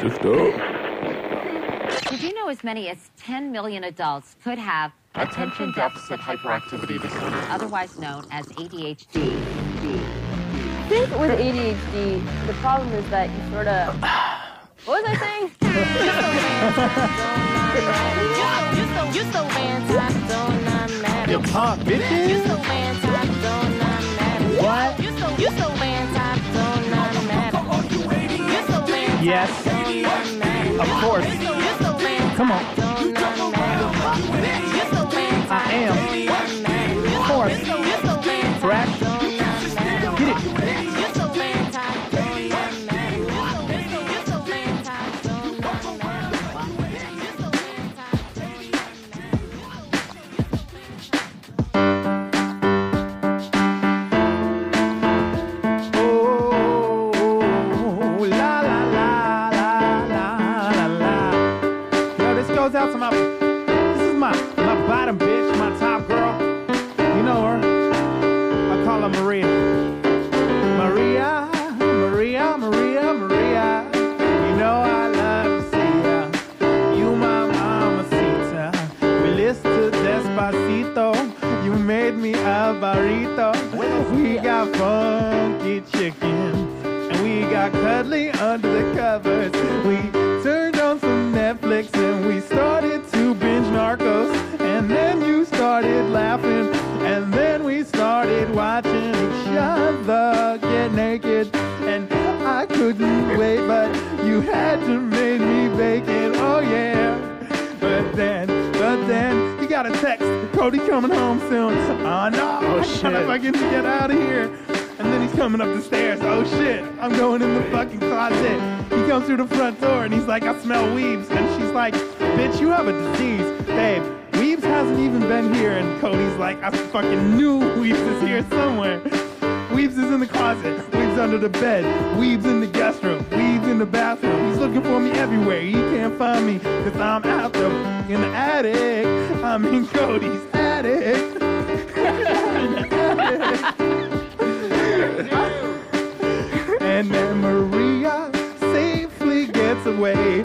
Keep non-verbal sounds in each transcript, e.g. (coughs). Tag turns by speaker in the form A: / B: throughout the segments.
A: Shift up.
B: Did you know as many as 10 million adults could have
C: Attention deficit hyperactivity disorder.
B: otherwise known as ADHD?
D: I think with ADHD, the problem is that you sort of. What was I saying?
E: You so fancy, don't I'm mad at you.
F: Pop, bitches.
E: You so fancy, don't I'm mad at you.
F: What?
E: You so you so fancy, don't I'm mad at you. You so fancy,
F: Yes,
E: don't I'm mad at you.
F: of course.
E: You so you so fancy,
F: Come on.
E: don't I'm mad at you. You so fancy,
F: I am.
E: don't I'm mad at you.
F: Of course.
E: You so you so fancy,
F: Rap.
E: don't I'm mad at you.
F: Get it.
E: You so fancy, don't I'm mad at you. You so you so fancy, don't I'm mad at you. You so fancy, don't I'm mad at you.
F: Oh, la la la la la la la. Yo, this goes out to my. This is my my bottom bitch, my top girl. You know her. I call her Maria. Maria, Maria, Maria, Maria. You know I love to see ya. You my mamacita. We listen to Despacito. You made me a burrito. We got funky chicken. And we got cuddly under the covers. We turned on some Netflix and we started to binge Narcos. And then you started laughing. And then we started watching each other get naked. And I couldn't wait, but you had to make me bacon. Oh, yeah. But then, but then, you got a text. Cody coming home soon. Oh no, (laughs) I gotta
A: shit.
F: fucking get out of here. And then he's coming up the stairs. Oh shit, I'm going in the fucking closet. He comes through the front door and he's like, I smell weaves. And she's like, bitch, you have a disease. Babe, weaves hasn't even been here. And Cody's like, I fucking knew weaves is here somewhere. Weaves is in the closet. Weaves under the bed. Weaves in the guest room. Weaves in the bathroom. He's looking for me everywhere. He can't find me because I'm out there in the attic. I'm in Cody's attic. and then Maria safely gets away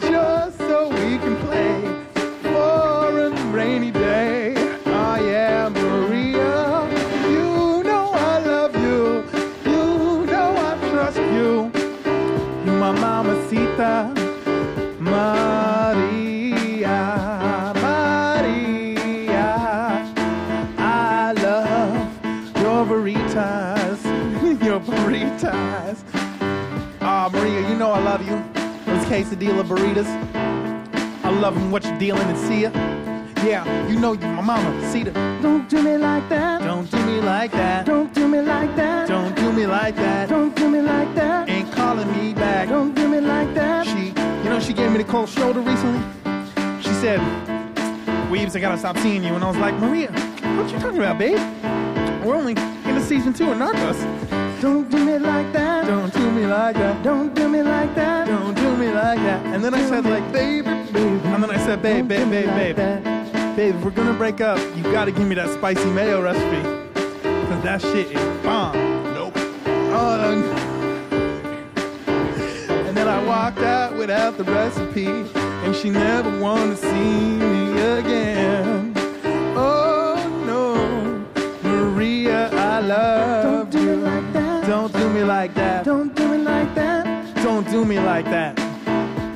F: just so we can play for a rainy day. Oh yeah, Maria, you know I love you. You know I trust you. You my mamacita, Maria, Maria. I love your burritas, (laughs) your burritas. Ah, Maria, you know I love you. Those quesadilla burritas. I love 'em what you're dealing and see it. Yeah, you know you my mama, see the Don't do me like that. Don't do me like that. Don't do me like that. Don't do me like that. Don't do me like that. Ain't calling me back. Don't do me like that. She, you know, she gave me the cold shoulder recently. She said, Weaves, I gotta stop seeing you. And I was like, Maria, what you talking about, babe? We're only into season two of Narcos. Don't do me like that. Don't do me like that. Don't do me like that. Don't do me like that. And then I said like, baby, baby. And then I said, babe, babe, babe, babe. Babe, if we're gonna break up, you gotta give me that spicy mayo recipe. Cause that shit is bomb. Nope. Uh, and then I walked out without the recipe, and she never wanted to see me again. Oh no, Maria, I love Don't do you. me like that. Don't do me like that. Don't do me like that. Don't do me like that.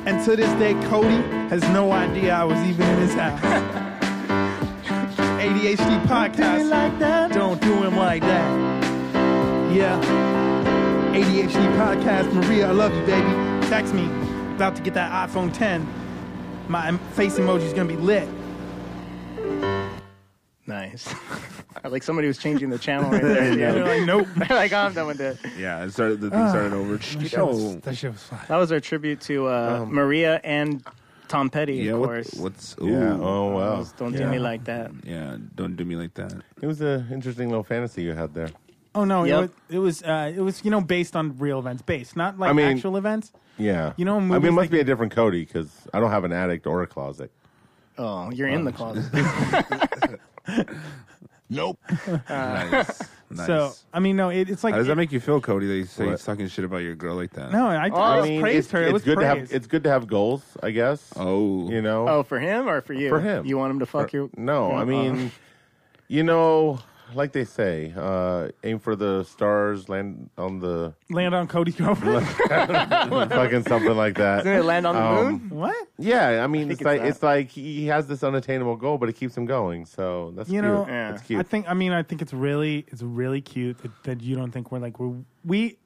F: And to this day, Cody has no idea I was even in his house. (laughs) ADHD podcast. Don't do him like that. Don't do him like that. Yeah. ADHD podcast. Maria, I love you, baby. Text me. About to get that iPhone 10. My em- face emoji's gonna be lit.
G: Nice. (laughs) like somebody was changing the channel right there.
F: And
G: Yeah.
F: they're like,
C: (laughs)
F: nope.
G: (laughs) like I'm done with it.
A: Yeah, it started, the thing started over. Oh.
F: That shit was fun.
G: That was our tribute to
C: Oh.
G: uh, Maria and Tom Petty,
A: Yeah,
G: of
A: what-
G: course.
A: what's ooh,
C: Yeah. Oh wow.
G: Don't do
F: Yeah.
G: me like that.
A: yeah, don't do me like that.
C: It was an interesting little fantasy you had there.
F: Oh no,
G: Yep.
F: it was it was uh, it was you know based on real events, based not like
C: I mean-
F: actual events.
C: Yeah.
F: You know,
C: I mean, it
F: movies
C: must
F: that-
C: be a different Cody because I don't have an attic or a closet. um, (laughs)
G: Oh, you're in the closet.
A: Nope. (laughs) nice. Nice.
F: So I mean, no, it, it's like
A: How does that make you feel, Cody? That you say
C: What?
A: talking shit about your girl like that.
F: no. I, I
G: I
F: just praised
C: Oh, it's,
F: her. it
C: it's
F: was
C: good
F: praise.
C: to have. It's good to have goals, I guess.
A: Oh,
C: you know.
G: Oh, for him or for you?
C: For him.
G: You want him to fuck you? Uh-uh.
C: No,
F: Uh-uh.
C: I mean, you know, like they say, uh, aim for the stars, land
F: (laughs)
C: on the
F: land on Cody's girlfriend.
C: (laughs) fucking something like
G: Didn't
C: that.
G: it land on the
C: Um,
G: moon?
F: what?
C: Yeah, I mean, it's,
G: it's
C: like
G: that.
C: it's like he has this unattainable goal, but it keeps him going. So that's
F: You
C: cute.
F: know,
G: Yeah.
C: it's cute.
F: I think. I mean, I think it's really, it's really cute that, that you don't think we're like we're we.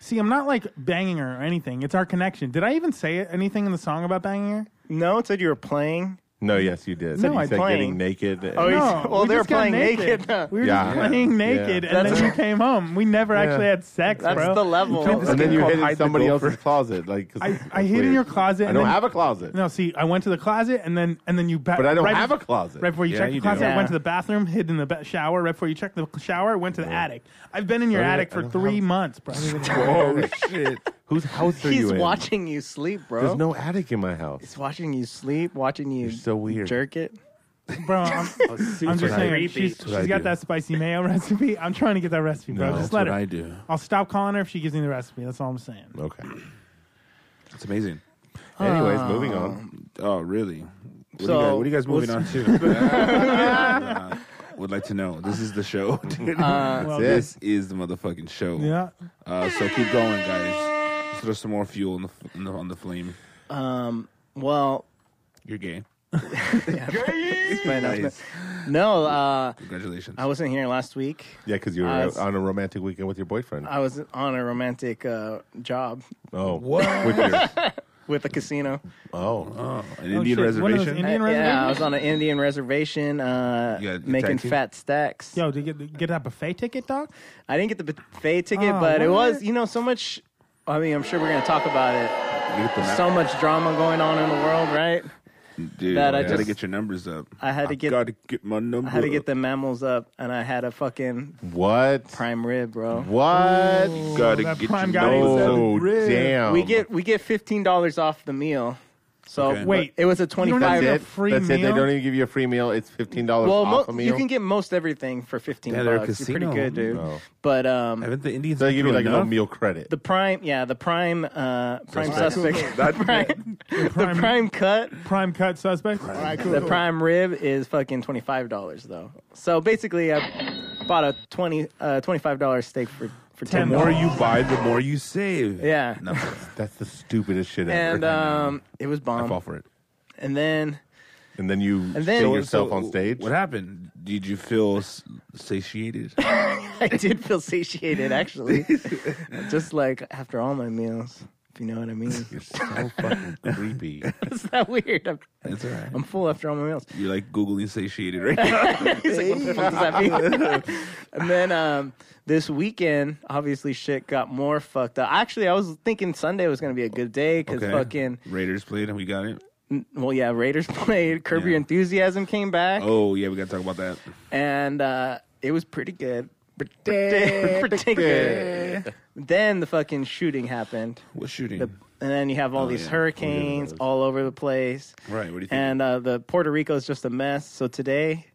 F: See, I'm not like banging her or anything. It's our connection. Did I even say anything in the song about banging her?
G: No, it said you were playing.
C: no, yes, you did.
F: No,
C: you
F: I
C: said
G: playing.
C: getting naked.
G: Oh,
C: and-
G: you- (laughs)
F: No,
G: well,
F: we
G: they were
F: just got
G: playing naked.
F: We were
C: Yeah.
F: just playing
C: Yeah.
F: naked, and
G: That's-
F: then you came home. We never actually
C: Yeah.
F: had sex,
G: That's
F: bro.
G: the level.
F: Dude, this
C: and then you
G: Called
C: hid in
G: hide the
C: somebody
G: gopher.
C: else's closet. Like 'cause
F: I,
C: it's-
F: I
C: it's
F: hid in
C: weird.
F: your closet.
C: I
F: and
C: don't
F: then-
C: have a closet. (laughs)
F: No, see, I went to the closet, and then and then you. Ba-
C: But I don't
F: right
C: have
F: bef-
C: a closet.
F: Right before you
A: Yeah,
F: checked the
A: you do.
F: closet, I
G: Yeah.
F: went to the bathroom, hid in the ba- shower. Right before you checked the shower, went to the attic. I've been in your
C: I don't-
F: attic
C: Oh, I
F: for
C: don't
F: three
C: have-
F: months,
C: (laughs)
F: bro.
A: oh shit!
C: Whose house are you
G: He's
C: in?
G: watching you sleep, bro.
C: There's no attic in my house.
G: He's watching you sleep, watching you
C: You're so weird.
G: jerk it.
F: bro. I'm, I'm just
C: what I-
F: saying, she's,
C: what
F: she's
C: I
F: got
C: do.
F: that spicy mayo (laughs) recipe. I'm trying to get that recipe, bro.
C: No,
F: just
A: That's
F: let
A: what
F: her.
A: I do.
F: I'll stop calling her if she gives me the recipe. That's all I'm saying.
C: Okay.
A: It's amazing.
C: Anyways, moving on.
F: Um,
A: Oh, really? What,
G: So,
A: do you guys, what are you guys moving on (laughs) to? Uh, would like to know. This is the show. (laughs) dude.
F: Well,
A: this is the motherfucking show.
F: Yeah.
A: Uh, so keep going, guys. Let's throw some more fuel on the, f- on the on the flame.
G: Well,
A: You're
G: (laughs)
A: gay.
G: it's my announcement.
A: Nice.
G: no, uh,
A: Congratulations.
G: I wasn't here last week.
C: Yeah, because you were
G: Uh,
C: out on a romantic weekend with your boyfriend.
G: I was on a romantic uh, job
C: oh, what?
F: (laughs)
C: With your,
G: with a casino.
C: oh,
A: oh, an
F: Oh,
A: Indian
F: shit. One of those
A: reservation.
F: Indian
G: Uh, Yeah, I was
F: reservation.
G: on an Indian reservation uh,
A: You got a
G: making
A: tag team?
G: fat stacks.
F: Yo, did you get get that buffet ticket, dog?
G: I didn't get the buffet ticket,
F: Oh,
G: but it
F: what?
G: was, you know, so much. I mean, I'm sure we're going to talk about it.
A: You get the map,
G: So much drama going on in the world, right?
A: dude.
G: that I
A: I gotta
G: just-
A: get your numbers up.
G: I had to get-
A: Gotta get my number.
G: I had to get
A: up.
G: the mammals up, and I had a fucking
C: what?
G: prime rib, bro.
C: What?
A: Gotta
F: that
A: get
F: prime
A: your
F: guy is
A: numbers
F: out.
A: up.
C: Oh,
F: Rib.
C: damn.
G: We get we get fifteen dollars off the meal. So
A: Okay.
F: Wait,
G: it was a
F: don't have
G: twenty-five.
F: to
C: That's
F: a
C: it.
F: free
C: That's it. They
F: meal?
C: don't even give you a free meal. It's fifteen
A: Oh,
C: dollars
G: well,
C: off
G: mo-
C: a meal.
G: you can get most everything for fifteen
A: Yeah, they're a
G: bucks. You're pretty
A: casino. Oh.
G: good, dude.
C: No.
G: But um,
A: Haven't the Indians
C: so they
A: been
C: give you
A: through
C: like no
A: enough?
C: meal credit.
G: the prime, yeah, the prime, uh, prime suspect,
A: That-
G: (laughs) prime, the
F: Prime-
G: prime cut,
F: Prime cut suspect.
G: the prime rib is fucking twenty-five dollars though. So basically, I bought a twenty, uh, twenty-five dollar steak for for
A: The
G: ten.
A: more you buy, the more you save.
G: Yeah.
A: No,
C: That's the stupidest shit ever.
G: and um, it was
A: I fall
G: bomb.
A: for it.
G: And then (laughs)
C: and then you
G: then-
C: sing
G: So-
C: yourself
A: So,
C: on stage.
A: What happened? Did you feel s- satiated?
G: (laughs) I did feel satiated, (laughs) actually. Just like after all my meals, if you know what I (laughs) mean.
C: You're so fucking creepy.
G: It's not weird. I'm,
A: That's all right.
G: I'm full after all my meals.
A: You're like googling satiated right now.
G: (laughs) He's like, what the fuck does that mean? (laughs) and then um, this weekend, obviously, shit got more fucked up. Actually, I was thinking Sunday was going to be a good day because fucking,
A: Raiders played and we got it.
G: well, yeah, Raiders (laughs) played. Curb Your
A: Yeah.
G: Enthusiasm came back.
A: Oh yeah, we gotta talk about that.
G: and uh, it was pretty good. (laughs) Pretty, pretty good. Then the fucking shooting happened,
A: What shooting?
G: The- and then you
C: Oh,
G: have all these
A: yeah.
G: hurricanes all over the place.
A: right. What do you think?
G: And uh, the Puerto Rico is just a mess. So today,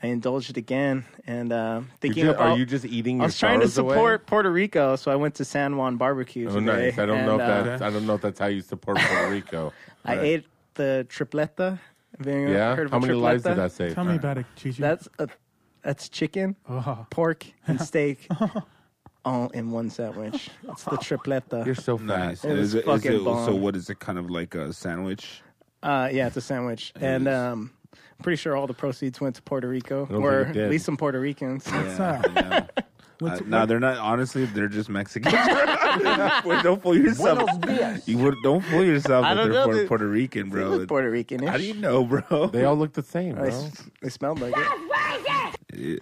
G: I indulged again and uh,
C: You're
G: thinking
C: ju-
G: about.
C: are you just eating? Your
G: I was trying to
C: sorrows away?
G: support Puerto Rico, so I went to San Juan Barbecue
C: Oh,
G: today.
C: nice. I don't know
G: and,
C: if
G: uh,
C: that's. I don't know if that's how you support Puerto Rico.
G: I ate the tripleta. Have you ever
C: Yeah.
G: heard of
C: How
G: a
C: many lives did
G: tripleta?
C: I save?
F: Tell me about it, Chichi.
G: That's a, that's chicken,
A: Uh-huh.
G: pork,
A: (laughs)
G: and steak, all in one sandwich. It's the
C: You're
G: tripleta.
C: so fat.
A: nice. Oh.
G: It was
A: Is it- is
G: fucking
A: it- so
G: bomb.
A: what is it? Kind of like a sandwich.
G: Uh, yeah, it's a sandwich, and
A: is.
G: um, I'm pretty sure all the proceeds went to Puerto Rico,
C: don't
G: or
C: think it did.
G: at least some Puerto Ricans.
A: Yeah, yeah. Uh, no, they're not. Honestly, they're just Mexicans. (laughs) Boy, don't fool yourself. You would, don't fool yourself. that
G: I don't
A: they're
G: know,
A: Puerto,
G: dude.
A: Puerto Rican,
G: It
A: bro.
G: was (laughs) Puerto Rican.
A: How do you know, bro?
C: They all look the same,
G: They,
C: bro.
G: s- they smelled like it.
F: Wait,
A: (laughs) You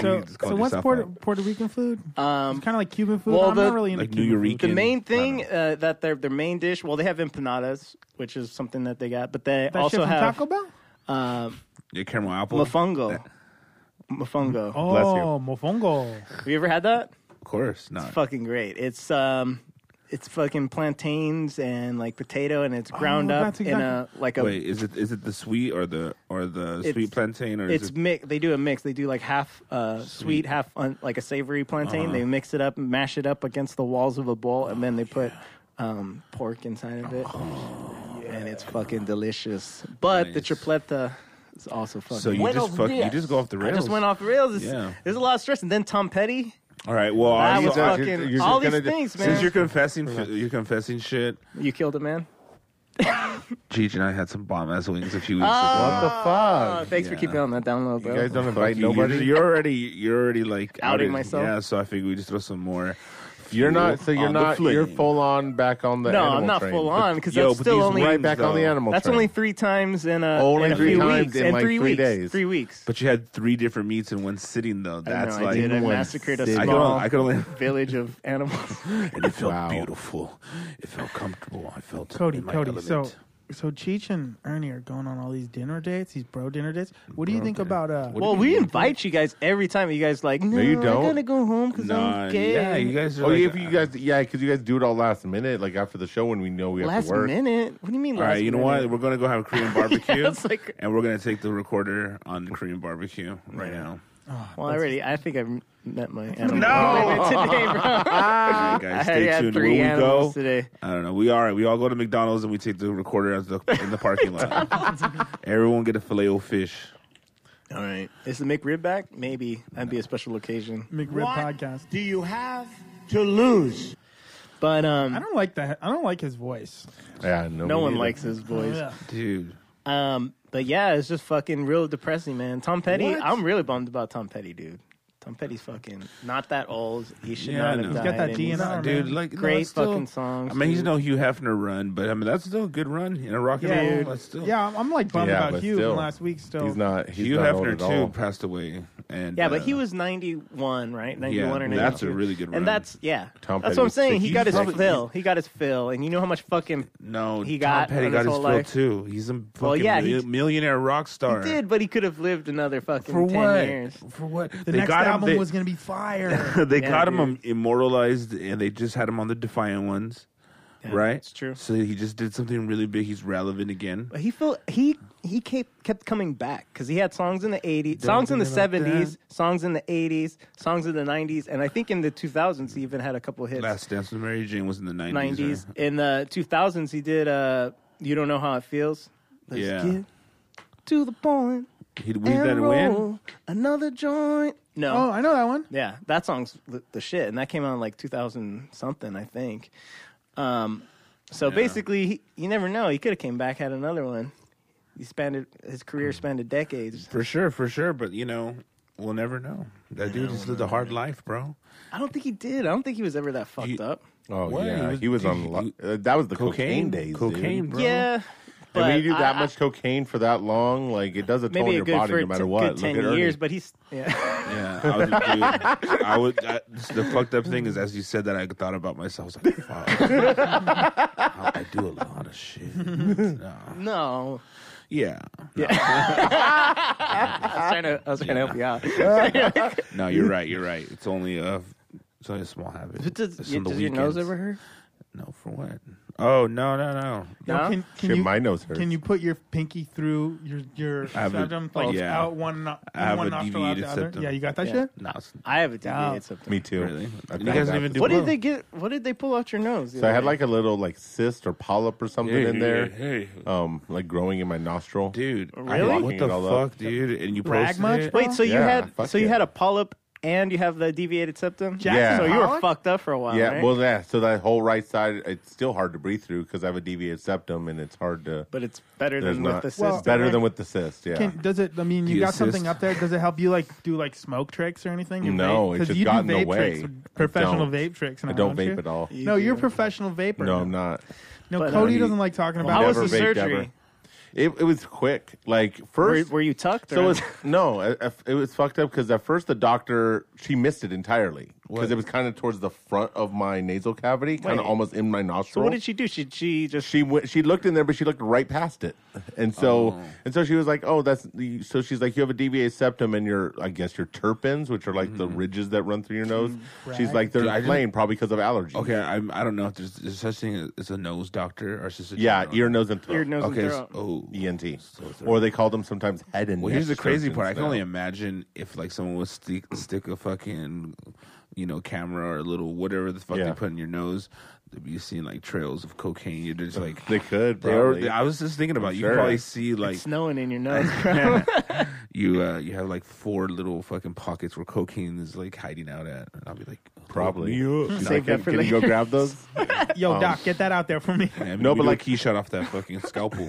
F: so,
A: just
F: so
A: called
F: what's
A: yourself
F: Puerto,
A: out.
F: Puerto Rican food?
G: Um,
F: it's kind of like Cuban food.
G: well,
F: I'm
G: the-
F: not really into
A: Like New
F: Cuban food.
A: Eureka.
G: the main
A: I
G: thing
A: don't
G: uh, that their their main dish. Well, they have empanadas, which is something that they got, but they
F: That shit
G: also
F: from
G: have
F: Taco Bell?
G: uh,
A: Your caramel apple.
G: mofongo. Mofongo.
F: Oh,
C: bless you.
F: mofongo.
G: Have you ever had that?
A: Of course not.
G: fucking great. It's um it's fucking plantains and like potato, and it's ground
F: Oh,
G: up
F: that's
G: in a like a.
A: Wait, is it is it the sweet or the or the sweet plantain or
G: It's
A: is it,
G: mix. They do a mix. They do like half uh, sweet. half un- like a savory plantain.
A: Uh-huh.
G: They mix it up, and mash it up against the walls of a bowl, and then they
A: Oh,
G: put um, pork inside of it, and it's fucking delicious. But the
A: Oh. Nice.
G: tripleta is also fucking.
A: so you just
H: Buenos
A: fuck, you
H: dias.
A: just go off the
G: I
A: rails.
G: just went off the rails. It's,
A: Yeah. Oh,
G: There's a lot of stress, and then Tom Petty.
A: All right, well,
G: That
A: I'm
G: was
A: so-
C: just-
G: fucking
C: you're just
G: all these
C: gonna do-
G: things, man.
A: since you're confessing, you're confessing shit.
G: you killed it, man.
A: Cheech and I had some bomb ass wings a few weeks
C: What the
G: Oh,
C: fuck?
G: thanks for
A: yeah.
G: keeping on that download,
C: You
G: bro.
C: guys don't
A: ago.
C: invite
A: You- you're-
C: nobody.
A: You're,
C: You're,
A: already you're already like
G: Outing
A: outed.
G: myself?
A: Yeah, so I figured we just throw some more.
C: not.
A: fuel
C: So you're
A: on the
C: not. You're
A: flame.
C: full on back on the.
G: no,
C: animal
G: I'm not
C: train.
G: full
C: But
G: on because
A: Yo,
G: that's
A: but
G: still
A: these
G: only
C: Right back on the
A: though.
C: animal.
G: That's
C: train.
G: only three times in a
C: Only
G: in a
C: three
G: few
C: times
G: weeks
C: in,
G: and
C: like,
G: three,
C: three
G: weeks.
C: days.
G: Three weeks.
A: But you had three different meats in one sitting, though. That's
G: I know,
A: like
G: I did. I
C: one
G: massacred a
C: city.
A: I
G: small
A: could only, I could
C: (laughs)
A: only
G: village of animals.
A: (laughs) and it felt
C: Wow.
A: beautiful. It felt comfortable. I felt
F: Cody,
A: in my
F: Cody.
A: element.
F: So, so Cheech and Ernie are going on all these dinner dates, these bro dinner dates. What do you think about uh?
A: What
G: well, we invite you guys every time. You guys like, no,
C: you
G: I'm
C: don't.
G: gonna go home because
A: nah,
G: I'm gay.
A: yeah, you guys. Are
C: Oh,
A: like,
C: if you guys, yeah, because you guys do it all last minute, like after the show when we know we have
G: last
C: to work.
G: minute. What do you mean?
A: All
G: last
A: right, you know
G: minute?
A: what? We're gonna go have a Korean barbecue,
G: it's like-
A: and we're gonna take the recorder on the Korean barbecue right now.
G: Well, I already. I think I've met my animal
A: No!
G: (laughs) today,
A: Hey,
G: bro. I
A: guys,
G: had,
A: stay
G: had
A: tuned.
G: three
A: Where we go,
G: animals today.
A: I don't know. We all right. We all go to McDonald's and we take the recorder as the, in the parking lot.
F: (laughs)
A: Everyone get a filet o fish.
G: All right, is the McRib back? Maybe that'd be a special occasion.
F: McRib podcast.
I: do you have to lose?
G: But um,
F: I don't like that. I don't like his voice.
C: Yeah, no,
G: no
C: me
G: one
C: neither.
G: likes his voice.
A: Oh,
F: Yeah.
A: Dude,
G: Um, but yeah, it's just fucking real depressing, man. Tom Petty, I'm really bummed about Tom Petty, dude. Tom Petty's fucking not that old. He should
A: Yeah, I
G: not have
A: know. He's
G: died.
A: got
F: that
G: and
F: DNA.
G: he's-
F: Oh,
A: dude,
F: man.
A: like no,
G: Great
A: it's still-
G: fucking songs,
A: I mean, he's
G: dude.
A: no Hugh Hefner run, but I mean that's still a good run in a rock and
G: Yeah,
A: roll.
G: dude.
A: That's still
F: Yeah, I'm, I'm like bummed
C: Yeah,
F: about
C: but
F: you
C: still,
F: from last week. Still,
C: He's not. He's
A: Hugh
C: not old
A: Hefner
C: at all.
A: too passed away, and
G: Yeah, but
A: uh,
G: he was 91, right? 91
A: Yeah,
G: or 92.
A: that's a really good run.
G: And that's yeah.
C: Tom
G: that's
C: Petty
G: what I'm
C: was
G: saying.
C: sick.
G: He
C: He's
G: got his
C: probably-
G: fill. He got his fill, and you know how much fucking
A: no.
G: he
A: He got Tom
G: got
A: Petty
G: on
A: got
G: his
A: his
G: whole
A: fill
G: life.
A: too. He's a fucking
G: Well, yeah, he-
A: mil- millionaire rock star.
G: he did, but he could have lived another fucking
A: for
G: 10
A: what?
G: years.
A: For what?
F: the
A: they
F: next
A: got
F: album
A: him. They,
F: was gonna be fire.
A: (laughs) they
G: Yeah,
A: got him
G: dude.
A: um, immortalized, and they just had him on the Defiant ones, right?
G: it's true.
A: So he just did something really big. He's relevant again.
G: But he felt he he kept kept coming back because he had songs in the 80s, songs in the
A: think about
G: 70s, songs in the 80s, songs in the 90s, and I think in the 2000s he even had a couple hits.
A: Last Dance with Mary Jane was in the nineties.
G: 90s in the 2000s he did uh you don't know how it feels. Let's
A: Yeah.
G: get to the point
A: He we
G: and
A: did that win.
G: roll another joint. No.
F: oh, I know that one.
G: Yeah, that song's the, the shit, and that came out in like 2000 something, I think. Um, so basically, he, you never know. He could have came back, had another one. He spanned his career
C: Hmm.
G: spanned decades.
A: For sure, for sure. But you know, we'll never know. That dude just lived a hard life, bro.
G: I don't think he did. I don't think he was ever that fucked
A: You-
G: up.
C: Oh
A: What?
C: yeah,
A: He
C: he
A: was-
C: was, on.
A: he-
C: Lo- uh, that was the cocaine, days. dude.
A: cocaine, bro.
G: Yeah, but
C: And when you do that
G: I-
C: much cocaine for that long, like it does a toll on
G: maybe
C: your
G: a good
C: body
G: for
C: no matter
G: t-
C: what.
G: good
C: Look
G: ten
C: at Ernie.
G: years, but he's
C: (laughs)
G: yeah.
A: Yeah, I was, dude, I would. I, the fucked up thing is, as you said that, I thought about myself. I was like, fuck,
G: (laughs)
A: I, I do a lot of shit. No.
G: no,
A: Yeah,
G: I was trying to I was trying to help you out.
A: no, you're right. You're right. It's only a, it's only a small habit.
G: does
A: It's on the
G: does your nose
A: weekends.
G: ever hurt?
A: No, for what? Oh no, no, no.
G: No?
F: Can, can
C: Shit,
F: you
C: my nose hurts.
F: can you put your pinky through your your
A: have a-
F: septum like
A: yeah.
F: out one no-
A: I have
F: one
A: a
F: nostril out
A: deviated
F: the other?
A: septum.
F: Yeah, you got that
G: Yeah.
F: shit.
A: No, it's
G: I have a deviated septum.
C: Me too.
A: really.
C: I
A: You
C: found
A: guys
C: out
A: didn't even
C: that-
A: do
G: What
A: blow.
G: did they get? What did they pull out your nose?
C: So I had like a little like cyst or polyp or something
A: Hey,
C: in there,
A: hey, hey.
C: um, like growing in my nostril.
A: dude?
G: Really?
A: I, what the
C: It all up.
A: fuck, dude? And you
F: Brag
A: posted
F: much,
A: it?
F: bro?
G: Wait, so you
C: Yeah,
G: had
C: fuck
G: so you
C: yeah.
G: had a polyp and you have the deviated septum?
C: Yeah.
G: So you were
F: Pollock?
G: fucked up for a while.
C: yeah,
G: right?
C: well, yeah. So that whole right side, it's still hard to breathe through because I have a deviated septum, and it's hard to.
G: but it's better
C: There's
G: than
C: not
G: with the
F: Well-
G: system.
C: better
G: right?
C: than with the cyst. Yeah.
F: Can, does it? I mean, you
A: you
F: got something
A: assist?
F: up there. Does it help you like do like smoke tricks or anything? You
C: No,
F: vape?
C: it
F: 'Cause
C: just
F: you
C: got
F: do
C: in the
F: vape
C: way.
F: tricks,
C: I don't.
F: professional vape tricks. And
C: I
F: all,
C: don't vape
F: you?
C: at all.
F: No, you're a professional vaper.
C: No, I'm not.
F: No,
G: But, uh,
F: Cody
C: he-
F: doesn't like talking
C: I
F: about.
G: How was
F: it.
C: Never
G: the
C: vaped,
G: surgery?
C: It, it was quick. Like
G: Were,
C: first,
G: were you tucked?
C: So (laughs)
G: or-
C: it's no, I- I- it was fucked up because at first the doctor she missed it entirely. because it was kind of towards the front of my nasal cavity, kind of
G: Wait.
C: almost in my nostril.
G: So what did she do? She she just
C: she went, she looked in there, but she looked right past it, and so and so she was like, "Oh, that's." the-" So she's like, "You have a deviated septum, and your I guess your terpins, which are like the ridges that run through your nose." She's like, "They're
A: Mm-hmm. Dude, I didn't-
C: inflamed, probably because of allergies."
A: Okay, I'm, I don't know if there's, there's such thing as a nose doctor or it's just a
C: Yeah,
A: general-
C: ear, nose, and throat.
G: ear nose
A: Okay,
G: and
A: so-
G: throat.
A: oh,
C: ENT,
A: So throat.
C: or they call them sometimes head and.
A: Well,
C: neck
A: here's the crazy
C: surgeons
A: part. I can
C: now.
A: only imagine if like someone would stick stick a fucking, you know, camera or a little whatever the fuck
C: Yeah.
A: they put in your nose. They'd be seeing like trails of cocaine. You're just like
C: They could,
A: They are-
C: probably.
A: I was just thinking about it. you.
C: sure.
A: Can probably see like
G: snowing
C: (laughs)
G: in your nose.
A: you uh, you have like four little fucking pockets where cocaine is like hiding out at, and I'll be like,
C: Probably. (laughs)
A: "Hold me up."
C: She's
G: Save
C: like,
G: that
C: "Can-
G: for
C: can you go
G: later." (laughs)
C: grab those?
F: Yo,
C: Oh.
F: Doc, get that out there for
C: (laughs)
F: me.
A: Yeah,
C: No,
A: no,
C: but
A: but
C: like-
A: like he shot off that fucking scalpel.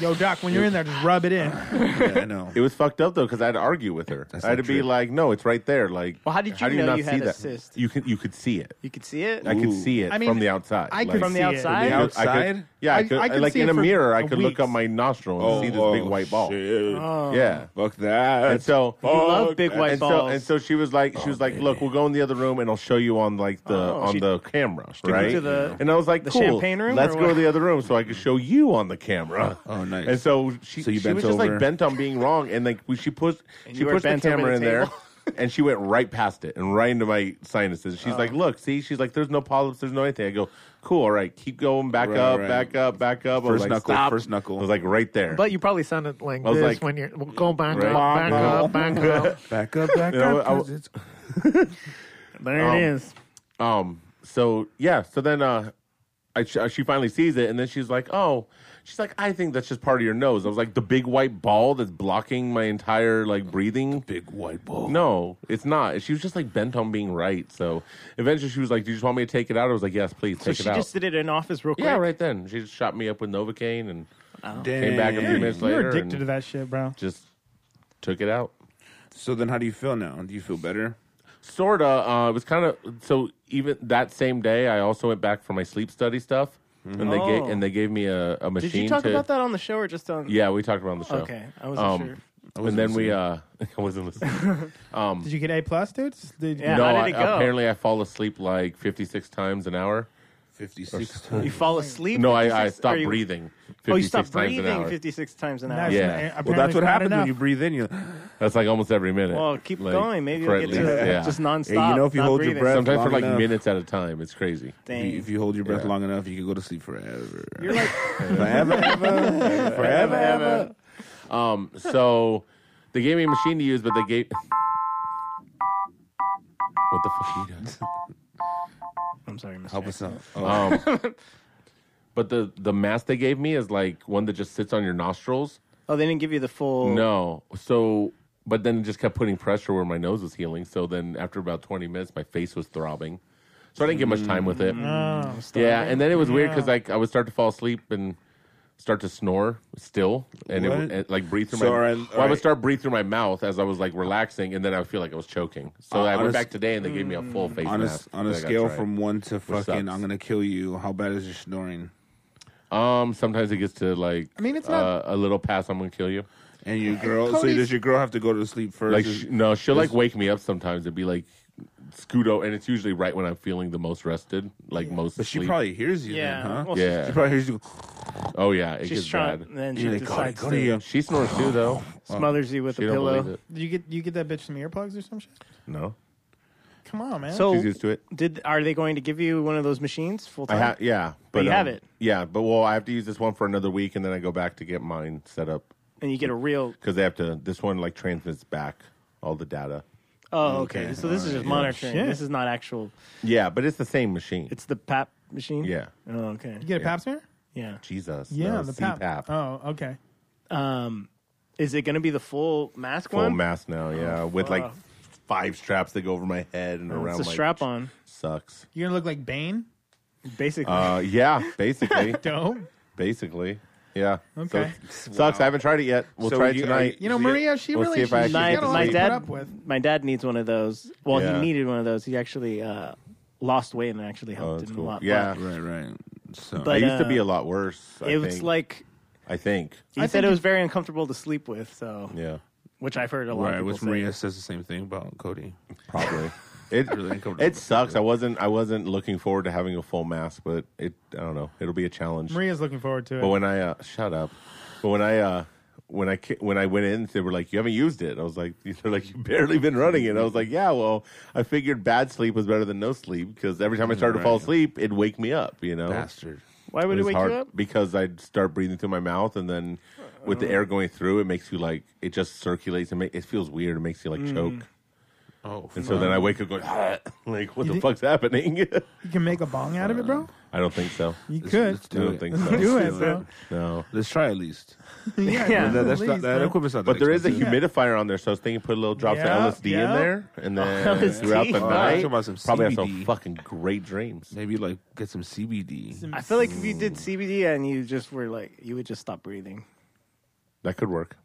F: Yo, Doc, when you're in there, just rub it in.
A: Yeah, I know.
C: It was fucked up though because I had to argue with her.
A: That's
C: I had to
A: not
C: be
A: true.
C: like, "No, it's right there." Like,
G: Well, how did you
C: do
G: know
C: not
G: you
C: see
G: had a
C: that?
G: cyst?
C: You can you could see it.
G: you could see it.
C: I could see it
F: I mean,
C: from the outside.
F: I
C: like,
F: could
G: From the
F: see it.
G: outside?
A: The
C: I could-
A: outside?
C: yeah, I
F: I-
C: could.
F: I could
C: like
F: see
C: in
F: it
C: a
F: for
C: mirror, I
F: a
C: could look
F: week.
C: up my nostril and see this big white ball.
A: shit.
F: Oh.
C: Yeah.
A: Fuck that.
C: And so
G: You love big white
C: and So,
G: balls.
C: and so she was like,
A: Oh,
C: she was like, look, we'll go in the other room and I'll show you on like the
G: Oh,
C: on
G: she-
C: the camera, right?
G: to the-
C: and I was like,
G: the
C: cool,
G: champagne room
C: Let's
G: or
C: go to
G: what?
C: the other room so I can show you on the camera.
A: (laughs) Oh, nice.
C: And so she,
A: So you
C: she
A: bent
C: was just like
A: over.
C: bent on being wrong, and like we- she pushed she
G: you were
C: pushed the
G: bent over
C: camera
G: the
C: in
G: table. (laughs)
C: there, and she went right past it and right into my sinuses.
G: Oh.
C: She's like, look, see, she's like, there's no polyps, there's no anything. I go, cool, all right, keep going, back
A: Right,
C: up,
A: right.
C: back up, back up. I was
A: First
C: like,
A: knuckle,
C: stop.
A: first knuckle.
C: I was like right there.
H: But you probably sounded like
C: I was
H: this
C: like-
H: when you're well, go back
C: Right.
H: up, back
C: Wow.
H: up, back
C: (laughs)
H: up.
A: back up, back
C: You know,
A: up.
C: I-
A: 'cause it's-
G: there it is.
C: Um. So yeah. So then, uh, I sh- she finally sees it, and then she's like, "Oh." She's like, I think that's just part of your nose. I was like, the big white ball that's blocking my entire like breathing.
A: big white ball.
C: No, it's not. She was just like bent on being right. So eventually, she was like, "Do you just want me to take it out?" I was like, "Yes, please
G: So
C: take
G: she
C: it out."
G: just did it in office real quick.
C: yeah, right then she just shot me up with Novocaine and
A: Damn.
C: came back a few minutes later.
F: You're addicted
C: and
F: to that shit, bro.
C: Just took it out.
A: So then, how do you feel now? Do you feel better?
C: Sorta. Uh, it was kind of so. Even that same day, I also went back for my sleep study stuff, and they gave
G: Oh.
C: and they gave me a, a machine.
G: Did you talk
C: to-
G: about that on the show or just on?
C: Yeah, we talked about it on the show.
G: Okay, I wasn't
C: Um,
G: sure.
C: and then we, uh, (laughs) I wasn't listening. Um,
F: Did you get A plus, dude? Did,
G: (laughs) Yeah.
C: no,
G: how did
C: I-
G: it go?
C: apparently I fall asleep like fifty-six times an hour.
A: Fifty-six
G: (laughs) You
A: times.
G: fall asleep.
C: No, I, I
G: 56 or
C: stopped
G: you-
C: breathing. 56
G: Oh, you stopped
C: times an
G: breathing
C: hour.
G: 56 times an hour.
F: That's-
C: Yeah.
F: uh, apparently
A: Well, that's
F: it's
A: what
F: not
A: happens
F: enough.
A: when you breathe in. You
C: That's like almost every minute.
G: Well, keep
C: Like,
G: going. Maybe you'll
C: for at
G: get
C: least-
G: to it.
C: yeah.
G: Just nonstop.
A: Hey, you know, if you
G: not
A: hold your
G: breathing.
A: breath-
C: Sometimes for
A: long
C: like
A: enough.
C: minutes at a time. It's crazy.
G: Dang.
A: if you hold your breath
C: Yeah.
A: long enough, you can go to sleep forever.
G: You're like,
A: (laughs) forever, ever, forever, ever.
C: Um, so they gave me a machine to use, but they gave. What the fuck are you doing?
G: I'm sorry, Mr.
A: Help us out. Oh,
C: Um,
A: (laughs)
C: but the the mask they gave me is like one that just sits on your nostrils.
G: Oh, they didn't give you the full.
C: No, so but then it just kept putting pressure where my nose was healing. So then after about twenty minutes, my face was throbbing. So I didn't get much time with it. yeah, and then it was weird because like I would start to fall asleep and start to snore still, and it,
A: What?
C: it like breathe through
A: So
C: my.
A: all right,
C: well,
A: all
C: I would
A: right.
C: start breathe through my mouth as I was like relaxing, and then I would feel like I was choking. So I went
A: Uh, honest-
C: back today, and they gave me a full face
A: on a,
C: mask.
A: on a
C: that I got
A: scale
C: tried.
A: from one to fucking,
C: sucks.
A: I'm gonna kill you. How bad is your snoring?
C: Um, sometimes it gets to like I
F: mean, it's not-
C: uh, a little past. I'm gonna kill you.
A: And your girl. So does your girl have to go to sleep first?
C: Like
A: Is-
C: sh- no, she'll like wake me up sometimes and be like, "Scudo," and it's usually right when I'm feeling the most rested, like most.
A: but she
C: asleep.
A: probably hears you.
G: Yeah.
A: Then, huh?
G: Well,
C: Yeah.
A: She probably hears you.
C: Oh yeah, it
G: She's
C: gets
G: trying.
C: bad.
G: Then she
A: You're like, "Go to-
G: decides
A: go
G: to
A: to you.
C: She snores too though.
G: smothers you with
C: She
G: a
C: don't believe
G: pillow.
C: it.
F: Did you get you get that bitch some earplugs or some shit?
C: No,
F: Come on, man.
G: So
C: she's used to it.
G: did are they going to give you one of those machines full
C: I
G: time?
C: have yeah, but, um,
G: you have it.
C: Yeah, but well, I have to use this one for another week, and then I go back to get mine set up
G: and you get a real.
C: because they have to. This one like transmits back all the data. Mm,
G: Oh, okay. So this is just monitoring.
F: Shit.
G: This is not actual.
C: Yeah, but it's the same machine.
G: It's the PAP machine.
C: Yeah.
G: Oh, okay.
F: you get a pap smear?
G: Yeah.
C: Jesus.
F: Yeah,
C: no,
F: the pap.
C: CPAP.
F: Oh, okay.
G: Um, is it going to be the full mask
C: Full
G: one? Oh,
C: mask now. Yeah, with like
G: fuck. Oh,
C: five straps that go over my head and around.
G: It's a
C: my-
G: strap on,
C: Sucks.
F: You're gonna look like Bane.
G: basically.
C: Uh, yeah, basically,
G: (laughs)
F: Dope.
C: basically, yeah. So
F: Okay.
C: it sucks. I haven't tried it yet. We'll
A: So
C: try it
G: uh,
A: you-
C: tonight.
F: You know, Maria, she
C: We'll see
F: really
C: if I
F: she's
C: actually
G: my,
F: got a
C: can
F: lot
G: my
F: to put
G: dad,
F: up with.
G: my dad needs one of those. Well,
C: Yeah.
G: he needed one of those. He actually uh, lost weight and it actually
C: Oh,
G: helped
C: that's
G: him
C: cool.
G: a lot.
C: Yeah,
A: (laughs) Right, right. So
C: I
G: But-
C: used to
G: uh,
C: be a lot worse.
G: But
C: I
G: it was
C: think.
G: like
C: I think.
G: he said it was very uncomfortable to sleep with. So
C: Yeah.
G: which I've heard a lot of
A: Right,
G: people
A: which
G: say.
A: Maria says the same thing about Cody.
G: (laughs)
C: probably. It
A: Really ain't comfortable.
C: it sucks. I wasn't I wasn't looking forward to having a full mask, but it I don't know. It'll be a challenge.
J: Maria's looking forward to it.
C: But when I uh, shut up, but when I uh, when I ki- when I went in, they were like, "You haven't used it." I was like, (laughs) "They're like, you barely been running it." I was like, "Yeah, well, I figured bad sleep was better than no sleep because every time I started to fall
A: Right.
C: asleep, it'd wake me up." You know,
A: Bastard.
G: Why would it
C: was
G: wake
C: hard
G: you up?
C: because I'd start breathing through my mouth, and then with the air going through, it makes you like it just circulates and ma- it feels weird. It makes you like choke.
A: Oh,
C: And so then I wake up going, "Ah," (laughs) like, what the fuck's happening? (laughs)
J: You can make a bong out of it, bro.
C: I don't think so.
J: You could.
A: Let's
C: I
A: do
C: don't
A: it.
F: (laughs)
C: think so.
J: Do
A: Let's
J: it,
A: do
J: bro.
C: No.
A: Let's try at least.
J: Yeah,
G: Yeah.
J: at
A: That, that's
J: least,
A: not, that
J: bro.
A: equipment's not.
C: But
A: that
C: there is a
A: expensive.
C: humidifier on there, so I was thinking put a little drops
J: Yeah,
C: of LSD
J: yeah.
C: in there, and then
G: LSD?
C: throughout the
A: Oh, I was
C: night,
A: talking about some
C: probably have
A: CBD.
C: some fucking great dreams.
A: Maybe like get some CBD.
G: I feel like if you did CBD and you just were like, you would just stop breathing
C: That could work.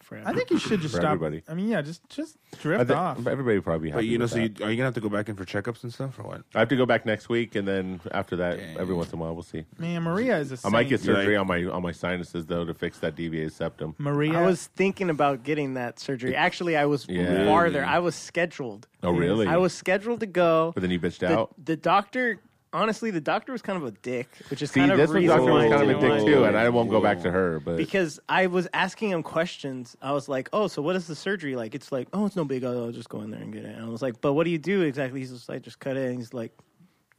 G: forever.
J: I think you should just
C: For
J: stop.
C: everybody.
J: I mean, yeah, just just
C: I
J: drift
C: think
J: off.
C: everybody would probably. Be happy
A: but you know,
C: with
A: so you,
C: that.
A: are you gonna have to go back in for checkups and stuff or what?
C: I have to go back next week, and then after that,
A: Dang.
C: every once in a while, we'll see.
J: Man, Maria is a.
C: I might get
J: saint.
A: You're
C: surgery
A: like-
C: on my on my sinuses though to fix that deviated septum.
J: Maria.
G: I was thinking about getting that surgery. Actually, I was
C: Yeah.
G: farther.
C: Really?
G: I was scheduled.
C: Oh really?
G: I was scheduled to go.
C: But then you bitched
G: the,
C: out.
G: the doctor, honestly, the doctor was kind of a dick, which is
C: See,
G: kind of
C: this one
G: reason
C: doctor was
G: why I
C: kind of a
G: didn't
C: dick
G: want-
C: too, and I won't go back to her. But
G: Because I was asking him questions. I was like, oh, so what is the surgery like? It's like, oh, it's no big deal. I'll just go in there and get it. And I was like, but what do you do exactly? He's just like, just cut it. And he's like,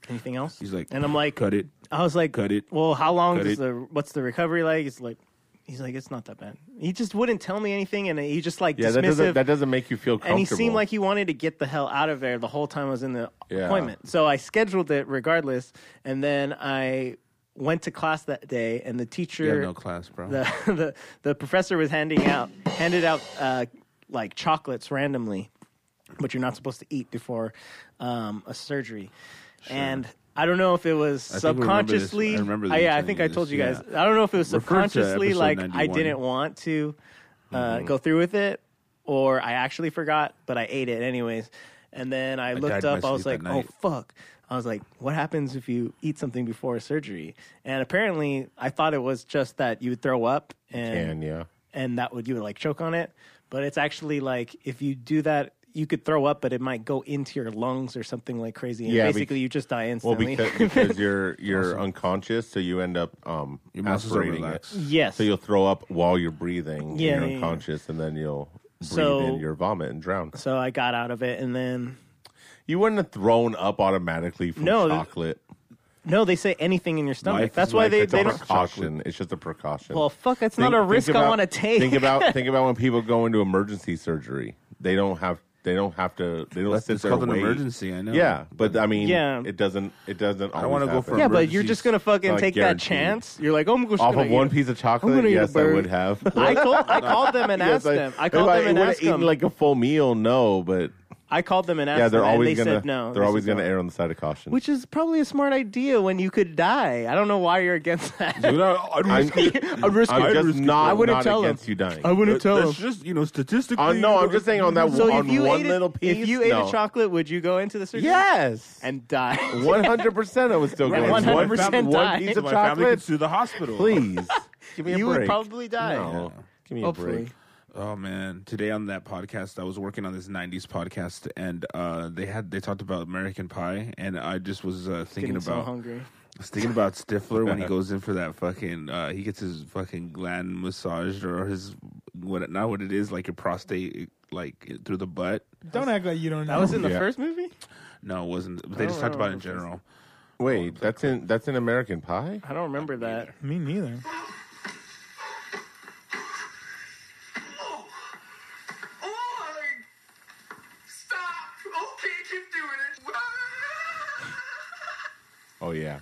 G: anything else?
A: He's like,
G: and I'm like,
A: cut it.
G: I was like,
A: Cut it.
G: Well, how long
A: Cut
G: does
A: it.
G: the what's the recovery like? He's like, he's like, it's not that bad. He just wouldn't tell me anything, and he just like
C: yeah,
G: dismissive.
C: that doesn't that doesn't make you feel comfortable.
G: and he seemed like he wanted to get the hell out of there the whole time I was in the
C: Yeah.
G: appointment. So I scheduled it regardless, and then I went to class that day, and the
A: You
G: teacher
A: have no class, bro.
G: (laughs) the, the the professor was handing out handed out uh, like chocolates randomly, but you're not supposed to eat before um, a surgery, and. I don't know if it was
A: I think we remember this. I
G: subconsciously.
A: remember
G: I-
A: you
G: yeah, I
A: telling
G: think
A: me
G: I
A: this,
G: told you guys.
A: yeah.
G: I don't know if it was
A: Refer to
G: subconsciously,
A: episode Mm-hmm.
G: like I
A: 91.
G: didn't want to uh, go through with it, or I actually forgot, but I ate it anyways. And then I
A: died
G: looked
A: in my
G: up. I was
A: sleep
G: like,
A: that
G: "Oh
A: night."
G: fuck!" I was like, "What happens if you eat something before a surgery?" And apparently, I thought it was just that you would throw up and
C: and yeah,
G: and that would you would like choke on it. But it's actually like if you do that, you could throw up, but it might go into your lungs or something like crazy. And
C: Yeah,
G: basically,
C: bec-
G: you just die
C: well
G: instantly.
C: because because you're you're unconscious, so you end up um
A: Your muscles are
C: aspirating it.
A: relaxed.
G: yes,
C: So you'll throw up while you're breathing.
G: Yeah,
C: Yeah, you're
G: yeah, yeah.
C: unconscious, and then you'll breathe
G: So-
C: in your vomit and drown.
G: (laughs) So I got out of it, and then
C: You wouldn't have thrown up automatically from
G: No, th-
C: chocolate.
G: no, they say anything in your stomach.
A: Life
G: That's
A: is
G: why
A: like
G: they
A: a
C: It's a
G: they don't.
C: precaution. It's just a precaution.
G: (laughs) Well, fuck, that's not a risk I
C: about-
G: want to take.
C: Think about think about when people go into emergency surgery. They don't have they don't have to they don't
A: That's-
C: sit
A: it's
C: there
A: called an
C: wait.
A: emergency, I know.
C: Yeah, but I mean,
G: Yeah.
C: it doesn't it doesn't.
A: don't wanna
C: always
A: go for
G: (laughs)
C: happen.
G: yeah, but you're
A: emergencies
G: just gonna fucking
C: like
G: take that
C: guaranteed.
G: chance. You're like, oh, I'm just
C: off
G: gonna
C: of
G: eat
C: one
G: it.
C: piece of
G: I'm
C: chocolate.
G: gonna eat a
C: Yes, I
G: bird.
C: would have.
G: I told
C: (laughs)
G: I called them and
C: Yes,
G: asked them. I called
C: if
G: them and
C: would've
G: asked
C: eaten
G: them.
C: like a full meal. No, but
G: I called them and asked
C: yeah,
G: them,
C: they're always
G: and they
C: gonna
G: said no.
C: they're
G: They
C: always
G: said
C: gonna
G: no.
C: err on the side of caution.
G: Which is probably a smart idea when you could die. I don't know why you're against (laughs) that.
C: I'm, (laughs)
G: I'm risking
C: I'm
G: it.
C: just not,
G: I wouldn't
C: not
G: tell
C: against
G: them.
C: you dying.
G: I wouldn't tell them.
A: That's just you know statistically.
C: Uh, no, I'm just saying on that
G: So
C: on
G: if you
C: one
G: ate
C: little
G: a,
C: piece.
G: if you ate
C: no.
G: a chocolate, would you go into the surgery?
C: yes,
G: and die.
C: (laughs) one hundred percent, I was still going.
G: One
C: One
G: 100%
C: fam- (laughs) one
G: died.
C: piece
A: So
C: of
A: my family
C: chocolate,
A: could sue the hospital.
C: please. Give me a
G: you
C: break.
G: would probably die.
C: no. Give me
G: Hopefully.
C: a break.
A: Oh man! Today on that podcast, I was working on this '90s podcast, and uh, they had they talked about American Pie, and I just was uh, thinking
G: Getting so
A: about
C: (laughs)
G: hungry.
A: I was thinking about Stifler when he goes in for that fucking uh, he gets his fucking gland massaged or his what not what it is like your prostate like through the butt.
J: Don't act like you don't know.
G: That was in the
C: Yeah.
G: first movie.
A: No, it wasn't. But they just talked about it in general.
C: Wait, that's in that's in American Pie.
G: I don't remember that.
J: (laughs) Me
A: (laughs)
J: neither.
C: Oh yeah,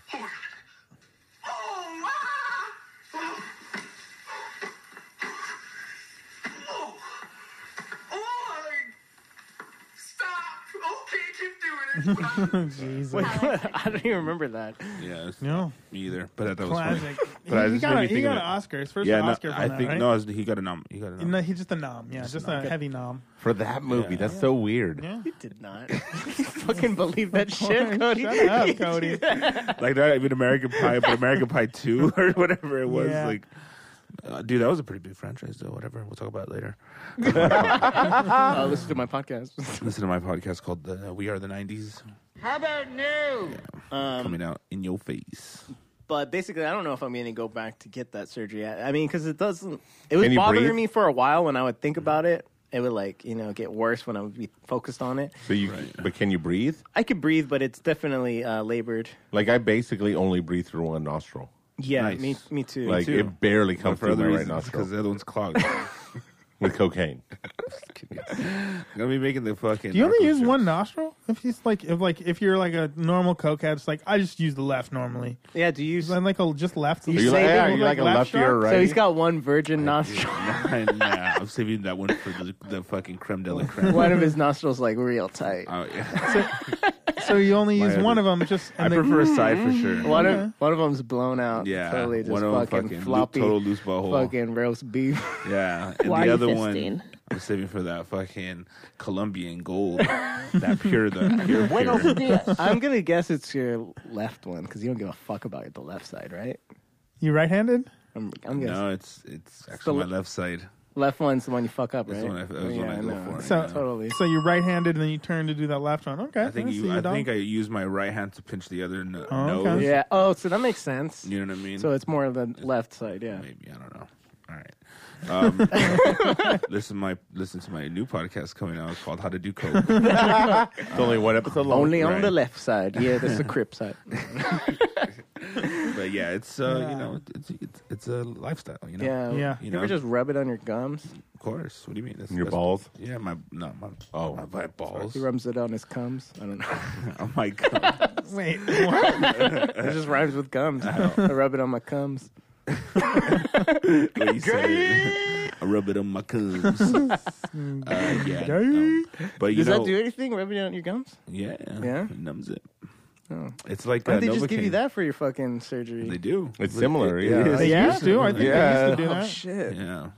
A: Oh,
J: Jesus.
G: Wait, (laughs) I don't even remember that.
A: Yeah, it's
J: No.
A: me either. But I thought it was funny.
J: Classic.
A: But I
J: he
A: just made
J: got, a,
A: me
J: he
A: think of
J: got an
A: it.
J: Oscar. His first
A: yeah, no,
J: Oscar for
A: I
J: that,
A: think
J: right?
A: no, it was- he got a nom. He got a nom.
J: No, he's just a nom. Yeah, just, a
A: (laughs)
J: heavy nom.
C: for that movie, that's so weird.
G: You (laughs) did not. (laughs) you fucking believe that
C: (laughs)
G: shit, Cody.
J: Shut
G: (laughs)
J: up, Cody. (laughs)
A: like not even American Pie, but American Pie Two or whatever it was.
J: Yeah.
A: Like Uh, dude, that was a pretty big franchise, though. Whatever, we'll talk about it later.
G: uh, listen to my podcast.
A: Listen to my podcast called the "We Are the '90s"
I: (laughs) How about new?
J: Um,
A: coming out in your face.
G: but basically, I don't know if I'm going to go back to get that surgery. I, I mean, because it doesn't. It was
C: Can you
G: bothering
C: breathe?
G: me for a while when I would
A: Mm-hmm.
G: think about it. It would like you know get worse when I would be focused on it.
C: So you, but can you breathe?
G: I could breathe, but it's definitely uh, labored.
C: Like I basically only breathe through one nostril.
G: Yeah,
A: Nice.
G: me me too.
C: Like
A: too.
C: it barely comes
A: for
C: through
A: other
C: my right
A: reasons, because
C: nostril
A: the other one's
C: (laughs)
A: clogged.
C: with cocaine.
A: Gonna be making the fucking.
J: Do you only
A: narco
J: use
A: jokes. (laughs)
J: one nostril? If it's like if like if you're like a normal cokehead, it's like I just use the left normally.
G: yeah, do you? So
J: I'm like a just left.
C: Are you like,
G: saving
C: yeah, are
J: with,
C: you like
J: like,
C: a
J: left
C: lefty or
J: shark?
C: right?
G: he's got one virgin nostril.
A: Nah, nah, I'm saving that one for the, the fucking creme de la creme.
G: (laughs) one of his nostrils like real tight.
A: (laughs) Oh yeah,
J: so you only use
A: other-
J: one of them. Just
A: I
J: and Mm-hmm. they-
A: prefer a side for sure.
G: One of one of them's blown out.
A: Yeah,
G: totally just
A: one of 'em
G: fucking,
A: fucking loo-
G: floppy,
A: total loose butthole.
G: fucking roast beef.
A: Yeah, and
K: Why are
A: the
K: you
A: other
K: fisting?
A: one I'm saving for that fucking Colombian gold, that
K: (laughs)
A: pure, the pure, pure.
G: (laughs) I'm gonna guess it's your left one because you don't give a fuck about the left side, right?
J: you right-handed.
G: I'm, I'm guessing
A: No, it's it's actually
G: the-
A: my left side.
G: left one's the one you fuck up, right?
A: the one I- that's the one I go
G: know.
A: for,
J: So
A: Yeah.
G: Totally.
J: So you're right-handed, and then you turn to do that left one. Okay.
A: I think
J: see
A: you. I
J: dog.
A: think I use my right hand to pinch the other no-
J: Oh, okay.
A: nose.
G: Yeah. Oh, so that makes sense.
A: You know what I mean?
G: So it's more of the left side, yeah.
A: maybe I don't know. All right.
G: (laughs)
A: Um, listen my listen to my new podcast coming out called How to Do
G: (laughs)
A: Coke.
C: It's only one episode long.
G: Only on
A: Right.
G: the left side. Yeah,
A: (laughs)
G: that's the crip side.
A: but yeah, it's uh, you know it's, it's it's a lifestyle. You know.
G: Yeah.
A: (laughs)
J: Yeah.
G: You,
A: You know.
G: ever just rub it on your gums?
A: Of course. What do you mean? That's,
C: Your
A: that's-
C: balls?
A: Yeah, my no my
C: Oh.
A: my, my balls. (laughs)
G: He rubs it on his cums. I don't know.
A: oh my (laughs) god.
J: Wait. (laughs) What?
G: it just rhymes with gums. I rub it on my cums.
A: What you said. I rub it on my
G: (laughs)
A: cubs. uh, yeah. no. But you
G: Does
A: know,
G: that do anything? Rubbing it on your gums?
A: yeah,
G: Yeah? Oh.
A: it numbs it. It's like
G: Why
A: uh,
G: did they just give
A: Novocaine.
G: you that for your fucking surgery?
A: They do.
C: It's similar, yeah.
A: is.
J: They
G: (laughs) Yeah?
J: used to. I think they
C: Yeah.
J: used to do
G: Oh
J: that. (laughs)
G: shit!
A: Yeah.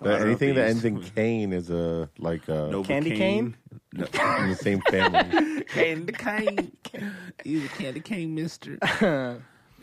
C: That- anything that ends
A: (laughs)
C: in
A: Herpes.
C: cane is a like a
G: Candy
A: Novocaine.
G: cane? (laughs)
A: No.
C: in the same
A: (laughs)
C: family.
A: candy cane. (laughs) He's a candy cane,
G: (laughs)
A: mister.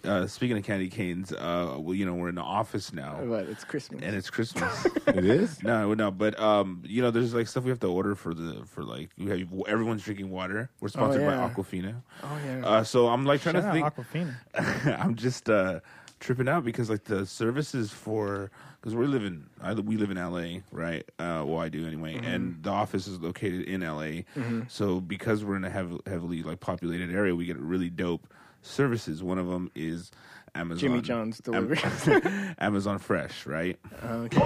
A: Uh, speaking of candy canes, uh, well, you know, we're in the office now
G: But it's Christmas.
A: and it's
G: (laughs)
A: Christmas.
C: it is.
A: no, no, but um, you know, there's like stuff we have to order for the for like we have everyone's drinking water. We're sponsored
G: Oh, yeah.
A: by Aquafina.
G: oh yeah.
A: Uh, so I'm like trying
J: Shout
A: to
J: out
A: think.
J: Aquafina.
A: (laughs) I'm just uh, tripping out because like the services for because we're living I, we live in LA right uh, well I do anyway
G: Mm-hmm.
A: and the office is located in LA so because we're in a heav- heavily like populated area we get really dope services one of them is Amazon
G: Jimmy John's
A: Am-
G: delivery. (laughs)
A: (laughs) Amazon Fresh right
G: okay.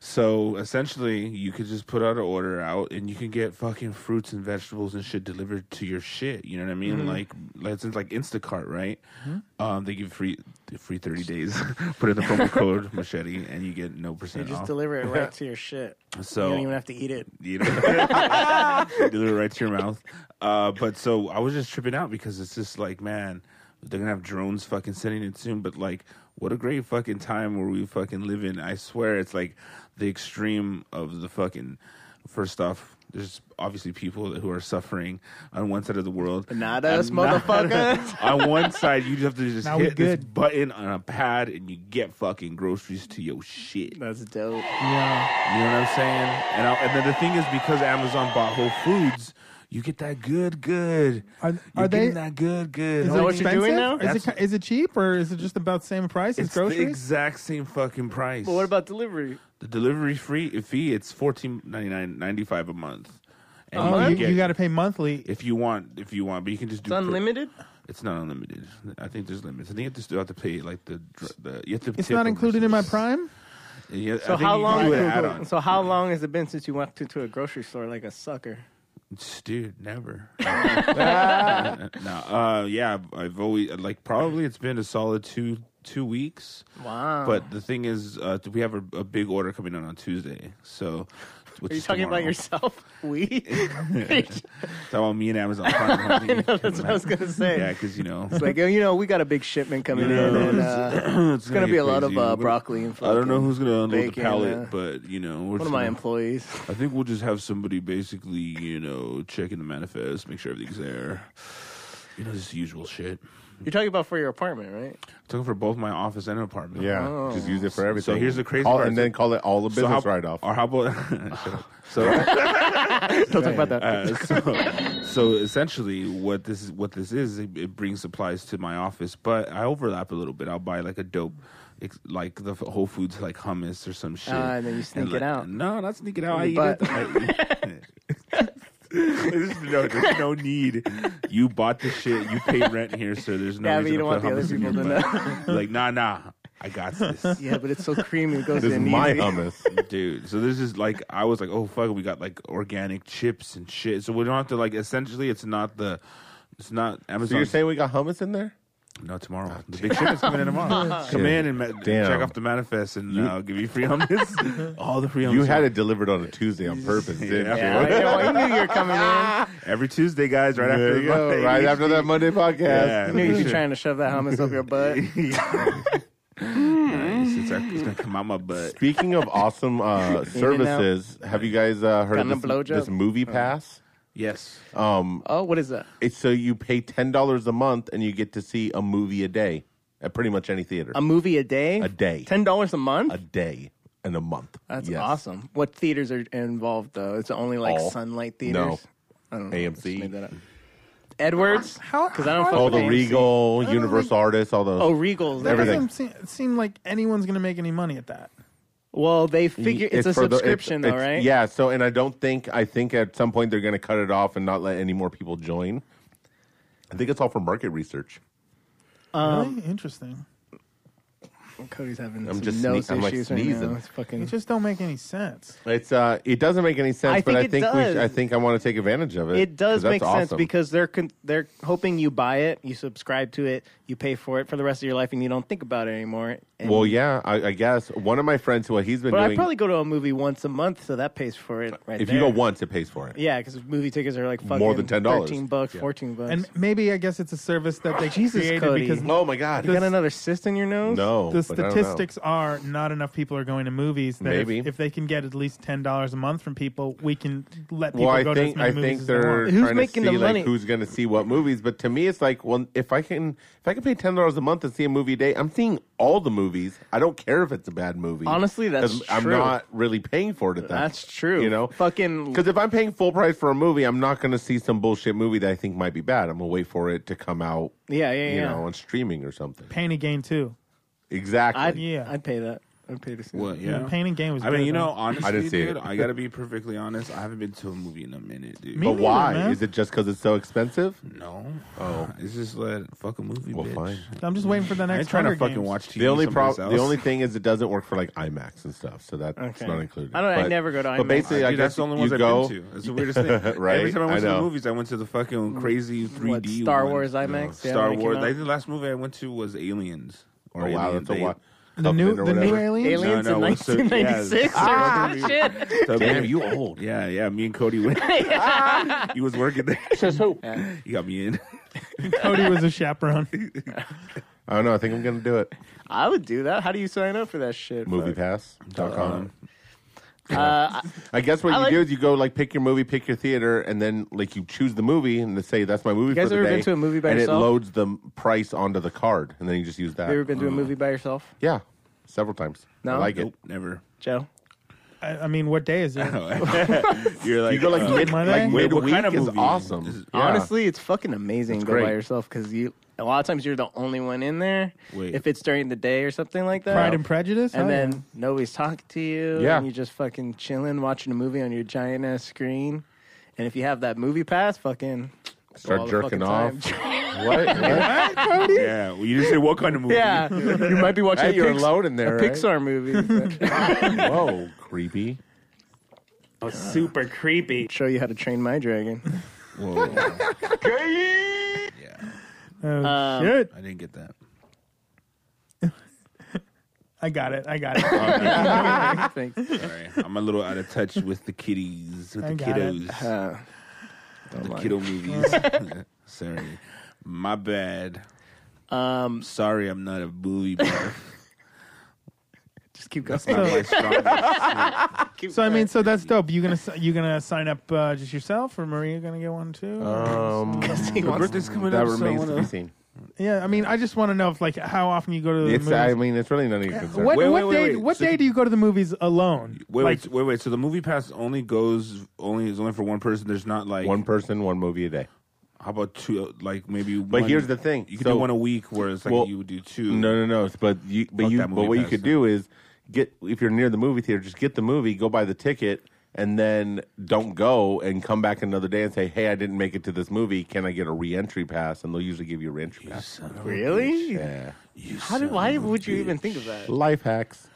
A: so essentially, you could just put out an order out, and you can get fucking fruits and vegetables and shit delivered to your shit. You know what I
G: Mm-hmm.
A: mean? Like, let's like Instacart, right? Um, they give free free thirty days. (laughs) put in the promo
G: (laughs)
A: code machete, and you get no
G: You
A: percent
G: just
A: off.
G: deliver it right to your shit.
A: so
G: you don't even have to eat it.
A: you (laughs) know, deliver it right to your mouth. Uh, but so I was just tripping out because it's just like, man, they're gonna have drones fucking sending it soon. But like, what a great fucking time where we fucking live in. I swear, it's like the extreme of the fucking. First off, there's obviously people who are suffering on one side of the world.
G: But not us,
A: And not-
G: (laughs)
A: (laughs)
G: motherfuckers.
A: on one side, you just have to just
J: Now we
A: hit this
J: good.
A: button on a pad, and you get fucking groceries to your shit.
G: That's dope.
J: Yeah.
A: You know what I'm saying? And, I, and then the thing is, because Amazon bought Whole Foods, you get that good, good.
J: Are-
A: You're
J: are they-
A: getting that good, good.
J: Is
G: that
J: it
G: what you're doing
J: expensive?
G: now?
J: Is it,
A: That's-
J: is it cheap or is it just about the same price as
A: it's the
J: groceries?
A: exact same fucking price.
G: But what about delivery?
A: the delivery free fee? It's fourteen ninety nine ninety five a month. And
J: Oh,
A: can
J: you,
A: get-
J: got to pay monthly.
A: if you want, if you want, but you can just do
G: It's unlimited.
A: It's not unlimited. I think there's limits. I think you have to still have to pay like the dr- the. You have to
J: It's
A: tip
J: not
A: them or
J: included in my
A: something.
J: prime.
A: Yeah, I
G: So
A: think
G: how
A: you
G: long?
A: can do an add-on.
G: So how long has it been since you went to, to a grocery store like a sucker?
A: Dude,
G: (laughs)
A: never. (laughs) no, uh, yeah, I've, I've always like probably it's been a solid two two weeks.
G: Wow.
A: But the thing is, uh, we have a, a big order coming in on Tuesday. So, which
G: Are you
A: is
G: talking about
A: tomorrow.
G: yourself? (laughs)
A: (laughs)
G: We.
A: Talking about me and Amazon. Prime, homie.
G: That's what (laughs) I was gonna say.
A: Yeah, because you know,
G: It's like you know, we got a big shipment coming in, and uh,
A: (clears throat) (laughs) it's,
G: it's gonna be
A: get
G: a lot of
A: crazy.
G: uh,
A: We're-
G: broccoli and.
A: I don't know
G: fucking
A: who's gonna unload the
G: bacon,
A: pallet,
G: uh,
A: but you know, we're
G: One
A: just
G: of my
A: gonna-
G: employees.
A: I think we'll just have somebody basically, you know, checking the manifest, make sure everything's there. You know, this usual shit.
G: You're talking about for your apartment, right?
A: Took it for both my office and apartment.
C: Yeah, Oh. just use it for everything.
A: So here's the crazy
C: All-
A: part.
C: and then call it all a
A: So
C: business
A: how-
C: write off.
A: Or how about (laughs) Shut up. so?
G: Don't talk about that.
A: Uh, so, so essentially, what this is, what this is, it, it brings supplies to my office, but I overlap a little bit. I'll buy like a dope, ex- like the f- Whole Foods, like hummus or some shit.
G: Ah, and then you sneak it
A: like-
G: out.
A: No, not sneak it out. I
G: In
A: eat
G: your
A: it. I (laughs) eat- there's no, there's no need. You bought the shit. You pay rent here, so there's no.
G: Yeah, but
A: reason
G: you don't
A: to put
G: want the other
A: hummus in your
G: people to
A: butt. Like, nah, nah. I got this
G: yeah, but it's so creamy. It goes
C: this is
G: in
C: (laughs) my
G: easy.
A: (laughs)
C: hummus.
A: dude. So this is like I was like, oh fuck, we got like organic chips and shit. So we don't have to like. Essentially, it's not the, it's not Amazon.
C: So you're saying we got hummus in there?
A: no tomorrow. the big shipment's coming in tomorrow. Come in and ma-
C: Damn.
A: check off the manifest, and uh, I'll give you free
C: (laughs)
A: hummus. All the free hummus.
C: You had it delivered on a Tuesday on purpose,
A: (laughs)
C: didn't
A: Yeah.
C: you?
G: Yeah, I know. I knew you were coming in.
A: (laughs) every Tuesday, guys. Right
C: There
A: after
C: you
A: the (laughs)
C: go,
A: Monday.
C: right after that Monday podcast.
A: Yeah,
G: I knew you
A: we
G: were
A: should.
G: trying to shove that hummus up your butt.
A: Nice. It's, like, it's gonna come out my butt.
C: Speaking of
A: (laughs)
C: awesome uh, services, have you guys uh, heard
G: Got a
C: of
G: blowjob?
C: this, this movie
A: Uh-huh.
C: pass?
A: Yes.
G: Oh, what is that?
C: It's so you pay ten dollars a month and you get to see a movie a day at pretty much any theater.
G: A movie a day?
C: A day.
G: Ten dollars a month?
C: a day and a month.
G: That's
C: Yes.
G: awesome. What theaters are involved though? It's only like
C: All.
G: sunlight theaters.
C: No.
G: I don't know.
C: AMC.
G: Just made that up. Edwards.
J: How-
G: Because I don't.
J: how
G: fuck
C: All
G: with
C: Oh, the
G: AMC.
C: Regal,
J: don't
C: Universal Artists, all those.
G: Oh, Regal's.
J: That
C: Everything.
J: doesn't seem, seem like anyone's going to make any money at that.
G: Well, they figure it's, a
C: for the-
G: subscription
C: it's-
G: though,
C: it's-
G: right?
C: Yeah. So, and I don't think I think at some point they're going to cut it off and not let any more people join. I think it's all for market research.
J: really interesting.
G: Cody's having
C: I'm
G: some
C: just
G: nose
C: sne- I'm, like,
G: issues right
C: sneezing.
G: now. It's fucking.
J: It just don't make any sense.
C: It's uh, it doesn't make any sense,
G: I
C: but
G: think
C: I
G: it
C: think
G: does.
C: We, I think I want to take advantage of it.
G: It does
C: 'cause that's
G: make sense
C: awesome.
G: because they're con- they're hoping you buy it, you subscribe to it, you pay for it for the rest of your life, and you don't think about it anymore. And-
C: Well, yeah, I, I guess one of my friends, what he's been
G: but I
C: doing,
G: probably go to a movie once a month, so that pays for it right
C: if
G: there.
C: you go once, it pays for it.
G: Yeah, because movie tickets are like fucking
C: More than $10.
G: thirteen bucks, fourteen bucks.
J: And maybe I guess it's a service that they
G: Jesus,
J: created
G: Cody.
J: because
C: Oh my god.
G: you got another cyst in your nose?
C: no,
J: the
C: but I don't know.
J: statistics are not enough people are going to movies. That
C: Maybe.
J: if, if they can get at least ten dollars a month from people, we can let people
C: Well, I
J: go
C: think
J: to as many movies
C: I think
J: as they
C: they're
J: want.
G: Who's
C: trying
G: making
C: to
G: the
C: see
G: money?
C: like who's going to see what movies. But to me, it's like, well, if I can if I can pay ten dollars a month and see a movie a day, I'm seeing all the movies. I don't care if it's a bad movie.
G: Honestly, that's
C: 'Cause I'm
G: true.
C: not really paying for it. At that,
G: That's true.
C: You know,
G: Fucking-
C: because if I'm paying full price for a movie, I'm not going to see some bullshit movie that I think might be bad. I'm gonna wait for it to come out.
G: Yeah, yeah,
C: You
G: yeah.
C: know, on streaming or something.
J: Pain and Gain too.
C: Exactly.
G: I'd,
J: Yeah.
G: I'd pay that. I'd pay to see
A: Well,
J: Yeah.
A: yeah.
J: Pain and Gain was.
A: I
J: good,
A: mean, you
J: though.
A: know, honestly,
C: didn't see
A: dude,
C: it.
A: I gotta be perfectly honest. I haven't been to a movie in a minute, dude. Oh,
J: Me
C: but
J: neither,
C: why
J: man.
C: is it just because it's so expensive?
A: No. Oh, it's just like fuck a movie.
C: Well,
A: bitch.
C: fine.
J: I'm just waiting for the
A: I
J: next.
A: ain't trying to
J: Hunger
A: fucking
J: Games.
A: watch TV.
C: The only
A: somewhere
C: problem,
A: else.
C: the only thing is, it doesn't work for like IMAX and stuff, so that's
G: Okay.
C: not included.
G: I don't- I
C: But-
G: never go to IMAX.
C: But basically,
A: Dude,
C: I guess
A: that's the only
C: you
A: ones I've
C: go,
A: been to. That's the
C: (laughs)
A: weirdest thing.
C: Right?
A: Every time I
C: I
A: went to the
C: know. Mm.
A: movies, I went to the fucking crazy 3D.
G: What, Star
A: one.
G: Wars IMAX? Yeah,
A: Star
G: when it came
A: Wars.
G: out.
A: I think the last movie I went to was Aliens. Or
C: Oh, wow,
A: Alien.
C: that's a
A: They- (laughs)
C: lot.
J: the new the new
C: (laughs)
J: alien.
F: (laughs)
G: Aliens
A: No, no,
G: in
A: what's the-
G: 1996
A: yeah.
G: or some Ah, shit.
A: so
C: Damn,
A: me-
C: you old.
A: Yeah, yeah. Me and Cody
G: (laughs)
A: went. he was working there. You got me in.
J: Cody was a chaperone.
C: (laughs)
A: (laughs)
C: I don't know. I think I'm gonna do it.
G: I would do that. How do you sign up for that shit? Fuck.
C: MoviePass.com.
G: Uh,
C: I guess what
G: I
C: you
G: like-
C: do is you go like pick your movie, pick your theater, and then like you choose the movie and they say that's my movie.
G: guys
C: for the
G: ever
C: day,
G: been to a movie by
C: and
G: yourself?
C: it loads the m- price onto the card, and then you just use that.
G: have you ever been to a movie by yourself,
C: yeah, several times.
G: No?
C: I like
A: Nope,
C: it.
A: never.
G: Joe?
J: I, I mean, what day is it?
A: You're like,
C: You go like
A: uh,
C: mid,
J: Monday?
C: like
A: Wait,
C: midweek
A: what kind of
C: is
A: movie?
C: awesome.
A: Is-
C: Yeah.
G: Honestly, it's fucking amazing to go by
C: great.
G: yourself because you a lot of times you're the only one in there.
A: Wait.
G: If it's during the day or something like that,
J: Pride and Prejudice.
G: and
J: Oh,
G: then
J: yeah.
G: nobody's talking to you.
C: Yeah.
G: and you're just fucking chilling, watching a movie on your giant ass screen. And if you have that movie pass, fucking go all
C: start
G: the
C: jerking
G: fucking
C: off.
G: time.
C: (laughs) what? what?
A: yeah. Well, you just say what kind of movie?
G: (laughs) yeah, you might be watching
C: Hey,
G: a,
C: you're
G: Pix-
C: alone in there,
G: a
C: right?
G: Pixar movie. but- (laughs)
C: Whoa, Oh, creepy.
K: Super creepy.
G: show you how to train my dragon.
C: (laughs)
A: Whoa. yeah.
J: Oh,
G: um,
J: shit.
A: I didn't get that.
J: I got it. I got it.
G: (laughs) Thanks.
A: Sorry. I'm a little out of touch with the kitties, with
J: I
A: the
J: got it.
A: kiddos,
G: Uh,
A: the
G: lie.
A: kiddo movies. (laughs) Sorry. My bad.
G: um,
A: Sorry, I'm not a movie buff.
G: just keep going.
F: not my so I mean, so that's dope. You gonna si- you gonna sign up uh, just yourself, or Maria gonna get one too?
A: Uh,
F: Or-
C: Um,
A: Her birthday's coming
C: that
A: up, so I
C: remains to
A: wanna-
C: be seen.
F: yeah, I mean, I just want to know if like how often you go to the
C: It's,
F: movies.
C: I mean, it's really none of your concern.
F: what
A: Wait,
F: what
A: wait,
F: day
A: wait, wait.
F: what
A: So-
F: day do you go to the movies alone?
A: Wait,
F: like,
A: wait, wait, wait. So the movie pass only goes only is only for one person. There's not like
C: One person, one movie a day.
A: How about two? Like maybe.
C: But here's the thing.
A: You could
C: So-
A: do one a week, whereas like
C: Well,
A: you would do two.
C: No, no, no. It's- But you, but
A: Fuck
C: you,
A: that
C: but
A: movie
C: what you
A: pass.
C: could do is get if you're near the movie theater, just get the movie, go buy the ticket, and then don't go and come back another day and say, "Hey, I didn't make it to this movie. Can I get a re-entry pass?" And they'll usually give you a re-entry pass.
G: Really?
C: Yeah.
G: How did, why would you even think of that?
C: Life hacks.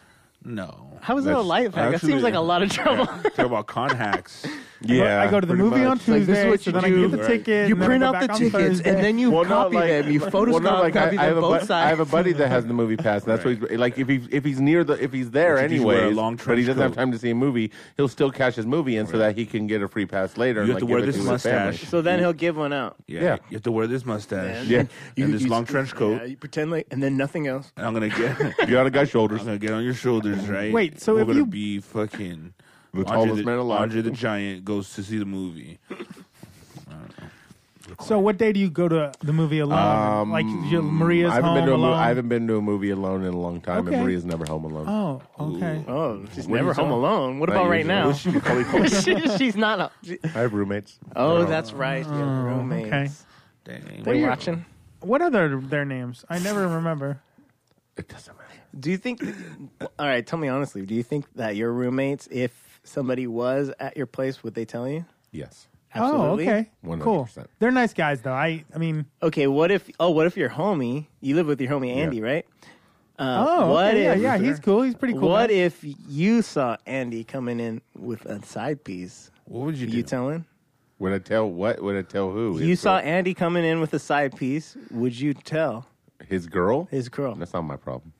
A: No.
G: How is that a life hack? That seems like a
C: (laughs)
G: lot of trouble.
A: Yeah. (laughs) Talk about con
G: (laughs)
A: hacks.
C: Yeah.
F: I go to the
A: pretty
F: movie
A: much.
F: on
A: Like, this
F: Tuesday,
A: is what
F: so
A: you
F: then I
A: do,
F: get the
A: right?
F: ticket.
L: You
F: and then I
L: print
F: go
L: out
F: back
L: the
F: on
L: tickets
F: Thursday.
L: and then you
C: no,
L: copy
C: like-
L: them. You
C: well, no,
L: photocopy
C: like, I,
L: them
C: I have a
L: both
C: bu- I
L: sides.
C: have a buddy that has the movie pass. And that's what he's like. If he's if he's near the if he's there
A: But you just wear a
C: anyway,
A: long
C: but he
A: trench
C: doesn't have
A: coat.
C: time to see a movie, he'll still cash his movie in so that he can get a free pass later.
A: You
C: and,
A: have to
C: like,
A: wear
C: give it
A: this
C: his family.
A: mustache.
G: So then he'll give one out.
A: Yeah,
C: Yeah.
A: You have to wear this mustache.
C: Yeah.
A: (laughs) And this long trench coat.
G: Yeah, you pretend like, and then nothing else.
A: And I'm gonna (laughs) get. I'm
C: You're on a guy's shoulders.
A: gonna get on your shoulders, right?
F: Wait, so
A: we're
F: if
A: gonna
F: you-
A: be fucking
C: The
A: Andre
C: tallest man alive.
A: Andre the Giant goes to see the movie.
F: So what day do you go to the movie alone? like your, Maria's
C: Um, I haven't
F: home
C: been to a mo-
F: alone.
C: I haven't been to a movie alone in a long time,
F: Okay.
C: and Maria's never home alone.
F: oh, okay.
G: Oh, she's
C: What
G: never
C: you
G: home
C: saw?
G: alone. What
C: Not
G: about right
C: usually.
G: now?
C: (laughs) She-
A: (laughs)
G: (laughs)
C: probably-
G: She- she's not. A, she-
C: I have roommates.
G: oh, that's right. you have roommates.
F: okay.
A: Dang.
G: They watching.
F: What are their, their names? I never remember.
C: It doesn't matter.
G: Do you think? all right, tell me honestly. Do you think that your roommates, if somebody was at your place, would they tell you?
C: Yes.
F: Oh, okay. Cool.
C: 100%.
F: They're nice guys, though. I, I mean,
G: Okay. What if? Oh, what if your homie? You live with your homie Andy, right? Uh,
F: oh,
G: what
F: okay, yeah,
G: if-
F: yeah, he's cool. He's pretty cool.
G: What
F: guy.
G: if you saw Andy coming in with a side piece?
A: What would you
G: You,
A: do?
G: telling?
C: Would I tell what? Would I tell who? uh,
G: You
C: His
G: saw
C: girl-
G: Andy coming in with a side piece. Would you tell
C: his girl.
G: his girl?
C: That's not my problem.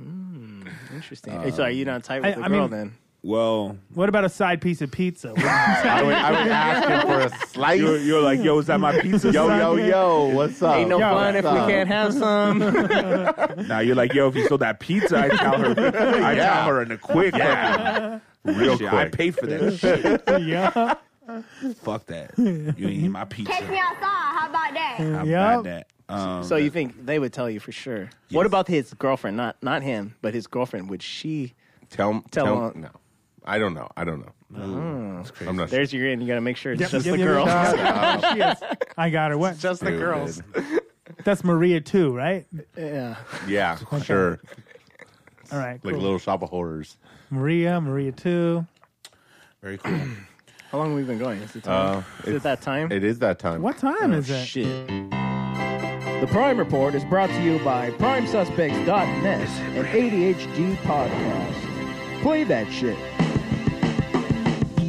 C: (laughs)
G: Interesting. Hey, Sorry, you're not tight with
F: I-
G: the
F: I
G: girl
F: mean-
G: then.
A: well,
F: What about a side piece of pizza?
C: I would, I would ask him for a slice.
A: you're, (laughs) you're like, yo, is that my pizza?
C: yo, yo,
A: (laughs)
F: Sunday.
C: yo, what's up?
G: Ain't no
F: Yeah.
G: fun if we
C: What's up?
G: can't have (laughs) some.
A: Now you're like, yo, if you stole that pizza, I tell (laughs) her, I
C: Yeah.
A: tell her in a quick, fucking- (laughs) real quick. I paid for that shit.
F: (laughs)
G: (laughs)
F: yeah.
A: Fuck that. You ain't eat my pizza.
B: Take me
A: How
B: outside. How about that?
A: about
F: Yup.
A: that? Um,
G: so you think they would tell you for sure? What about his girlfriend? Not not him, but his girlfriend. Would she?
C: Tell,
G: Tell
C: tell,
G: him.
C: no. I don't know. I don't know.
G: Mm,
C: I'm not.
G: There's your in. You got to make sure it's
F: Yep,
G: just
F: yep,
G: the
F: yep,
G: girl.
F: yep.
C: sure.
F: She is. I got her. What?
G: (laughs) Just the girls.
F: That's Maria too, right?
G: Yeah.
C: Yeah, sure.
F: All right.
C: Like
F: cool.
C: little shop of horrors.
F: Maria, Maria too.
A: very cool.
G: How long have we been going? Is it, time?
C: Uh,
G: Is it
C: it's- Oh,
G: that time?
C: It is that time.
F: What time is it?
G: Shit. The Prime Report is brought to you by PrimeSuspects.net and ADHD Podcast. Play that shit.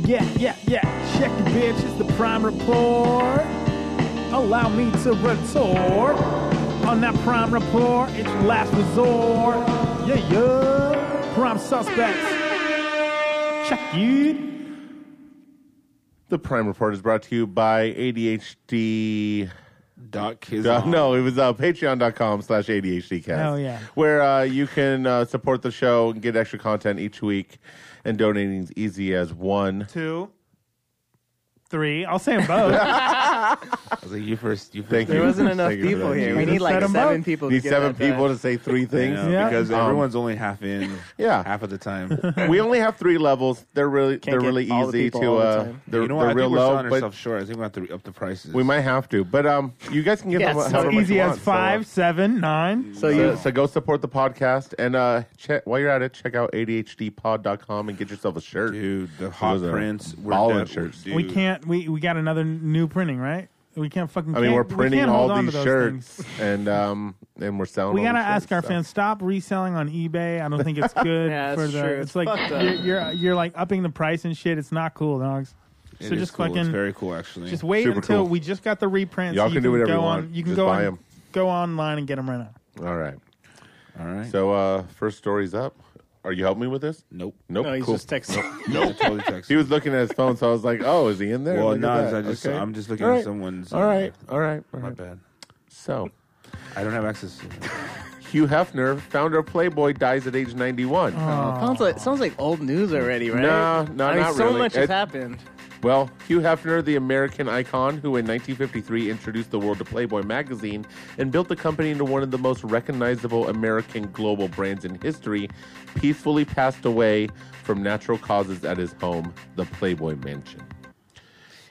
F: Yeah, yeah, yeah. Check the bitch. It's the prime report. Allow me to retort on that prime report. It's your last resort. Yeah, yeah. Prime suspects. Check you.
C: The Prime Report is brought to you by ADHD.
A: Doc Kiz.
C: Uh, no, it was uh, patreon.com slash ADHDcast.
F: Oh, yeah.
C: Where uh, you can uh, support the show and get extra content each week. And donating is easy as one.
F: Two, three. I'll say them both.
A: I was like, you first. You first.
C: Thank
G: There
C: you.
G: wasn't enough
C: Thank you for
G: people
C: that.
G: here. We
F: Jesus.
G: need like
F: Set 'em
G: seven
F: up.
G: people. to
C: Need
G: get
C: seven
G: that done.
C: people to say three things.
A: Yeah,
F: Yeah.
A: Because
C: Um,
A: everyone's only half in.
C: (laughs) Yeah.
A: Half of the
C: (laughs)
A: time.
C: We only have three levels. They're really
G: Can't
C: they're
G: get
C: really
G: all the
C: easy
G: people
C: to
G: all the
C: uh
G: time.
C: they're,
A: you know what?
C: they're
A: I
C: real
A: think we're
C: low,
A: selling
C: but
A: ourselves short. I think we have to up the prices.
C: we might have to. But um you guys can get
G: Yeah,
C: them
G: so
C: however much
F: Easy
C: you
F: as
C: want, so, uh,
F: five, seven, nine.
G: So
C: So,
G: you
C: so go support the podcast and uh check while you're at it, check out ADHDpod.com and get yourself a shirt.
A: Dude, the hot
C: Those are
A: prints. We're
C: ballin'
A: dead-
C: shirts.
A: dude.
F: We can't. We we got another n- new printing, right? We can't fucking.
C: I mean, we're
F: can't- we
C: printing
F: can't hold
C: all
F: on to those
C: these shirts
F: things.
C: (laughs) and um and we're selling.
F: We
C: all
F: gotta
C: these
F: ask
C: shirts,
F: our
C: so.
F: fans stop reselling on eBay. I don't think
C: (laughs)
F: it's good
G: Yeah,
F: for
G: that's
F: the.
G: true.
F: It's,
G: It's
F: like
G: fucked up.
F: you're, you're you're like upping the price and shit. It's not cool, dogs.
A: It
F: so
A: is
F: just
A: cool. It's
F: fucking
A: very cool, actually.
F: just wait
C: Super
F: until
C: cool.
F: we just got the reprints.
C: Y'all
F: You
C: can do whatever
F: go
C: you
F: on,
C: want.
F: You can
C: Just
F: go
C: buy
F: on,
C: 'em.
F: go online and get them right now.
C: All right.
A: All right. So,
C: So uh first story's up. Are you helping me with this?
A: nope.
C: Nope.
G: no, oh, he's
C: cool.
G: just texting.
A: Nope. totally
C: (laughs)
A: text.
C: He was looking at his phone, so I was like, "Oh, is he in there?"
A: Well,
C: Look at
A: no,
C: that.
A: I just,
C: Okay.
A: I'm just looking
C: All
A: at
C: right.
A: someone's. uh,
C: All right, all right, all
A: My
C: right.
A: bad.
C: So, (laughs)
A: I don't have access.
C: Hugh Hefner, founder of Playboy, dies at age 91.
G: Sounds like sounds like old news already, right?
C: No, no,
G: I mean,
C: not
G: so
C: really.
G: much has
C: It-
G: happened.
C: Well, Hugh Hefner, the American icon who in 1953 introduced the world to Playboy magazine and built the company into one of the most recognizable American global brands in history, peacefully passed away from natural causes at his home, the Playboy Mansion.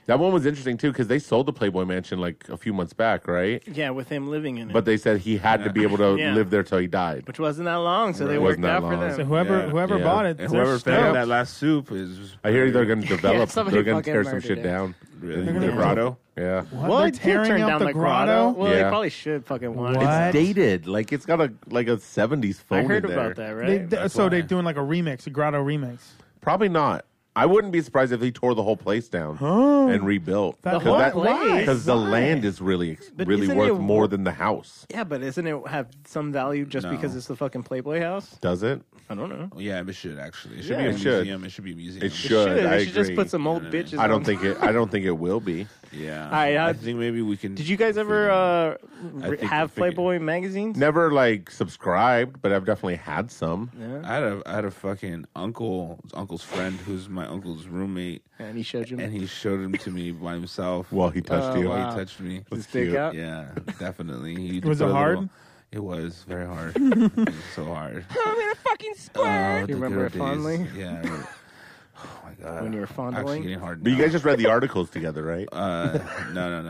C: That one was interesting too because they sold the Playboy Mansion like a few months back, right?
G: Yeah, with him living in it,
C: But they said he had to be able to
G: Yeah.
C: live there till he died.
G: which wasn't that long, so they
C: It
G: worked
C: wasn't
G: out
C: that
G: for
C: long.
G: them.
C: So whoever- Yeah. whoever Yeah. bought it,
A: And whoever
C: They're
A: found
C: stoked.
A: that last soup is.
C: I hear
G: (laughs)
C: they're going to develop.
G: somebody
C: they're going to
G: fucking
C: tear some
G: murdered
C: shit
G: it.
C: down.
A: Really?
C: The
A: They're gonna-
C: grotto? Yeah.
G: Well,
J: They're
G: it did
J: tearing
G: turn
J: out
G: down
J: the
G: the, grotto.
J: grotto?
G: Well,
C: Yeah.
G: they probably should fucking watch.
J: What?
G: it.
J: What?
C: It's dated. Like it's got a like a seventies phone.
G: I heard
C: in there.
G: about that,
J: They-
G: right?
J: they- so they're doing like a remix, a grotto remix.
C: Probably not. I wouldn't be surprised if he tore the whole place down and rebuilt.
J: The
G: whole place?
C: Because the
G: Why?
C: land is really ex-
G: But
C: really
G: isn't
C: worth
G: it-
C: more than the house.
G: yeah, but isn't it have some value just because it's the fucking Playboy house?
C: Does it?
G: I don't know.
A: Yeah, it should actually. It should
C: Yeah,
A: be a
C: it should.
A: museum. It should be a museum.
G: They
C: It should.
G: They
C: Uh, I
G: should just
C: agree.
G: put some old bitches.
C: I don't
G: on.
C: think it. I don't think it will be.
A: Yeah.
G: right,
A: I,
G: I-
A: think maybe we can.
G: Did you guys ever uh,
A: I
G: re-
A: think
G: have
A: we figured-
G: Playboy magazines?
C: Never like subscribed, but I've definitely had some.
G: Yeah.
A: I had a I had a fucking uncle, uncle's friend, who's my uncle's roommate,
G: And he showed you.
A: and he showed him to me by himself.
C: Well, he touched
G: Oh,
C: you.
A: While
G: wow.
A: he touched me.
G: His dick
C: cute.
G: out?
A: Yeah, definitely.
G: (laughs)
A: He
J: Was
A: put
J: it
A: a
J: hard?
A: it was very hard. It was so
G: (laughs)
A: hard.
E: I'm in a fucking
A: Oh,
E: squirt.
A: the
G: remember
A: good
G: it
A: old days.
G: fondly?
A: Yeah. I
G: (laughs)
A: re- Oh my god.
G: When you were
C: uh,
A: Actually
G: fondling?
A: getting hard.
C: But you
A: now.
C: guys just read the articles together, right?
A: Uh,
G: (laughs)
A: no, no,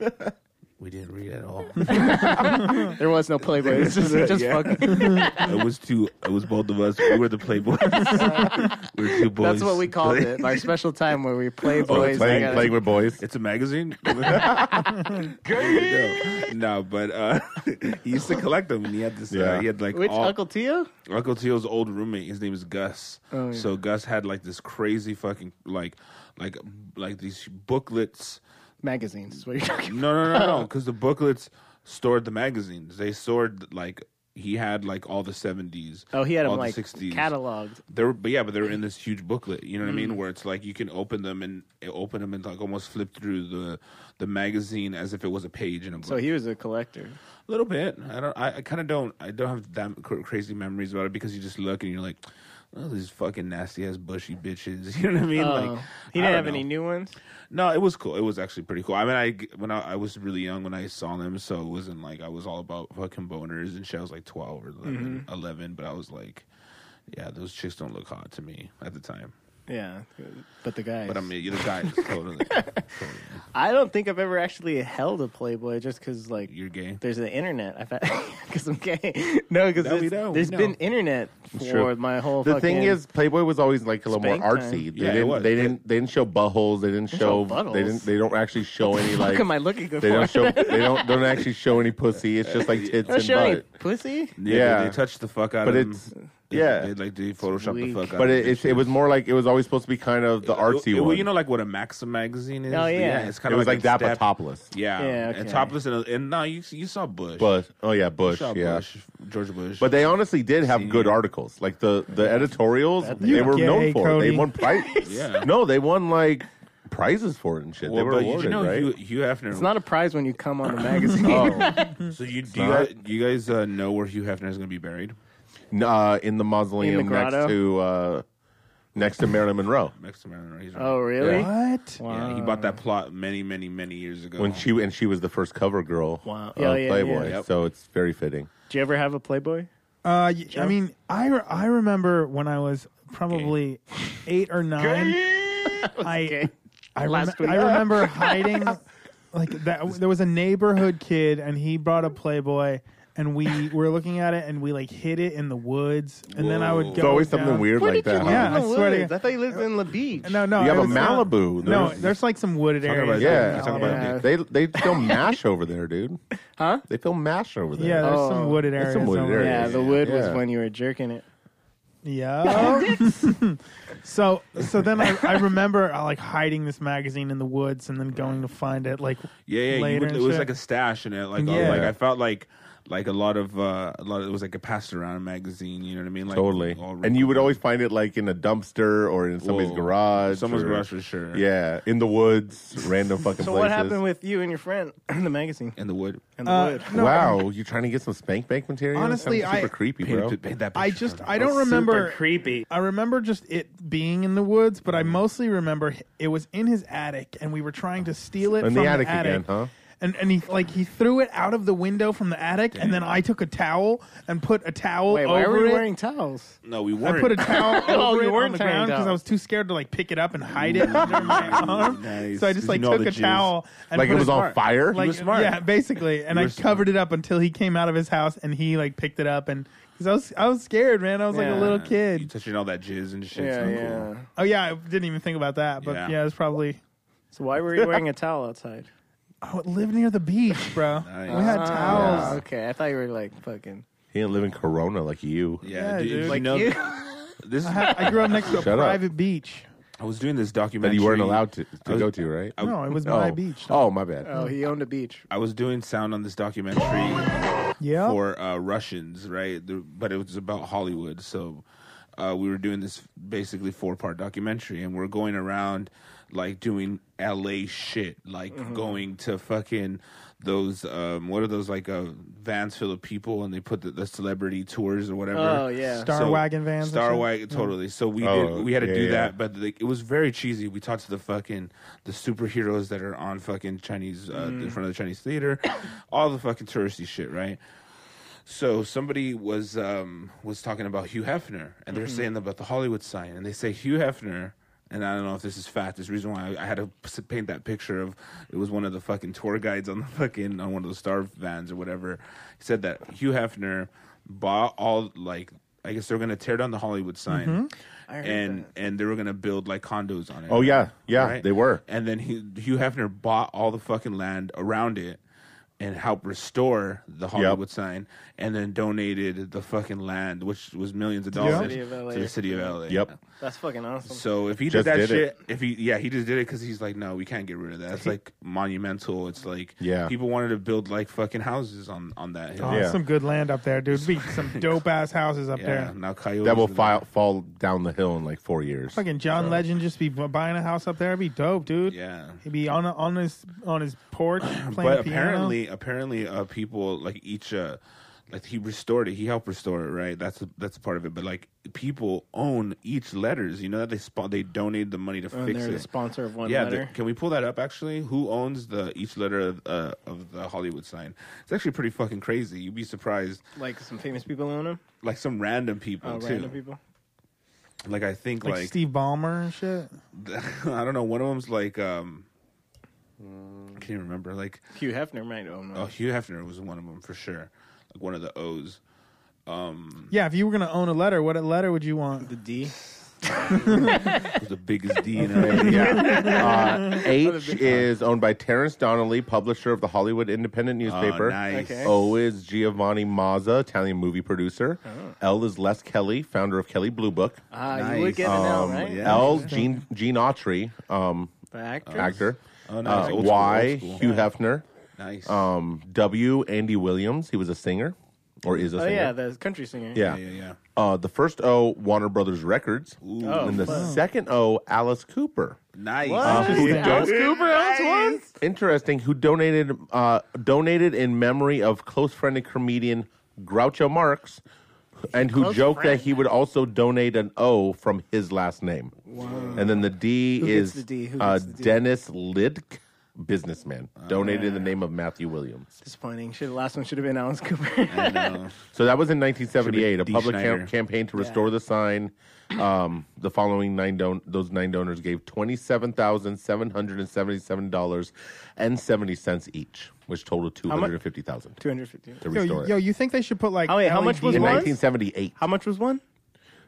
A: no. We didn't read at all.
G: There was no
C: (laughs)
G: Playboy. This is just fucking.
A: it was two. It was both of us. We were the
G: (laughs)
A: playboys. (laughs) we were two boys.
G: That's what we called
A: (laughs)
G: it. Our special time where we played
C: Oh,
G: boys.
C: playing,
G: together.
C: playing with boys.
A: It's a
G: (laughs)
A: magazine. no, no, but uh, (laughs) he used to collect them, and he had this. Uh,
C: Yeah.
A: he had like
G: Which
A: all,
G: Uncle Tio?
A: Uncle Teal's old roommate, his name is Gus.
G: Oh, yeah.
A: So Gus had like this crazy fucking like, like, like these booklets.
G: Magazines is what you're talking
A: No, no, no, no,
G: (laughs)
A: because the booklets stored the magazines. They stored like he had like all the seventies.
G: about. Oh, he had
A: all
G: them
A: the
G: like
A: 60s.
G: cataloged.
A: They're but yeah, but they're in this huge booklet. You know what I
G: Mm.
A: mean? Where it's like you can open them and eh, open them and like almost flip through the the magazine as if it was a page in a book.
G: So he was a collector.
A: A little bit. I don't. I, I kind of don't. I don't have that cr- crazy memories about it because you just look and you're like, oh, these fucking nasty ass bushy bitches. (laughs) You know what I mean?
G: Oh.
A: like I
G: he didn't
A: don't
G: have
A: know.
G: any new ones.
A: No, it was cool. It was actually pretty cool. I mean, I when I, I was really young when I saw them, so it wasn't like I was all about fucking boners and shit. I was like twelve or 11,
G: Mm-hmm.
A: 11 but I was like, yeah, those chicks don't look hot to me at the time.
G: Yeah, but the guys.
A: But I mean, you're the guy. totally, totally.
C: (laughs)
G: I don't think I've ever actually held a Playboy just because like
A: You're gay.
G: there's the internet. (laughs) I've because I'm gay. no, because
A: No, we
G: there's,
A: know, we
G: there's
A: know.
G: been internet for
C: true.
G: my whole.
C: The
G: fucking,
C: thing is, Playboy was always like a little more
G: Spank time.
C: artsy. They
A: Yeah, it
C: didn't.
A: was.
C: They didn't. They didn't show buttholes. They didn't show.
G: buttholes.
C: They didn't. They don't actually
G: (laughs)
C: show any
G: fuck
C: like.
G: am I looking for?
C: They don't show. They don't. Don't actually show any pussy.
G: (laughs)
C: It's just like tits
G: Don't
C: and
G: show any
C: butt.
G: pussy.
A: Yeah,
C: Yeah.
A: They, they touched the fuck out
C: But
A: of
C: it's-
A: them.
C: yeah.
A: they, they like they Photoshop the
G: weak.
A: fuck out.
C: But
A: of
C: it,
A: them.
C: it, it was more like it was always supposed to be kind of the artsy
A: Well,
C: one.
A: you know, like what a Maxim magazine is.
G: Oh, yeah.
A: it's
C: it
A: kind of
C: was like,
A: a
C: that, but
A: step-
C: topless.
A: Yeah,
G: Yeah,
A: and
G: okay.
A: topless, and, and no, you you saw Bush,
C: Bush. Oh yeah,
A: you
C: Bush.
A: saw
C: Yeah.
A: Bush, George Bush.
C: But they honestly did have
A: Senior.
C: good articles. Like the the editorials, they
J: You
C: were known
J: gay,
C: for. it. They
J: Cody.
C: won prize.
A: (laughs) Yeah.
C: No, they won like prizes for it and shit.
A: well,
C: they were
A: but
C: awarded,
A: you know,
C: right? Oh.
A: Hugh, Hugh Hefner.
G: It's not a prize when you come on
A: (laughs)
G: the magazine.
A: so you do you guys, you guys uh, know where Hugh Hefner is going to be buried?
C: N- uh, in the mausoleum next
G: grotto?
C: to uh, next to Marilyn Monroe
A: Next to Marilyn Monroe. He's
G: Oh,
A: right.
G: really?
C: Yeah.
J: What?
F: Uh,
A: Yeah, he bought that plot many, many, many years ago.
C: when she and she was the first cover girl
G: Wow.
C: of
G: Yeah, yeah,
C: Playboy,
G: yeah.
A: Yep.
C: so it's very fitting.
G: Do you ever have a Playboy?
J: Uh, y- I mean, I, re- I remember when I was probably eight or
G: (laughs)
J: nine. I
G: Okay.
J: I,
G: Last
J: remem-
G: week.
J: I (laughs) remember hiding like that. There was a neighborhood kid, and he brought a Playboy, and we were looking at it, and we like hid it in the woods, and then I would
A: Whoa.
J: go.
C: It's always
J: down-
C: something weird
G: Where
C: like
G: did you
C: that.
G: live
J: Yeah,
C: huh?
G: in
J: I
G: the
J: swear to
G: Oh, woods?
J: you.
G: I thought you lived in La Beach.
J: No, no,
C: You have
J: it
C: a
J: was not-
C: Malibu.
J: no,
C: There's-
J: there's like some wooded
A: Talking about-
J: areas.
C: Yeah,
A: Talking
G: about
C: they they still mash over there, dude.
G: Huh?
C: They film mash over there.
J: Yeah, there's some
G: Oh,
J: wooded
C: there's
J: areas.
C: some wooded
J: over there.
C: areas.
G: Yeah, the wood was
C: Yeah.
G: when you were jerking it.
J: Yeah. Oh. (laughs) so so then I, I remember uh, like hiding this magazine in the woods and then going to find it like
A: Yeah, yeah. You
J: later
A: would,
J: and
A: it was
J: shit.
A: like a stash in it. Like, I was
J: Yeah.
A: like I felt like like a lot of uh, a lot. Of, it was like a passed around magazine. You know what I mean? Like
C: totally.
A: all
C: And you would always find it like in a dumpster or in somebody's
A: Whoa.
C: garage.
A: Someone's
C: or-
A: garage for sure.
C: Yeah, in the woods, random fucking
G: So
C: places.
G: what happened with you and your friend (clears throat) in the magazine?
A: In the wood.
G: In the
M: Uh,
G: wood.
M: no,
C: wow, you trying to get some spank bank material?
M: Honestly,
C: Sounds super
M: I-
C: creepy,
A: Paint
C: bro.
A: it- paint that
M: I
A: picture
M: just
C: (laughs)
A: for me.
M: I don't remember
N: creepy.
F: I remember just it being in the woods, but I mostly remember h- it was in his attic, and we were trying to steal it
C: In
F: from
C: the attic again, huh?
F: And and he like he threw it out of the window from the attic, and then I took a towel and put a towel
G: Wait, why
F: over
G: were we
F: it.
G: wearing towels?
A: No, we
F: I
A: weren't.
F: put
A: (laughs)
F: a towel
G: Oh,
F: over
G: you
F: it on
G: weren't
F: the
G: carrying
F: ground because I
G: towel.
F: was too scared to like pick it up and hide it under my arm.
A: Nice.
F: So I
A: 'Cause
F: just
A: you
F: like
A: know all
F: took
A: the
F: a
A: juice.
F: towel and
C: Like it
F: put
C: was on fire?
F: Like
A: were smart.
F: yeah, basically. And
A: You
F: I
A: were smart.
F: covered it up until he came out of his house and he like picked it up and because I was I was scared, man. I was like a
G: Yeah.
F: little
A: You
F: kid.
A: touching all that jizz and shit.
G: Yeah,
A: so cool.
G: yeah.
F: Oh yeah, I didn't even think about that. But
A: Yeah.
F: yeah, it's probably
G: So why were you wearing a towel outside?
F: oh, it lived near the beach, bro.
A: (laughs) Nice.
F: We had
G: Ah,
F: towels.
G: (laughs) okay, I thought you were like fucking.
C: He didn't live in Corona like you.
A: Yeah,
F: Yeah,
A: dude.
F: dude.
A: you
F: Like
A: know,
G: you-
A: this is.
F: I, had- I grew up next to a
C: Shut up.
F: private beach.
A: I was doing this
C: That
A: documentary.
C: you weren't allowed to,
A: I
C: to
A: was-
C: go to, right?
A: I-
F: No, it was
C: oh.
F: my beach.
C: Oh, my bad.
G: Oh, he owned a beach.
A: I was doing sound on this documentary.
F: Yeah.
A: for uh, Russians, right? The, but it was about Hollywood. So uh, we were doing this basically four part documentary, and we're going around like doing LA shit, like
F: Mm-hmm.
A: going to fucking those um, what are those like uh, vans full of people, and they put the, the celebrity tours or whatever.
G: Oh yeah.
F: Star wagon vans and
A: Star
F: shit? Mm-hmm.
A: wagon, totally. So we
C: Oh,
A: did, we had to
C: yeah,
A: do
C: yeah.
A: that, but like, it was very cheesy. We talked to the fucking the superheroes that are on fucking Chinese uh,
F: Mm-hmm.
A: in front of the Chinese theater, (coughs) all the fucking touristy shit, right? So somebody was um, was talking about Hugh Hefner, and they're saying about the Hollywood sign, and they say Hugh Hefner, and I don't know if this is fact. This reason why I, I had to p- paint that picture of it was one of the fucking tour guides on the fucking on one of the star vans or whatever. He said that Hugh Hefner bought all like I guess they were gonna tear down the Hollywood sign, and and they were gonna build like condos on it.
C: Oh, yeah. Yeah,
A: Right?
C: they were.
A: And then he, Hugh Hefner bought all the fucking land around it and helped restore the Hollywood sign and then donated the fucking land, which was millions of dollars
G: City of LA.
A: to the city of LA.
C: Yep.
G: That's fucking awesome.
A: So if he
C: Just
A: did that
C: did
A: shit,
C: it.
A: if he yeah, he just did it because he's like, no, we can't get rid of that. It's like monumental. It's like
C: Yeah.
A: people wanted to build like fucking houses on on that hill.
F: Oh,
C: Yeah.
F: Some good land up there,
A: (laughs)
F: dude. Be some dope ass houses up
A: Yeah,
F: there.
A: now coyotes
C: That will
A: are-
C: file, fall down the hill in like four years. (laughs)
F: Fucking John Legend just be bu- buying a house up there. It'd be dope, dude.
A: Yeah.
F: He'd be on a, on his on his
A: (clears throat)
F: porch playing
A: but
F: piano.
A: apparently, apparently, uh, people like each, uh, like he restored it. He helped restore it, right? That's that's part of it. But like people own each letters. You know that they spot they donate the money to
G: and
A: fix
G: they're
A: it.
G: the sponsor of one
A: yeah, the-
G: letter.
A: can we pull that up? Actually, who owns the each letter of, uh, of the Hollywood sign? It's actually pretty fucking crazy. You'd be surprised,
G: Like some famous people own them.
A: like some random people
G: Oh,
A: too.
G: random people.
A: Like I think
F: like,
A: like,
F: Steve Ballmer and shit.
A: (laughs) I don't know. One of them's like um,
F: Hmm.
A: I can't remember. Like
G: Hugh Hefner might own
A: oh,
G: one.
A: Hugh Hefner was one of them for sure. Like one of the O's.
F: Yeah, if you were gonna own a letter, what letter would you want?
G: The D.
A: was the biggest D in LA. (laughs)
C: yeah. Uh, H is owned by Terrence Donnelly, publisher of the Hollywood Independent newspaper.
A: Oh, nice.
G: Okay.
C: O is Giovanni Mazza, Italian movie producer.
A: Oh.
C: L is Les Kelly, founder of Kelly Blue Book.
G: Ah,
A: Nice.
G: you would get an L,
A: Um,
G: right?
A: yeah.
C: L, Gene, Gene Autry, um,
G: The actress.
C: actor.
A: Oh, nice.
C: Uh,
A: Old school,
C: y,
A: old school.
C: Hugh Hefner.
A: Nice.
C: Um, w, Andy Williams. He was a singer, or is a
G: Oh
C: singer.
G: yeah, the country singer.
A: yeah,
C: yeah.
A: yeah, yeah.
C: Uh, the first O, Warner Brothers Records.
G: Oh,
C: and the
G: fuck.
C: second O, Alice Cooper. Uh,
A: Nice.
G: (laughs)
C: who
G: Alice Cooper owns one.
C: interesting who donated uh, donated in memory of close friend and comedian Groucho Marx, and who joked that he would also donate an O from his last name. And then the D
G: Who
C: is
G: gets the D? Who
C: uh,
G: gets the D?
C: Dennis Lidk, businessman, donated in the name of Matthew Williams.
G: Disappointing. Should the last one should have been
A: (laughs)
G: Alice Cooper.
A: I know.
C: So that was in 1978. A
A: D.
C: public
A: Schneider.
C: cam- campaign to restore the sign. Um, the following nine don- those nine donors gave twenty seven thousand seven hundred and seventy seven dollars and seventy cents each, which totaled two
G: much?
C: hundred and fifty thousand
G: (laughs) Two hundred fifty.
C: to
F: Yo,
C: restore
F: you- yo,
C: it.
F: you think they should put like? E
G: Oh, wait, how much was
C: in
F: LEDs?
G: one?
C: 1978,
G: How much was one?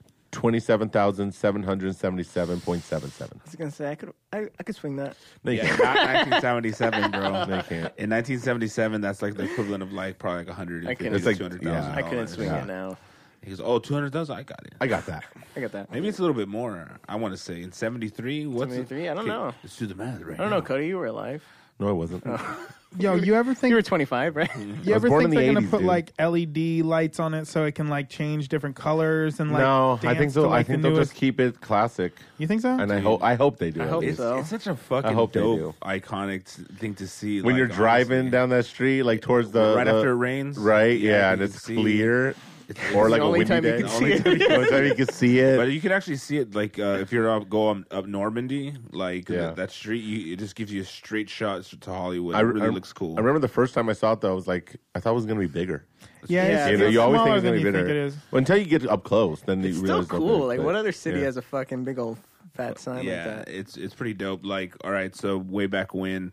G: I
C: twenty-seven thousand seven hundred seventy-seven point seven seven.
G: was gonna say I could I, I could swing that.
C: They
A: Yeah,
C: can't.
A: not 1977, bro.
C: (laughs) They can't.
A: In 1977, that's like the equivalent of like probably like 100.
G: I couldn't-
A: It's like
G: It's like-
A: 200,000.
C: yeah.
G: I couldn't swing
C: yeah.
G: it now.
A: He goes, oh, 200,000. I got it.
C: I got that.
G: I got that.
A: Maybe it's a little bit more. I want to say in 73. What's
G: 73? I don't
A: Okay,
G: know.
A: Let's do the math, right?
G: I don't know, Cody. You were alive.
C: No, I wasn't. (laughs)
J: Yo, you ever think
G: you were 25, right?
J: You ever think they're gonna put like LED lights on it so it can like change different colors and like
C: no, I
J: dance
C: think they'll.
J: To, like,
C: I think
J: the
C: they'll
J: newest...
C: just keep it classic.
J: You think so?
C: And I
J: Dude.
C: hope. I hope they do.
J: I
C: at
J: hope
C: least.
J: so.
A: It's such a fucking
C: I hope they do.
A: dope, iconic s- thing to see
C: when
A: like,
C: you're driving down that street, like towards the
A: Right
C: the-
A: after it rains?
C: right?
A: Yeah,
C: Yeah,
A: you
C: and
A: can
C: it's
A: see.
C: clear, or
A: It's
C: like
A: the
C: a
A: only
C: windy
A: time you
C: day.
A: can see it. (laughs)
C: (laughs) The only time you can see it.
A: But you can actually see it, like uh, if you're up go up, up Normandy, like
C: Yeah.
A: that, that street, you, it just gives you a straight shot to Hollywood.
C: I
A: it
C: re-
A: really
C: I-
A: looks cool.
C: I remember the first time I saw it though, I was like, I thought it was gonna be bigger.
J: Yeah, it's-
C: you,
J: it's
C: know, you always think
J: smaller
C: it's
J: than
C: gonna be
J: you
C: bigger.
J: think it is.
C: Well, until you get up close, then you
G: It's (laughs)
C: realize.
G: still cool.
C: okay,
G: Like,
C: but-
G: what other city
C: yeah.
G: has a fucking big old fat sign like
A: yeah,
G: that?
A: it's it's pretty dope. Like, all right, so way back when,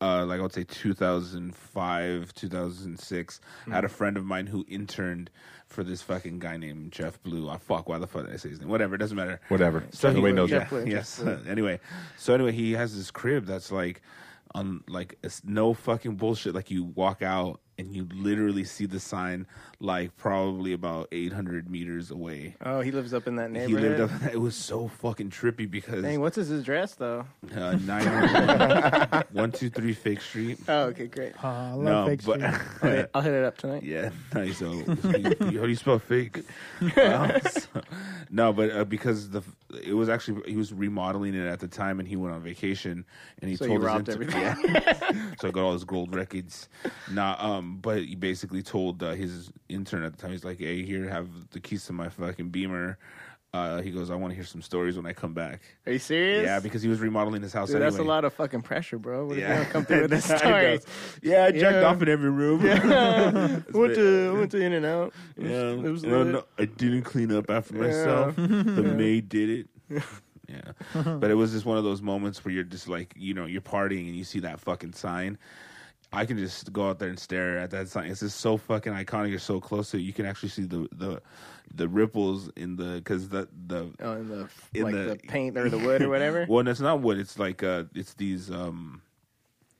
A: uh, like I would say 2005, 2006, I had a friend of mine who interned for this fucking guy named Jeff Blue. I fuck, why the fuck did I say his name? Whatever, it doesn't matter.
C: Whatever. Everybody knows
A: yeah,
C: Jeff Blue, Jeff
A: Yes.
C: Blue.
A: (laughs) anyway, so anyway, he has this crib that's like on like it's no fucking bullshit. Like you walk out. And you literally see the sign, like probably about 800 meters away.
G: Oh, he lives up in that
A: He
G: neighborhood.
A: lived up. It was so fucking trippy because
G: Dang, what's his address though?
A: uh, oh 911 123 Fake Street.
G: Oh, okay, great.
J: I
A: love No, Fake but- Street.
G: I'll, hit, I'll hit it up
A: (laughs)
G: tonight.
A: Yeah, nice. So, you- how do you spell fake?
G: (laughs)
A: Uh, so- (laughs) no, but uh, because the it was actually he was remodeling it at the time, and he went on vacation, and he
G: So you
A: told
G: robbed
A: his inter-
G: everything. (laughs)
A: Yeah. so I got all his gold records. Nah, um, but he basically told uh, his intern at the time, he's like, "Hey, here, have the keys to my fucking Beamer." Uh, he goes, "I want to hear some stories when I come back."
G: Are you serious?
A: Yeah, because he was remodeling his house.
G: Dude,
A: anyway.
G: that's a lot of fucking pressure, bro. What if you
A: Yeah.
G: don't come
A: (laughs)
G: through with this
A: It
G: story?
A: does.
G: (laughs)
A: (laughs) Yeah, I jacked
G: Yeah.
A: off in every room. (laughs)
G: Yeah. (laughs)
A: It's been-
G: went to went to In and Out.
A: Yeah,
G: it was
A: no,
G: lit.
A: no, I didn't clean up after
G: Yeah.
A: myself.
G: (laughs)
A: The
G: Yeah.
A: maid did it. (laughs)
G: (laughs)
A: Yeah, but it was just one of those moments where you're just like, you know, you're partying and you see that fucking sign. I can just go out there and stare at that sign. It's just so fucking iconic. You're so close to it. You can actually see the the the ripples in the because the the
G: Oh, in the
A: in
G: like the, paint or the wood or whatever.
A: well, and it's not wood. It's like uh, it's these um,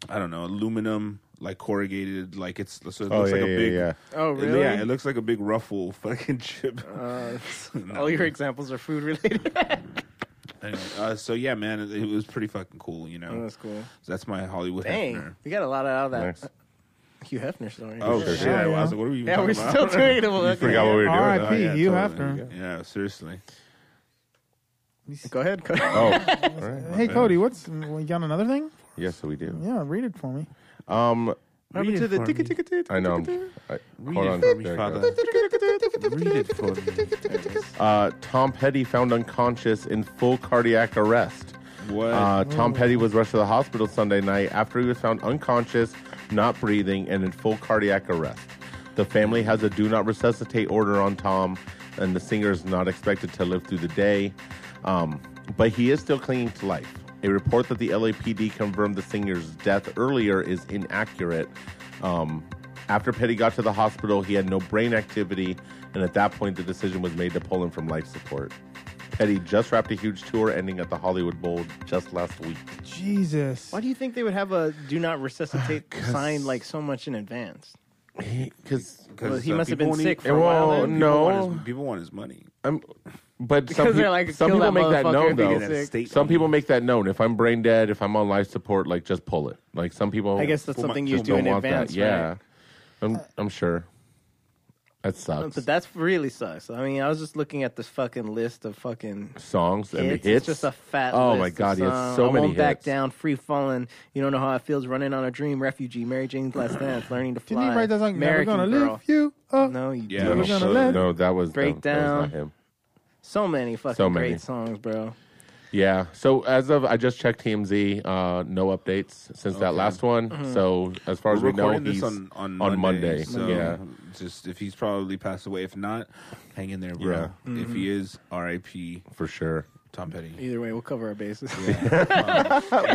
A: I don't know, aluminum like corrugated. Like it's so it
C: Oh,
A: looks
C: yeah,
A: like a
C: yeah,
A: big. (laughs)
C: yeah.
G: Oh,
A: it-
G: really?
A: Yeah, it looks like a big ruffle (laughs) fucking chip.
G: Uh, (laughs) all your examples are food related.
A: Anyway, uh, so yeah, man, it, it was pretty fucking cool. You know,
G: Oh, that's cool.
A: So that's my Hollywood. Hefner.
G: Dang, we got a lot out of that. uh,
C: Nice.
G: Hugh Hefner story.
A: Oh
C: Sure.
A: shit!
C: Yeah,
A: I
C: yeah.
A: was like, what are we? Even
G: (laughs) Yeah,
A: talking
G: we're
A: about?
C: (laughs)
G: still doing the
C: You
G: look.
C: forgot what we (laughs) were doing.
J: R.I.P.
C: Oh, yeah,
J: Hugh
C: totally.
J: Hefner.
A: Yeah, seriously.
G: Go ahead. Go
C: Oh, all right.
J: Hey Cody, what's we got another thing?
C: Yes, we do.
J: Yeah, read it for me.
C: Um,
G: Remember
A: Read
G: to
A: it
G: the
A: for
G: ticka
A: me.
G: ticka ticka.
C: I know. I'm, I,
A: Read
C: hold
A: it
C: on.
A: for me,
C: There it
A: Father.
C: goes.
A: Read it for me.
C: Uh, Tom Petty found unconscious in full cardiac arrest.
A: What?
C: Uh, Tom Petty was rushed to the hospital Sunday night after he was found unconscious, not breathing, and in full cardiac arrest. The family has a do not resuscitate order on Tom, and the singer is not expected to live through the day. Um, but he is still clinging to life. A report that the LAPD confirmed the singer's death earlier is inaccurate. Um, after Petty got to the hospital, he had no brain activity, and at that point, the decision was made to pull him from life support. Petty just wrapped a huge tour ending at the Hollywood Bowl just last week.
J: Jesus.
G: Why do you think they would have a do not resuscitate sign like so much in advance?
C: Because,
G: Well, he
A: uh,
G: must have been
A: people need-
G: sick for a
C: Well,
G: while. then.
A: People
C: No.
A: want his- people want his money.
C: I'm, but
G: Because
C: some,
G: they're
C: peop-
G: like,
C: some
G: "Kill that
C: people make that
G: motherfucker
C: known
G: if he
C: though.
G: gets That sick.
A: statement.
C: Some people make that known. If I'm brain dead, if I'm on life support, like just pull it. Like some people,
G: I guess that's
A: Well, my-
G: something you
C: just
G: do
C: don't
G: in
C: want
G: advance.
C: that. Yeah,
G: right?
C: I'm, I'm sure. That sucks.
G: But that's really sucks. I mean, I was just looking at this fucking list of fucking
C: Songs and
G: hits.
C: the hits.
G: It's just a fat.
C: Oh
G: list
C: my
G: of
C: god, he has
G: songs.
C: so
G: I
C: many
G: won't
C: hits.
G: back down. Free falling. You don't know how it feels. Running on a dream. Refugee. Mary Jane's Last
C: (clears throat)
G: Dance. Learning to fly.
J: Didn't he write that song? Never
G: American
J: gonna
G: Girl.
J: lift you up.
G: No, you
A: Yeah.
C: No,
J: Never
G: do.
J: gonna let-
C: no, that was That
G: Breakdown.
C: was not him.
G: So many fucking
C: So many.
G: great songs, bro.
C: Yeah. So as of I just checked TMZ, uh, no updates since that last one.
A: Mm-hmm.
C: So as far as
A: We're
C: we know,
A: recording this
C: he's
A: on, on
C: on Monday.
A: So
C: Yeah.
A: just if he's probably passed away. If not, hang in there, bro.
C: Yeah.
A: If he is, R.I.P.
C: for sure.
A: Tom Petty.
G: Either way, we'll cover our bases.
C: we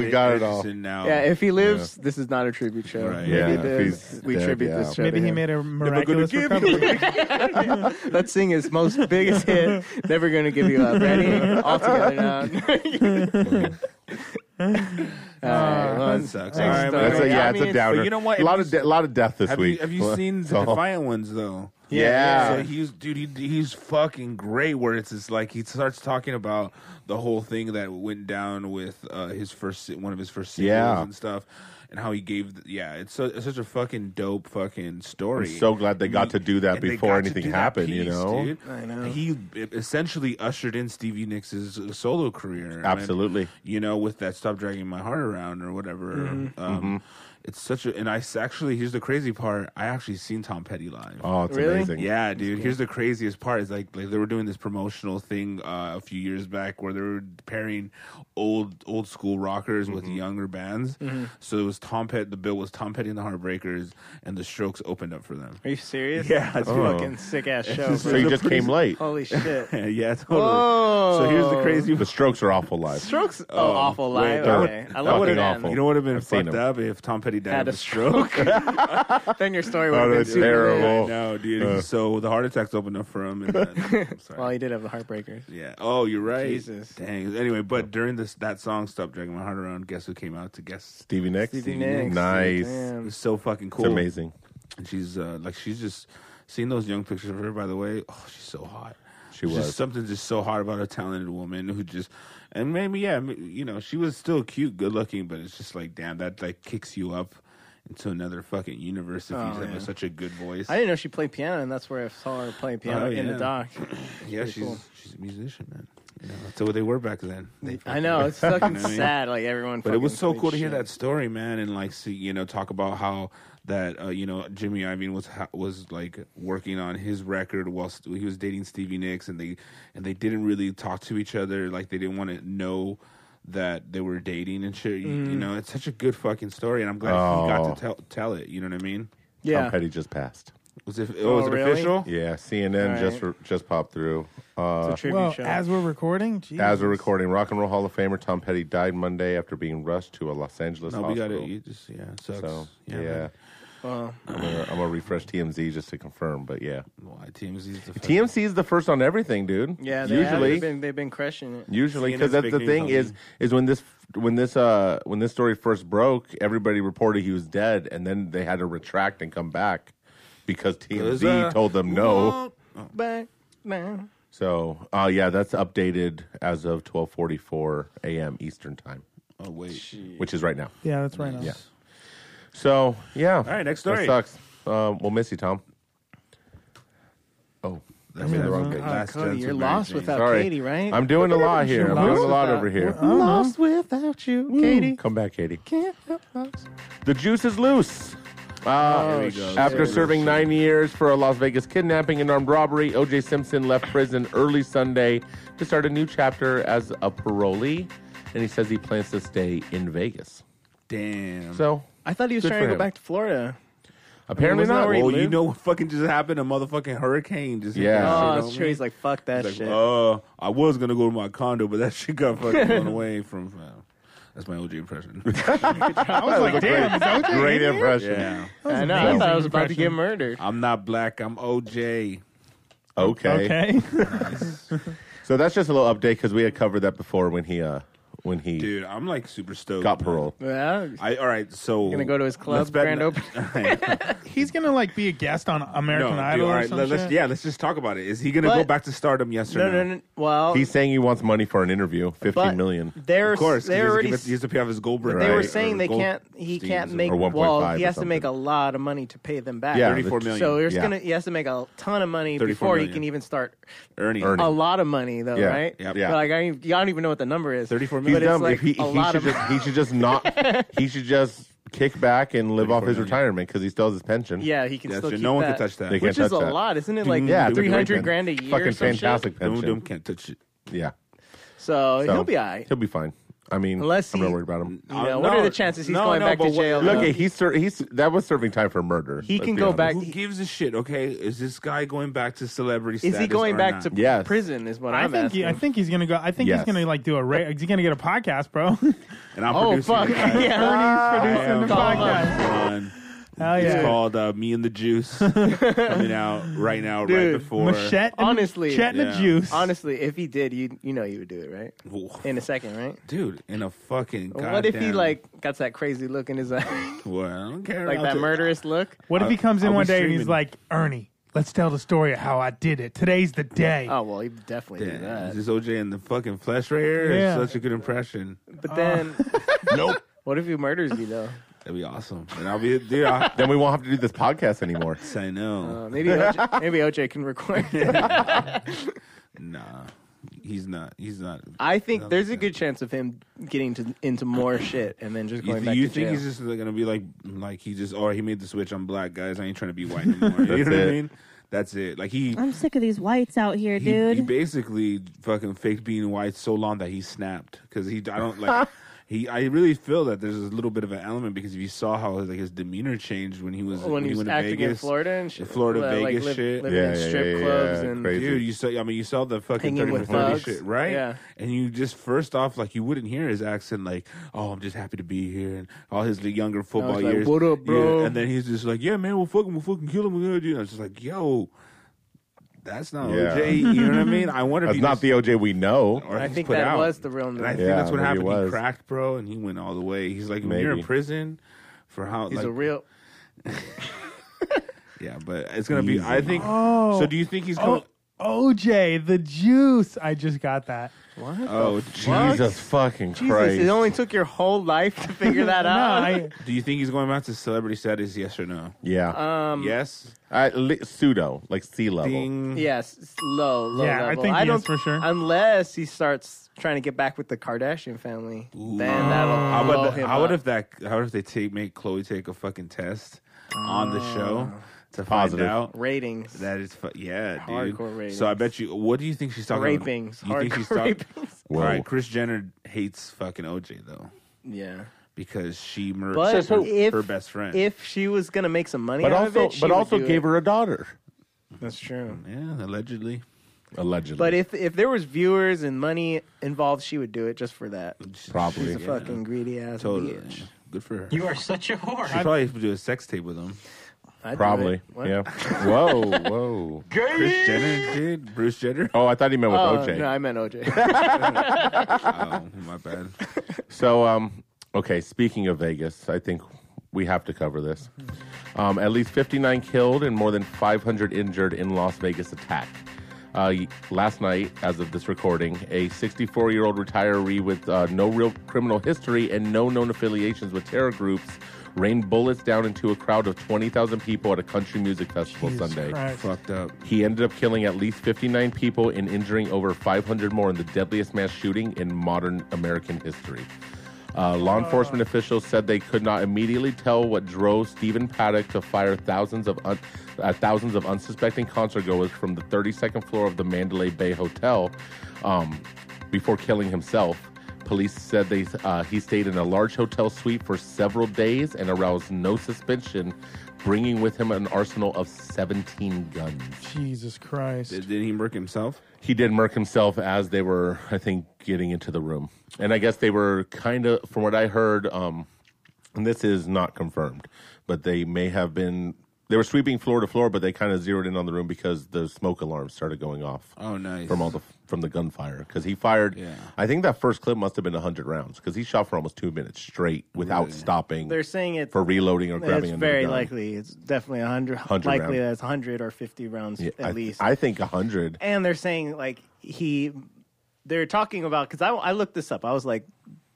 C: got it all.
A: Anderson Now,
G: Yeah, if he lives, this is not a tribute show.
A: Right.
G: Maybe
C: Yeah,
G: it
C: if
G: is.
C: he's
G: we
C: dead,
G: tribute
C: yeah.
G: this show.
J: Maybe
G: to
J: he
G: him.
J: made a miraculous
A: give
J: recovery. (laughs)
G: Let's sing his most biggest hit, Never Gonna Give You Up. Ready? All together
C: (laughs)
G: now. (laughs) Alright,
A: that
G: one-
A: sucks.
G: Thanks,
A: All right,
G: Doug.
C: That's a,
G: I
C: yeah, it's
G: mean,
C: a downer.
A: but you know what?
C: A lot
A: Have
C: of de- lot of death this
A: Have you,
C: week.
A: have
C: (laughs)
A: you seen the
C: So-
A: Defiant ones though?
C: Yeah.
A: So he's dude, he, he's fucking great. Where it's just like he starts talking about the whole thing that went down with uh, his first si- one of his first singles
C: Yeah.
A: and stuff, and how he gave. The, yeah, it's, so, it's such a fucking dope fucking story.
C: I'm so glad they got to do that
A: and they
C: before
A: got to
C: anything
A: do that
C: happened, you know?
A: dude.
C: I know.
A: He e, essentially ushered in Stevie Nicks' solo career. and,
C: Absolutely.
A: you know, with that "Stop Dragging My Heart Around" or whatever.
C: Mhm.
G: Mm-hmm.
A: Um, It's such a, and I s- actually here's the crazy part. I actually seen Tom Petty live.
C: Oh, it's Really? amazing.
A: Yeah, dude. Here's the craziest part is like, like they were doing this promotional thing uh, a few years back where they were pairing old old school rockers with
C: Mm-hmm.
A: younger bands.
G: Mhm.
A: So it was Tom Petty. The bill was Tom Petty and the Heartbreakers, and the Strokes opened up for them.
G: Are you
A: (laughs)
G: serious?
A: Yeah,
G: that's
C: Oh.
A: dude.
G: fucking sick ass
A: It's
G: show.
A: just-
G: bro.
A: So you just came late. (laughs)
G: Holy shit!
A: yeah, totally. So here's the crazy.
C: The Strokes are awful live.
G: Strokes. Oh, awful live.
C: they're
G: okay. I
A: That
G: love
A: would've
G: it.
A: been
C: awful.
A: You know what would have been
C: I've seen
A: fucked
C: them.
A: up if Tom Petty died
G: Had
A: of
G: a
A: a stroke.
G: (laughs) then your story would have been super
C: Oh.
A: I know, dude.
G: Uh.
A: So the heart attacks opened up for him. And then,
G: (laughs) good. Well, he did have the heartbreakers.
A: yeah. Oh, you're right.
G: Jesus.
A: Dang. Anyway, but during this that song "Stop Dragging My Heart Around," guess who came out to guest?
C: Stevie Nicks.
A: Stevie Nicks.
C: Nice.
A: It was so fucking cool.
C: amazing.
A: And she's uh, like, she's just seeing those young pictures of her. By the way, oh, she's so hot.
C: She
A: There's
C: was.
A: just something just so hot about a talented woman who just and maybe yeah, m- you know, she was still cute, good looking, but it's just like damn, that like kicks you up into another fucking universe if
G: Oh,
A: you have
G: yeah.
A: such a good voice.
G: I didn't know she played piano, and that's where I saw her play piano
A: Oh,
G: in the
A: yeah.
G: dock.
A: yeah,
G: Pretty
A: she's
G: cool.
A: she's a musician, man. You know, that's what they were back then. They
G: I know it's
A: (laughs)
G: fucking
A: You know what I mean?
G: sad. Like everyone.
A: But it was
G: fucking
A: so
G: played
A: cool to hear
G: shit.
A: that story, man, and like see, you know, talk about how that uh, you know Jimmy Iovine was ha- was like working on his record while st- he was dating Stevie Nicks, and they and they didn't really talk to each other, like they didn't want to know that they were dating and shit. You, you
G: Mm.
A: know, it's such a good fucking story, and I'm glad he
C: Oh.
A: got to tell tell it. You know what I mean?
G: Yeah.
C: Tom Petty just passed.
A: Was it? Oh, was
G: Oh,
A: it
G: really?
A: official?
C: Yeah, CNN
A: All
C: just
A: right.
C: re- just popped through. Uh,
F: well, as we're recording,
C: As
F: Jesus.
C: we're recording, Rock and Roll Hall of Famer Tom Petty died Monday after being rushed to a Los Angeles
A: No, we got
C: hospital.
A: it. You just- yeah, it sucks.
C: So,
A: Yeah,
C: yeah.
A: man.
G: Wow.
C: I'm gonna, I'm gonna refresh TMZ just to confirm, but yeah.
A: Why TMZ's the
C: TMZ is the first on everything, dude.
G: Yeah, they have.
C: usually,
G: They've been, they've been crushing it.
C: usually because that's the thing is is when this when this uh when this story first broke, everybody reported he was dead, and then they had to retract and come back because TMZ
G: uh,
C: told them no.
A: Oh.
G: Back now.
C: So, uh, yeah, that's updated as of 12:44 a.m. Eastern time.
A: Oh wait,
C: which is right now.
F: Yeah, that's right now.
C: Yeah. So, yeah. All
A: right, next
C: That
A: story.
C: sucks. Um, we'll miss you, Tom. Oh,
A: That's
C: that's
A: right.
C: the wrong
A: Uh,
C: page.
A: Last Cody, Gentleman
G: you're lost Magazine. without
C: Sorry.
G: Katie, right?
C: I'm doing a lot here. I'm doing a lot
G: Without-
C: over here.
G: I'm lost
C: without you, Katie. Come back, Katie.
G: Can't help us.
C: The juice is loose. Uh,
A: Oh, Here we go.
C: after
A: Shit.
C: serving nine years for a Las Vegas kidnapping and armed robbery, O.J. Simpson left prison early Sunday to start a new chapter as a parolee, and he says he plans to stay in Vegas.
A: Damn.
C: So
G: I thought he was
C: Good
G: trying to
C: for
G: go
C: him.
G: back to Florida.
C: apparently
G: Wasn't that
C: not.
G: where he
A: Well, you
G: lived?
A: know what fucking just happened? A motherfucking hurricane just hit
C: Yeah.
A: that shit, you
C: Oh,
A: know
G: that's
A: what I
G: true.
A: mean?
G: He's like, fuck that
A: He's like,
G: shit.
A: Uh, I was gonna go to my condo, but that (laughs) shit got fucking blown away from. Uh, that's my OG
C: (laughs)
A: impression.
F: I was like, damn, is that what
C: Great
F: they
C: impression.
A: yeah,
G: I know. I
F: amazing
G: thought I was about to
F: impression.
G: get murdered.
A: I'm not black. I'm OJ.
C: Okay.
F: Okay.
J: (laughs)
C: So that's just a little update because we had covered that before when he uh when he
A: Dude, I'm like super stoked.
C: got
A: man.
C: parole.
G: Yeah.
A: I all right. So
G: Gonna go to his club,
A: let's bet- (laughs)
G: grand opening.
F: He's gonna like be a guest on American
A: no, dude,
F: Idol
A: all
F: or
A: right.
F: some
A: Let, us
F: shit.
A: yeah, let's just talk about it. Is he gonna go
G: But-
A: back to stardom? Yes or
G: No,
A: no?
G: no, no. Well,
C: He's saying he wants money for an interview,
G: but
C: fifteen million.
G: They're,
A: Of course, 'cause he
G: they're
A: has to
G: already
A: give it- he has to pay off his gold brick.
G: They were
C: Right,
G: saying
A: or
G: they
A: gold
G: can't. He
A: steams
G: can't
A: or-
G: make.
C: or 1.5
G: Well, he
C: or
G: has to make a
C: something.
G: lot of money to pay them back.
C: Yeah,
A: 34 million.
G: So there's
C: Yeah.
G: gonna. He has to make a ton of money
A: 34
G: before
A: million.
G: he can even start.
A: Ernie.
C: Ernie.
G: A lot of money, though,
C: Yeah,
G: right?
A: yeah.
G: But, like I, don't even- I don't even know what the number is.
A: 34
C: He's
A: million.
G: But it's
C: dumb.
G: like
C: if he,
G: a
C: he
G: lot
C: should
G: of-
C: just he should just not
G: (laughs)
C: he should just kick back and live off his
A: 34 million.
C: retirement because he still has his pension.
G: Yeah, he can
A: That's
G: still
A: it.
G: keep
A: No one can
G: that,
A: touch that.
C: They
G: Which
C: can't
G: is a
C: touch that.
G: lot, isn't it? Like
C: yeah, it's a great
G: three hundred
C: pen-
G: grand a year. or
C: Fucking
G: some shit?
C: fantastic
A: No,
C: pension.
A: them can't touch it.
C: Yeah,
G: So,
C: So,
G: he'll be all right.
C: He'll be fine. I mean,
G: Unless
C: I'm not
G: he-
C: worried about him.
G: You
A: Uh,
G: know, what are the chances he's going back to
A: but what-
G: jail?
C: Look, he's ser- he's that was serving time for murder.
G: He
C: let's
G: can
C: be
G: go
C: honest.
G: back-
A: Who gives a shit? Okay, is this guy going back to celebrity?
G: is he
A: status
G: going
A: or
G: back
A: not?
G: to
C: Yes.
G: prison? Is what
F: I
G: am
F: think he, I think he's gonna go. I think
C: Yes.
F: he's gonna like do a. Ra- he's gonna get a podcast, bro. (laughs)
A: And I'm
G: Oh
A: producing
G: fuck!
A: it, guys.
G: (laughs) yeah,
A: I
F: Producing
A: am
F: the podcast.
A: on-
F: Hell
A: It's
F: yeah.
A: called uh, Me and the
G: (laughs)
A: Juice coming out right now, right
G: Dude,
A: before.
F: Machette. and-
G: Honestly.
F: Chet and the
A: Yeah.
F: Juice.
G: Honestly, if he did, you you know you would do it, right?
A: Oof.
G: In a second, right?
A: Dude, in a fucking.
G: what if he
A: goddamn-
G: like got that crazy look in
A: (laughs)
G: his eye,
A: Well, I don't care
G: like
A: about
G: that
A: the- (laughs)
G: murderous look?
F: What if he comes in
A: I'll be
F: one day and he's
A: streaming.
F: like, Ernie, let's tell the story of how I did it. Today's the day.
G: Oh well, he definitely do
A: Yeah,
G: that.
A: is this OJ in the fucking flesh right here? It's
F: Yeah.
A: (laughs) such a good impression.
G: (laughs) But then,
C: Nope.
G: what if he murders you though?
A: That'd be awesome. And I'll be, dude. I'll,
C: then we won't have to do this
G: (laughs)
C: podcast anymore.
A: I know.
G: Uh,
A: (laughs)
G: maybe OJ, maybe OJ can record.
A: nah, he's not. He's not.
G: I think there's a good chance of him getting to, into more shit and then just
A: You,
G: going
A: th-
G: back
A: you
G: to
A: think
G: jail.
A: he's just like, gonna be like, like he just, or he made the switch. I'm black, guys. I ain't trying to be white
C: (laughs)
A: anymore. you know
C: That's
A: what I
C: it.
A: mean? That's it. Like he,
O: I'm sick of these whites out here,
A: he,
O: dude.
A: he basically fucking faked being white so long that he snapped because he. I don't
G: (laughs)
A: like. He, I really feel that there's a little bit of an element because if you saw how like his demeanor changed when he was
G: when, he was
A: went to
G: acting in
A: Vegas,
G: Florida and
A: the
G: shit,
A: Florida
G: Well, like,
A: Vegas
G: liv-
A: shit,
G: living in strip clubs and
A: dude, you saw. I mean, you saw the fucking
G: Hanging
A: thirty for
G: with
A: thirty
G: thugs.
A: shit, right?
G: Yeah.
A: And you just first off, like you wouldn't hear his accent, like, "Oh, I'm just happy to be here," and all his younger football
G: like,
A: years.
G: "What up,
A: Yeah,
G: bro?"
A: and then he's just like, "Yeah, man, we'll fucking, we'll fucking kill him." We're gonna do. it." And I was just like, "Yo." That's not
C: Yeah.
A: OJ. You know what I mean? I wonder if
C: That's
A: he
C: not
A: just-
C: the OJ we know.
A: or
G: I
A: he's
G: think
A: put
G: that
A: out.
G: was the real
A: And
G: name.
A: I think
C: Yeah,
A: that's what
C: maybe
A: happened.
C: it
A: He
C: was.
A: cracked, bro, and he went all the way. He's like, when you're in
C: Maybe.
A: prison for how
G: He's
A: like, (laughs)
G: a real.
A: yeah, but it's gonna be. I think.
J: Oh.
A: So do you think he's coming?
J: Oh, OJ, the juice. I just got that.
G: What?
A: Oh,
C: Jesus fucking
G: Jesus,
C: Christ!
G: it only took your whole life to
A: (laughs)
G: figure that out.
A: Do you think he's going back to celebrity status? Yes or no?
C: yeah,
G: um,
A: yes.
C: uh, li- pseudo like sea level.
A: Ding.
G: (laughs) Yes, it's low, low
J: Yeah, I
G: level.
J: think yes
G: don't,
J: for sure.
G: Unless he starts trying to get back with the Kardashian family, then that'll
A: How
G: blow
A: about the,
G: him
A: how about
G: up.
A: if that? How about if they take make Chloe take a fucking test on the
G: Uh,
A: show to
C: Positive.
A: find out
G: ratings?
A: that it's fu- yeah, dude.
G: Hardcore ratings.
A: So I bet you. What do you think she's talking
G: Rapings.
A: about? You think she's
G: Hardcore
A: talking?
G: rapings.
A: All right,
C: Whoa.
A: Chris Jenner hates fucking OJ though
G: yeah,
A: because she murdered
G: but
A: her,
G: if
A: her best friend.
G: if she was gonna make some money,
C: but
G: out
C: also,
G: of it, she
C: but
G: would
C: also
G: do
C: gave
G: it.
C: her a daughter
G: That's true.
A: yeah, allegedly.
C: allegedly.
G: But if if there was viewers and money involved, she would do it just for that.
C: Probably.
G: She's a
A: Yeah.
G: fucking greedy ass
A: Totally.
G: bitch.
A: Good for her. She
K: You are such a whore.
A: probably have to do a sex tape with him.
G: I'd do
C: probably
G: it. What? (laughs)
C: yeah. whoa, whoa.
A: Chris Jenner did. Bruce Jenner. (laughs)
C: Oh, I thought he meant with
G: Oh,
C: OJ.
G: no, I meant
C: (laughs)
G: OJ.
A: Oh, my bad.
C: So, um, okay, speaking of Vegas, I think we have to cover this. Um, at least 59 killed and more than 500 injured in Las Vegas attack. Uh, last night, as of this recording, a 64 year old retiree with uh, no real criminal history and no known affiliations with terror groups rained bullets down into a crowd of 20,000 people at a country music festival
J: Jesus
C: Sunday.
J: Christ.
A: Fucked up.
C: He ended up killing at least 59 people and injuring over 500 more in the deadliest mass shooting in modern American history. Uh, law enforcement officials said they could not immediately tell what drove Stephen Paddock to fire thousands of un- uh, thousands of unsuspecting concertgoers from the 32nd floor of the Mandalay Bay Hotel um, before killing himself. Police said they uh, he stayed in a large hotel suite for several days and aroused no suspicion, bringing with him an arsenal of 17 guns.
J: Jesus Christ.
F: (laughs)
A: Did, did he murk himself?
C: He did murk himself as they were, I think, getting into the room. And I guess they were kind of, from what I heard, um, and this is not confirmed, but they may have been, they were sweeping floor to floor, but they kind of zeroed in on the room because the smoke alarm started going off
A: Oh, nice.
C: from all the from the gunfire because he fired.
A: Yeah.
C: I think that first clip must have been hundred rounds because he shot for almost two minutes straight without
G: (laughs)
C: stopping.
G: They're saying it
C: for reloading or grabbing.
G: It's
C: another
G: very
C: gun.
G: likely. It's definitely a hundred.
C: 100
G: Likely
C: round.
G: that's hundred or fifty rounds
C: Yeah,
G: at
C: I,
G: least.
C: I think hundred.
G: and they're saying like he, they're talking about because I I looked this up. I was like,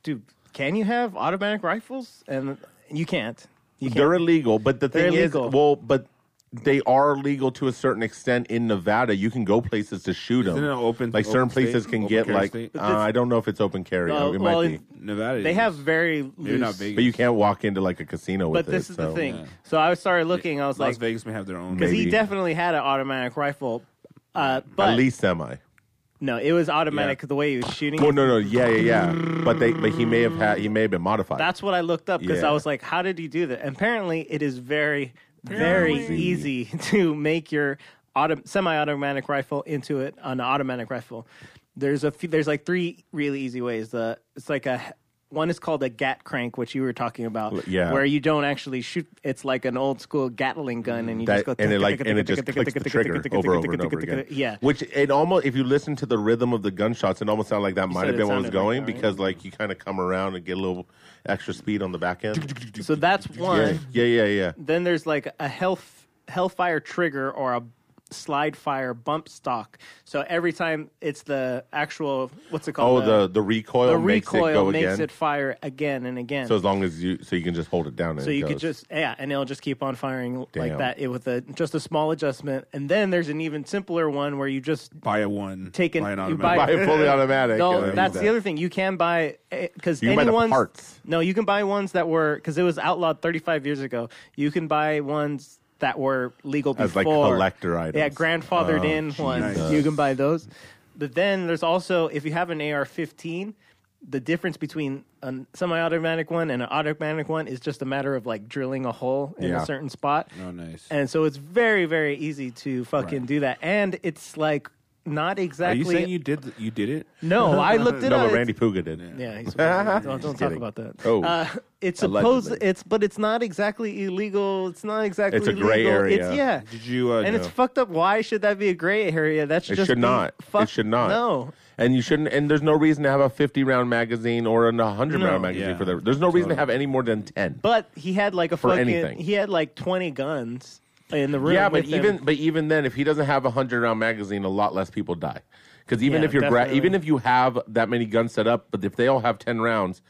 G: dude, can you have automatic rifles? And you can't. You can't.
C: They're illegal, but the
G: They're
C: thing is,
G: illegal.
C: well, but they are legal to a certain extent in Nevada. You can go places to shoot them.
A: Isn't it an open-
C: like certain
A: open
C: places
A: state?
C: can
A: Open
C: get
A: carry
C: like
A: state?
C: uh, I don't know if it's open carry.
G: Uh,
C: it
G: well,
C: might be,
G: in-
A: Nevada.
G: they
A: is.
G: have very loose.
A: Maybe not Vegas.
C: but you can't walk into like a casino with
G: But this
C: it,
G: is the
C: so-
G: thing. So I started looking. I was
A: Las
G: like,
A: Vegas may have their own.
G: because he
C: maybe.
G: definitely had an automatic rifle. Uh, but
C: At least semi.
G: no, it was automatic
A: Yeah.
G: the way he was shooting.
C: Well,
G: it.
C: no, no, yeah, yeah, yeah. But they, but he may have had, he may have been modified.
G: That's what I looked up because
C: Yeah.
G: I was like, how did you do that? And apparently, it is very, very
C: Apparently.
G: easy (laughs) to make your auto- semi-automatic rifle into it an automatic rifle. There's a few, there's like three really easy ways. The it's like a one is called a Gat crank, which you were talking about,
C: yeah.
G: where you don't actually shoot. It's like an old school Gatling gun, and you
C: that,
G: just go
C: and it like and it just clicks the
G: (laughs)
C: trigger over over and over again.
G: Yeah,
C: which it almost if you listen to the rhythm of the gunshots, it almost sounded like that might
G: said
C: have
G: it
C: been what was
G: sounded like
C: going
G: that, right?
C: because like you kind of come around and get a little extra speed on the back end.
G: so that's (laughs) one.
C: Yeah, yeah, yeah, yeah.
G: then there's like a health hellfire trigger or a slide fire bump stock. So every time it's the actual what's it
C: Oh,
G: called?
C: the the recoil
G: the
C: makes
G: recoil
C: it go
G: makes
C: again.
G: it fire again and again.
C: so as long as you so you can just hold it down. And
G: So
C: it
G: you could
C: goes.
G: just yeah, and it'll just keep on firing like
C: Damn.
G: that. It with a just a small adjustment, and then there's an even simpler one where you just
A: buy a one,
G: take an,
A: buy an
G: you
A: automatic.
G: buy,
A: Buy a
G: (laughs)
A: fully automatic. I
G: No,
A: don't
G: that's
A: need
G: the
A: that.
G: other thing. You can buy eh, because
A: You can buy the
G: anyone's
A: parts.
G: no, you can buy ones that were because it was outlawed 35 years ago. You can buy ones that were legal before,
C: As, like, collector items.
G: Yeah, grandfathered
C: Oh,
G: in ones.
C: Jesus.
G: You can buy those, but then there's also if you have an AR-15. The difference between a semi-automatic one and an automatic one is just a matter of like drilling a hole in
A: Yeah.
G: a certain spot.
A: Oh, nice.
G: And so it's very, very easy to fucking do that. And it's like not exactly.
A: Are you saying you did th- you did it?
C: (laughs)
G: No, I looked it
C: no,
G: up.
C: but Randy Puga did. it.
G: Yeah, he's, don't, don't talk
C: kidding.
G: about that.
C: Oh.
G: Uh, (laughs) it's supposed
C: Allegedly.
G: it's, but it's not exactly illegal. It's not exactly.
C: It's a gray
G: legal.
C: area.
G: It's, yeah,
C: Did you, uh,
G: and it's
C: no.
G: fucked up. Why should that be a gray area? That's
C: It
G: just
C: should
G: be
C: not.
G: Fuck,
C: it should not.
G: No,
C: And you shouldn't. And there's no reason to have a 50 round magazine or a 100
G: No.
C: round magazine for that. There's no reason to have any more than 10.
G: but he had like a
C: For
G: fucking.
C: anything.
G: He had like twenty guns in the room.
C: yeah,
G: with
C: but
G: him.
C: even but even then, if he doesn't have a 100 round magazine, a lot less people die. Because even
G: Yeah,
C: if you're gra-
G: definitely.
C: even if you have that many guns set up, but if they all have 10 rounds.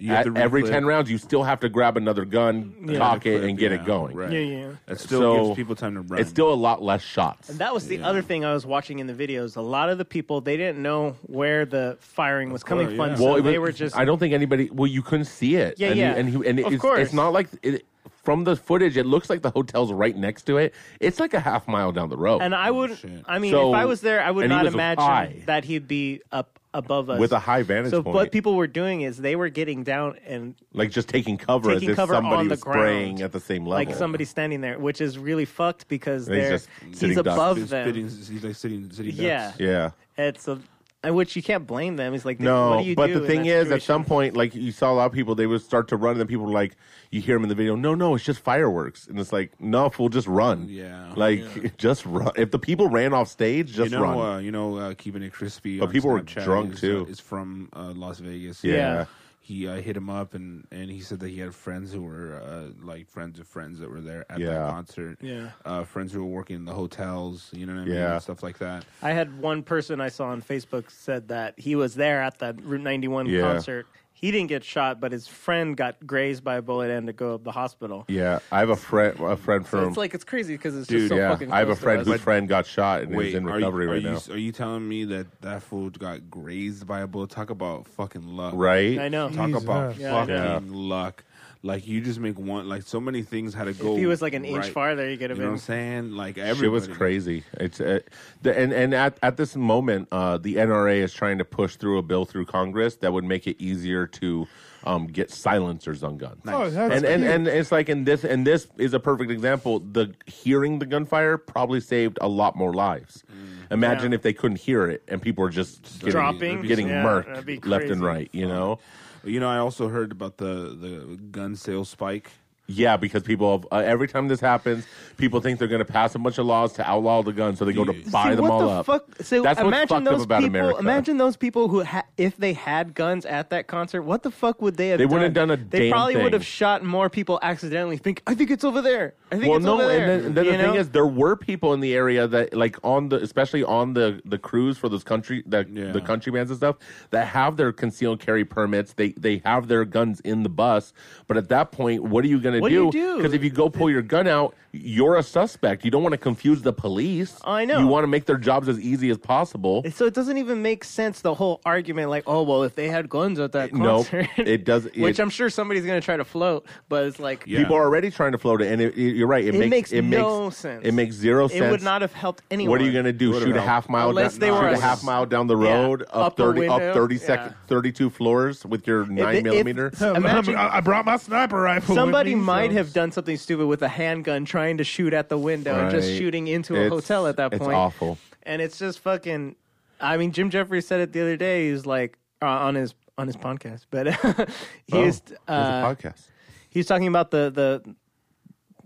A: have
C: At
A: to
C: every
A: reclick.
C: 10 rounds, you still have to grab another gun,
G: Yeah.
C: cock it,
A: Clip,
C: and get
A: yeah,
C: it going.
A: right.
G: Yeah, yeah.
A: That still gives people time to run.
C: It's still a lot less shots.
G: And that was the other thing I was watching in the videos. A lot of the people they didn't know where the firing was coming
C: Well,
G: from. (laughs)
C: yeah.
G: So
C: Well, it
G: they
C: was-
G: were just.
C: I don't think anybody. Well, you couldn't see it.
G: Yeah,
C: and you-
G: yeah.
C: and he, and
G: Of
C: it's,
G: course.
C: it's not like it, from the footage. It looks like the hotel's right next to it. It's like a half mile down the road.
G: And I would, I mean,
C: Oh, So-
G: if I was there, I would
C: and he
G: not
C: was
G: imagine
C: high.
G: that he'd be up above us
C: With a high vantage
G: so
C: point.
G: what people were doing is they were getting down and
C: like just taking cover
G: Taking
C: as if
G: cover
C: somebody
G: on the
C: was spraying
G: ground.
C: at the same level.
G: like somebody standing there, which is really fucked because
C: And he's
G: they're
C: just
G: he's,
C: sitting ducks.
G: above
C: He's
G: them.
A: Sitting, he's like sitting, sitting
G: Yeah.
A: ducks.
C: Yeah.
G: It's a, and which you can't blame them. It's like what
C: No,
G: do you
C: but
G: do
C: the
G: in
C: thing
G: that
C: is, at
G: situation?
C: some point, like you saw a lot of people, they would start to run, and then people were like, "You hear them in the video? No, no, it's just fireworks." And it's like, "No, we'll just run."
A: Yeah.
C: (laughs) like just run. If the people ran off stage, just
A: you know,
C: run.
A: Uh, you know, uh, keeping it crispy.
C: But
A: on
C: people were
A: Snapchat
C: drunk,
A: is,
C: too.
A: Uh, is from uh, Las Vegas.
C: Yeah. Yeah.
A: He uh, hit him up, and, and he said that he had friends who were uh, like friends of friends that were there at
C: Yeah.
A: that concert.
G: Yeah.
A: uh, friends who were working in the hotels. You know what I mean?
C: Yeah.
A: And stuff like that.
G: I had one person I saw on Facebook said that he was there at the Route 91
C: Yeah.
G: concert. He didn't get shot, but his friend got grazed by a bullet and to go up the hospital.
C: Yeah, I have a friend. A friend
G: So
C: from
G: it's like it's crazy because it's just
C: dude.
G: so
C: yeah,
G: (laughs) fucking.
C: I have a
G: close to
C: friend
G: us.
C: whose friend got shot and is in
A: are you-
C: recovery
A: are
C: right
A: you,
C: now.
A: Are you telling me that that fool got grazed by a bull? Talk about fucking luck,
C: Right? I
G: know.
A: Talk about
G: Jesus. Yeah, I
A: fucking
G: know.
A: luck. Like you just make one. Like so many things had to go.
G: If he was like an inch
A: right.
G: farther, he could
A: You
G: have
A: know what I'm
G: been.
A: saying? Like
C: Shit was
A: everybody.
C: crazy. It's uh, the, and and at, at this moment, uh, the NRA is trying to push through a bill through Congress that would make it easier to um, get silencers on guns.
A: Nice.
H: Oh, that's
C: and, and
H: huge.
C: and it's like in this and this is a perfect example. The hearing the gunfire probably saved a lot more lives. Imagine
G: Yeah.
C: if they couldn't hear it and people were just getting,
G: Dropping?
C: getting
G: Yeah, that'd be
C: murked left
G: crazy.
C: and right. You know.
A: You know, I also heard about the the gun sales spike.
C: Yeah, because people have, uh, every time this happens, people think they're going to pass a bunch of laws to outlaw the gun, so they go to buy
G: See,
C: them
G: what
C: all
G: the
C: up.
G: Fuck? So
C: That's what's
G: imagine
C: fucked
G: those
C: up about
G: people.
C: America.
G: Imagine those people who, ha- if they had guns at that concert, what the fuck would they have?
C: They
G: done?
C: wouldn't have done a
G: They
C: damn
G: probably would
C: thing.
G: have shot more people accidentally. Think I think it's over there. I think
C: well,
G: it's
C: no,
G: over there.
C: and then, then
G: you
C: the thing
G: know?
C: is, there were people in the area that, like, on the especially on the the cruise for those country the the country bands and stuff that have their concealed carry permits. They they have their guns in the bus, but at that point, what are you going to
G: What do
C: do?
G: you do?
C: Because if you go pull your gun out, you're a suspect. You don't want to confuse the police.
G: I know.
C: You want to make their jobs as easy as possible.
G: So it doesn't even make sense the whole argument, like, oh well, if they had guns at that
C: Eh, Nope,
G: concert,
C: it
G: (laughs)
C: does- it-
G: which I'm sure somebody's gonna try to float, but it's like
C: People are already trying to float it, and it, it- you're right. It,
G: It
C: makes,
G: makes
C: it
G: no
C: makes,
G: sense.
C: It makes zero
G: It
C: sense.
G: would not have helped anyone.
C: What are you going to do? (laughs) Shoot a half mile
G: Unless
C: down,
G: they were
C: shoot
G: a-
C: a half mile down the
G: yeah,
C: road up,
G: up a
C: thirty up
G: window,
C: thirty
G: yeah.
C: second thirty two floors with your nine
G: if- (laughs)
C: millimeter.
G: imagine-
J: I brought my sniper rifle.
G: Somebody
J: with me,
G: might
J: so-
G: have done something stupid with a handgun trying to shoot at the window and just
C: Right.
G: shooting into a
C: It's-
G: hotel at that
C: it's
G: point.
C: awful.
G: And it's just fucking I mean Jim Jeffries said it the other day, he was like uh, on his on his podcast, but (laughs)
C: Oh,
G: he was uh,
C: podcast.
G: he was talking about the the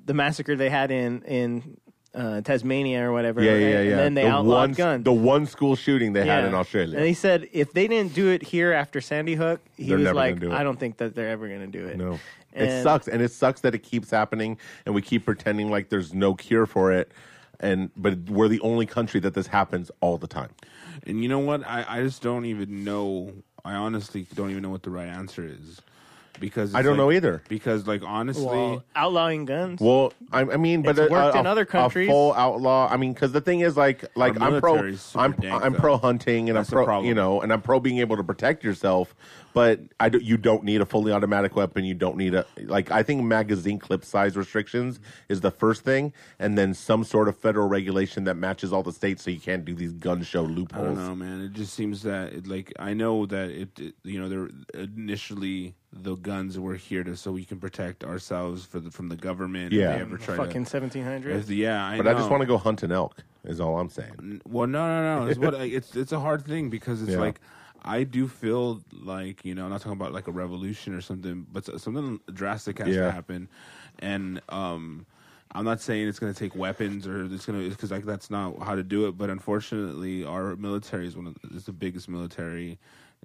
G: the massacre they had in in uh, Tasmania or whatever.
C: Yeah,
G: right?
C: yeah, yeah.
G: And then they
C: the
G: outlawed
C: one,
G: guns.
C: The one school shooting they had
G: Yeah.
C: in Australia.
G: And he said if they didn't do it here after Sandy Hook, he
C: They're
G: was
C: never
G: like,
C: gonna do it.
G: I don't think that they're ever going to do it.
C: (laughs) no.
G: And-
C: it sucks, and it sucks that it keeps happening, and we keep pretending like there's no cure for it. and but we're the only country that this happens all the time.
A: And you know what? I, I just don't even know. I honestly don't even know what the right answer is because
C: I
A: it's
C: don't
A: like-
C: know either.
A: Because like honestly,
G: Well, outlawing guns.
C: Well, I, I mean, but
G: It's
C: a-
G: worked
C: a-
G: in other
C: a
G: countries.
C: full outlaw. I mean, because the thing is, like, like
A: Our
C: I'm pro,
A: military's super
C: I'm
A: dank,
C: I'm
A: though.
C: pro hunting, and
A: That's the
C: I'm pro,
A: problem.
C: you know, and I'm pro being able to protect yourself. But I do, you don't need a fully automatic weapon. You don't need a like. I think magazine clip size restrictions is the first thing, and then some sort of federal regulation that matches all the states, so you can't do these gun show
A: I don't
C: loopholes.
A: know, man. It just seems that it, like I know that it, it- you know there initially the guns were here to so we can protect ourselves for the, from the government. if
C: Yeah.
A: they ever try
G: Fucking
A: to. If
G: 1700.
A: the, yeah, I
C: but I just
A: know.
C: want to go hunt an elk. Is all I'm saying.
A: Well, no, no, no. It's
C: (laughs)
A: what it's it's a hard thing because it's
C: Yeah.
A: like I do feel like you know, I'm not talking about like a revolution or something, but so- something drastic has
C: Yeah.
A: to happen, and um. I'm not saying it's going to take weapons or it's going to because like that's not how to do it. But unfortunately, our military is one of is the biggest military,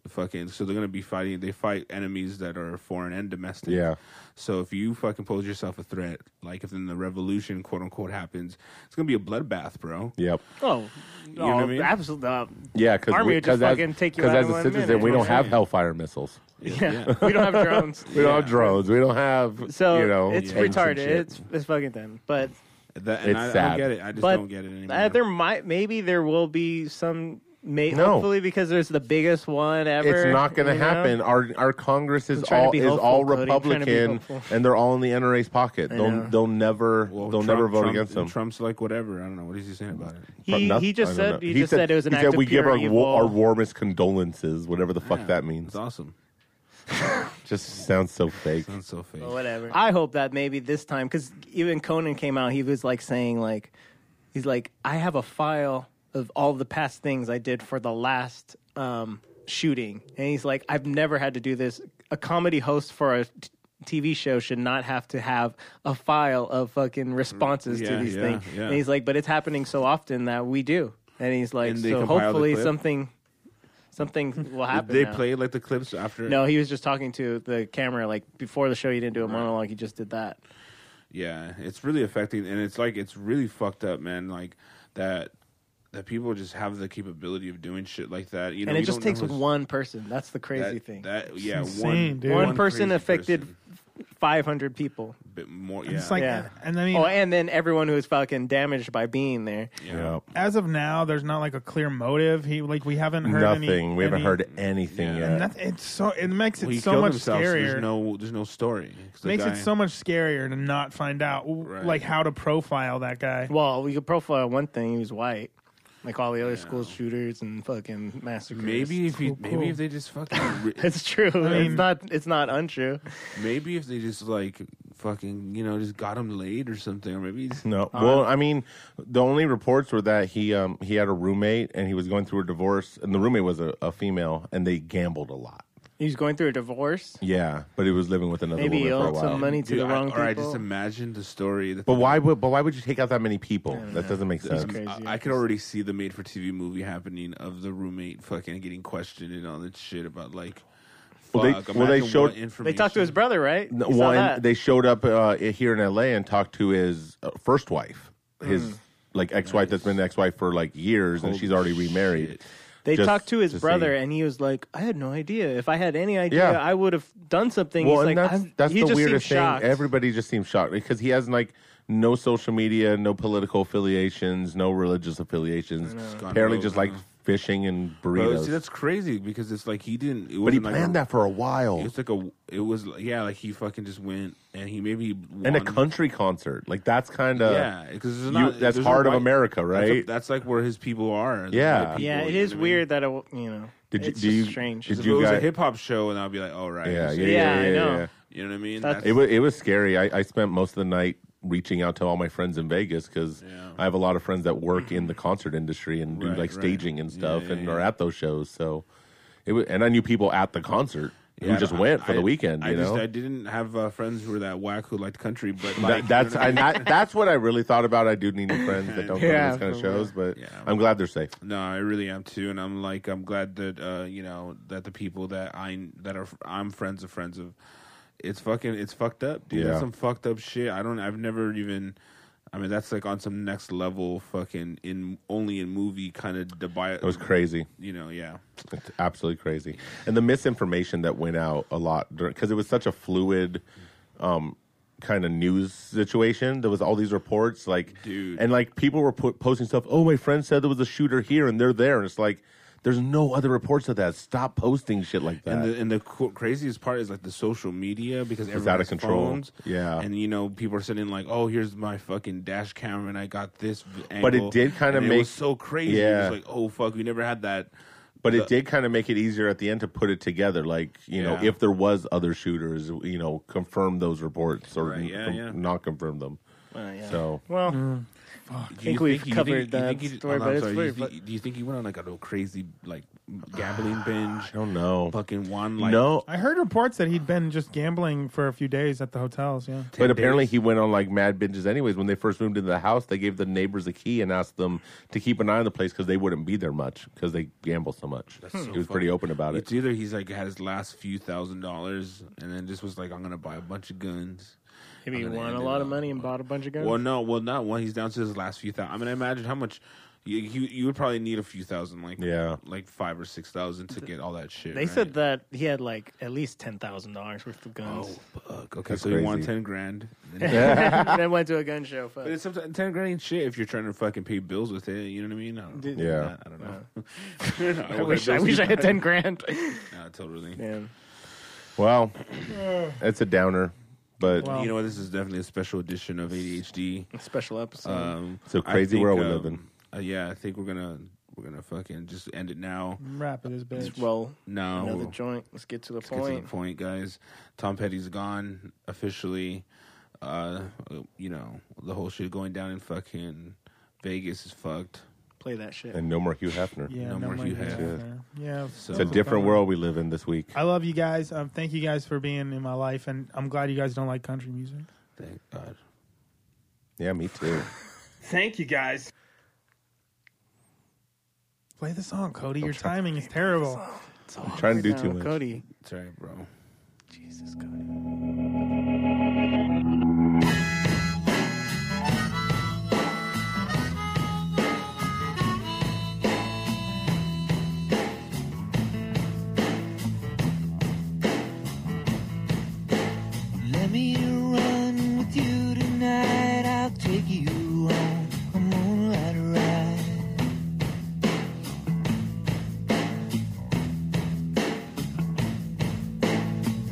A: fucking. So they're going to be fighting. They fight enemies that are foreign and domestic.
C: Yeah.
A: So if you fucking pose yourself a threat, like if then the revolution quote unquote happens, it's going to be a bloodbath, bro.
C: Yep.
G: Oh, no,
A: know what I mean?
G: absolutely. Uh,
C: Yeah, because
G: Army would just
C: as,
G: fucking take you
C: 'cause
G: out
C: as
G: in
C: a
G: one
C: citizen,
G: minute,
C: we
G: you know
C: don't
G: what I'm
C: have
G: saying?
C: Hellfire missiles. (laughs)
G: yeah. we don't have drones.
C: We don't have drones. We don't have
G: So
C: you know.
G: it's
C: tanks and
G: retarded.
C: shit.
G: It's it's fucking dumb. But
A: That, and
C: It's
A: I, I
C: sad.
A: don't get it. I just
G: but
A: don't get it anymore.
G: uh, there might maybe there will be some. May,
C: No.
G: Hopefully, because there's the biggest one ever.
C: It's not going to
G: you know?
C: happen. Our our Congress is
G: I'm trying to
C: all
G: be
C: is
G: hopeful,
C: all
G: Cody. I'm trying to be
C: Republican,
G: hopeful.
C: and they're all in the NRA's pocket.
G: I
C: They'll
G: know.
C: they'll never
A: Well,
C: they'll
A: Trump-
C: never vote
A: Trump-
C: against them.
A: Trump's like whatever. I don't know. What does he saying about it?
G: He,
C: Noth-
G: he
C: I
G: just
C: don't
G: said
C: know.
G: he, just said, it was an
C: he
G: act
C: said
G: of
C: we give
G: pure
C: our,
G: evil.
C: wa- our warmest condolences, whatever the fuck
A: Yeah,
C: that means.
A: It's awesome.
C: Just sounds so fake.
A: Sounds so fake.
G: Well, (laughs) whatever. I hope that maybe this time, because even Conan came out, he was like saying, like, he's like, I have a file of all the past things I did for the last um, shooting, and he's like, I've never had to do this. A comedy host for a t- TV show should not have to have a file of fucking responses
A: Yeah,
G: to these
A: yeah,
G: things.
A: yeah.
G: And he's like, but it's happening so often that we do. And he's like,
A: And they
G: so
A: compile the
G: hopefully
A: clip?
G: something, something will happen.
A: they
G: now."
A: play like the clips after.
G: No, he was just talking to the camera. Like before the show, he didn't do a monologue. He just did that.
A: Yeah, it's really affecting, and it's like it's really fucked up, man. Like that. That people just have the capability of doing shit like that, you know.
G: and it
A: you
G: just
A: don't know
G: takes
A: who's-
G: one person. That's the crazy
A: that,
G: thing.
A: That yeah,
H: insane,
A: one,
H: dude.
G: one person
A: crazy
G: affected
A: person.
G: 500 people.
A: Bit more. Yeah,
J: It's like,
G: Yeah.
J: and I mean,
G: oh, and then everyone who was fucking damaged by being there.
C: Yeah.
J: as of now, there's not like a clear motive. He like we haven't heard
C: Nothing.
J: Any,
C: we haven't
J: any-
C: heard anything
A: Yeah.
C: yet.
J: noth- It's so it makes it
A: Well, he
J: so
A: killed
J: much
A: himself, so
J: scarier.
A: there's no, there's no story. 'Cause the
J: makes
A: guy-
J: it so much scarier to not find out
A: Right.
J: like how to profile that guy.
G: Well, we could profile one thing. He was white, like all the other school shooters and fucking massacres. (laughs)
A: maybe if he,
J: cool.
A: maybe if they just fucking re-
G: it's true.
J: mean-
G: it's not. It's not untrue.
A: Maybe if they just like fucking, you know, just got him laid or something, or maybe he's,
C: No. well, I mean, the only reports were that he um he had a roommate and he was going through a divorce, and the roommate was a, a female, and they gambled a lot.
G: He's going through a divorce.
C: Yeah, but he was living with another
G: Maybe he
C: woman for a
G: owed
C: while.
G: some money to
A: Dude,
G: the wrong
A: I,
G: people.
A: Or I just imagine the story. That
C: But why would but why would you take out that many people? That doesn't make sense.
G: crazy.
A: I, I could already see the made for TV movie happening of the roommate fucking getting questioned and all that shit about like. Fuck,
C: Well, they- well, they
A: imagine
C: showed-
A: what information.
G: they talked to his brother, right?
C: No,
G: You saw
C: One,
G: that?
C: they showed up uh, here in L.A. and talked to his uh, first wife, his
G: Mm.
C: like ex-wife that's been an ex-wife for like years, and she's already remarried.
A: shit.
G: They
C: Just
G: talked to his
C: to
G: brother,
C: see.
G: and he was like, "I had no idea. If I had any idea,
C: Yeah.
G: I would have done something."
C: Well,
G: He's
C: and
G: like,
C: that's
G: "I'm-"
C: that's
G: he
C: the
G: just seemed
C: weirdest thing.
G: shocked.
C: Everybody just seems shocked because he has like no social media, no political affiliations, no religious affiliations.
A: Gone
C: Apparently,
A: rogue,
C: just
A: I
C: like
A: know.
C: fishing and
A: Bro,
C: burritos.
A: see, that's crazy because it's like he didn't. It
C: but he
A: wasn't like
C: planned
A: a,
C: that for a while.
A: It was like a. It was like- yeah, like he fucking just went and he maybe won.
C: and a country concert, like that's kind of
A: Yeah, because
C: you- that's part of America, right?
A: That's, like where his people are. the
C: Yeah.
A: white people,
G: yeah, it
A: you know
G: is
A: what I mean?
G: weird that it, w- you know.
C: Did you-
G: it's
C: do
G: just
C: you-
G: strange.
C: did
A: If
C: you-
A: it was a
C: guys-
A: hip hop show, and I'll be like, all right,
C: yeah, yeah,
A: this
C: yeah,
A: is-
G: Yeah, I
C: yeah,
G: know.
C: yeah.
A: You know what I mean?
G: That's-
A: That's,
C: It was it was scary. I, I spent most of the night reaching out to all my friends in Vegas because
A: Yeah.
C: I have a lot of friends that work in the concert industry and do
A: Right,
C: like
A: right.
C: staging and stuff
A: Yeah, yeah,
C: and
A: yeah.
C: are at those shows. So it was, and I knew people at the concert
A: yeah,
C: who just
A: I-
C: went for
A: I-
C: the weekend.
A: I
C: You
A: just
C: know,
A: I didn't have uh, friends who were that whack who liked country, but
C: That-
A: like (laughs)
C: that's
A: you know what
C: I, that, that's what I really thought about. I do need new friends
A: (laughs)
C: that don't
G: Yeah,
C: go to these
G: for
C: kind of shows, but
A: Yeah.
C: I'm glad they're safe.
A: No, I really am too, and I'm like I'm glad that uh you know that the people that I that are I'm friends of friends of, it's fucking it's fucked up, dude.
C: Yeah.
A: That's some fucked up shit. I don't I've never even I mean, that's like on some next level, fucking in only in movie kind of debi-
C: It was crazy.
A: You know, yeah.
C: It's absolutely crazy. And the misinformation that went out a lot because it was such a fluid um, kind of news situation. There was all these reports, like,
A: Dude.
C: and like people were po- posting stuff. Oh, my friend said there was a shooter here, and they're there, and it's like. There's no other reports of that. Stop posting shit like that.
A: And the and the co- craziest part is like the social media because
C: It's
A: everyone's
C: out of control.
A: Phones,
C: Yeah.
A: and you know people are sending like, "Oh, here's my fucking dash camera, and I got this." v- Angle.
C: But it did kind of
A: And
C: make
A: it was so crazy.
C: Yeah,
A: It was like, "Oh fuck, we never had that."
C: but
A: the-
C: it did kind of make it easier at the end to put it together. Like you know,
A: Yeah.
C: if there was other shooters, you know, confirm those reports or
A: Right, yeah,
C: com-
A: yeah.
C: not confirm them. So
G: Well,
C: Mm.
A: Do
G: I
A: you
G: think we've
A: you
G: covered
A: you
G: that
A: think he-
G: story,
A: I'm
G: but it's
A: sorry,
G: weird.
A: Do you, think, do you think he went on like a little crazy like gambling binge? I
C: (sighs) don't know.
A: Fucking one like
J: I heard reports that he'd been just gambling for a few days at the hotels. Yeah,
C: But apparently he went on like mad binges anyways. When they first moved into the house, they gave the neighbors a key and asked them to keep an eye on the place because they wouldn't be there much because they gamble so much.
A: That's so
C: he was pretty
A: funny.
C: open about it.
A: It's either he's like had his last few thousand dollars and then just was like, I'm gonna buy a bunch of guns.
G: Maybe he
A: I'm gonna
G: won
A: end
G: a
A: it
G: lot of
A: all.
G: money and bought a bunch of guns.
A: Well, no, well not one. He's down to his last few thousand. I mean, I imagine how much you, you you would probably need a few thousand, like
C: Yeah.
A: like five or six thousand to get all that shit.
G: They
A: right?
G: said that he had like at least ten thousand dollars worth of guns.
C: Oh.
G: (laughs)
A: Fuck, okay,
C: That's
A: so you want
C: crazy.
A: ten grand.
G: and then went to a gun show.
A: (laughs)
G: Fuck.
A: But it's sometimes ten grand ain't shit if you're trying to fucking pay bills with it. You know what I mean? I don't know. (laughs)
C: Yeah.
A: I don't
G: (laughs)
A: know.
G: I wish I wish I had ten
C: (laughs)
G: grand.
A: (laughs) Nah, totally.
G: Man.
C: Well, it's a downer, but
A: You know what? This is definitely a special edition of ADHD.
G: Special episode.
A: Um,
C: It's a
A: I
C: crazy world we
A: um,
C: live in.
A: uh, yeah, I think we're gonna we're gonna fucking just end it now.
J: Rapid as bitch.
G: Let's roll
A: No,
G: another
A: we'll
G: joint. Let's get to the
A: get to
G: point.
A: the point, guys. Tom Petty's gone officially. Uh, you know the whole shit going down in fucking Vegas is fucked.
G: Play that shit.
C: and no more Hugh Hefner.
J: Yeah,
A: no more you
J: money
A: have.
J: out there. Yeah,
A: So-
C: It's a different world we live in this week.
J: I love you guys. Um, thank you guys for being in my life, and I'm glad you guys don't like country music.
A: Thank God.
C: Yeah, me
A: (laughs)
C: too.
K: Thank you guys.
J: Play the song, Cody. Your timing is terrible.
C: I'm trying to do
G: Now,
C: too much.
G: Cody.
A: Sorry, bro.
G: Jesus, Cody.
O: Let me run with you tonight. I'll take you on a moonlight ride.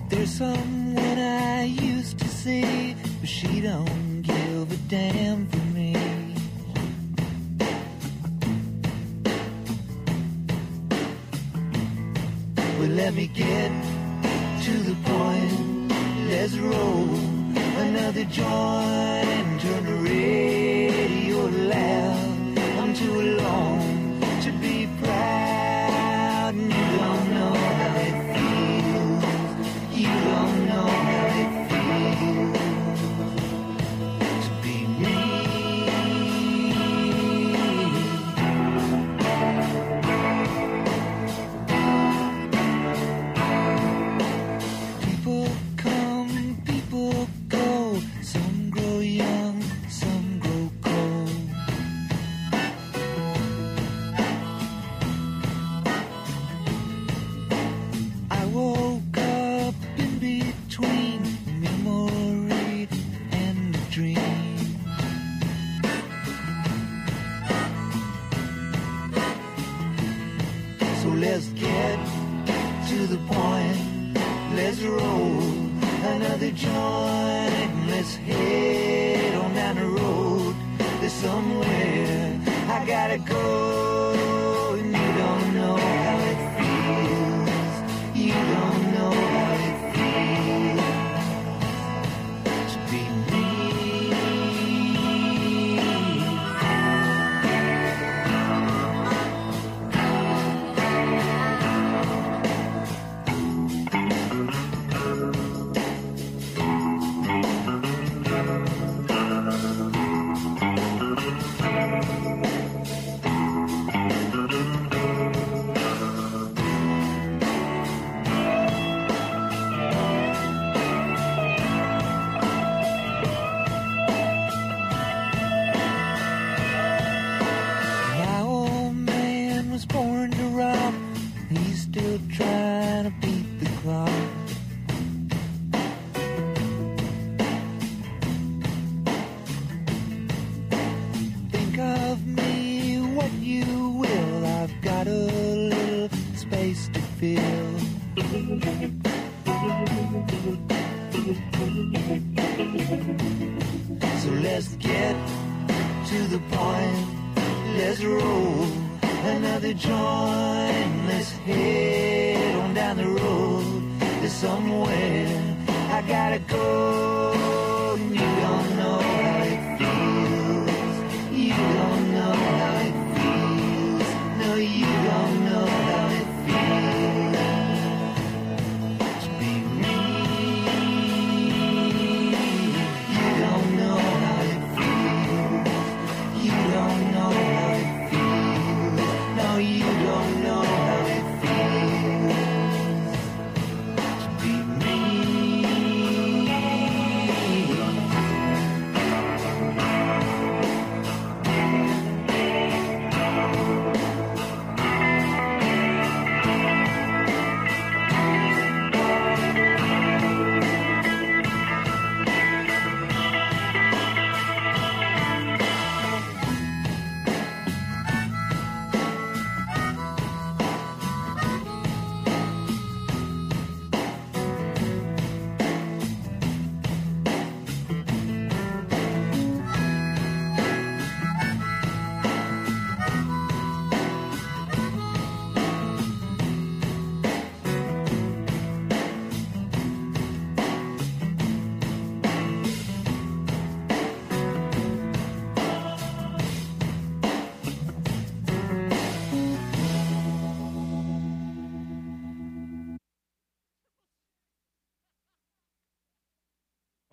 O: There's someone I used to see, but she don't give a damn for me. Well, let me get to the point. Let's roll another joint and turn the radio loud. I'm too alone to be proud, and you don't know how it feels. You don't know how it feels to be me. People come, people go. Some grow young, some grow cold. I woke up in between memory and a dream. So let's get to the point. Let's roll another joint. and Let's head on down the road. There's somewhere I gotta go. And you don't know how it feels. You don't know how it feels to be me.
C: feel. So let's get to the point. Let's roll another joint. Let's head on down the road. There's somewhere I gotta go. and You don't know how it feels. You don't know how it feels. No, you don't know how it feels. To be me. You don't know how it feels. You don't know how it feels. No, you don't know how it feels. To be me.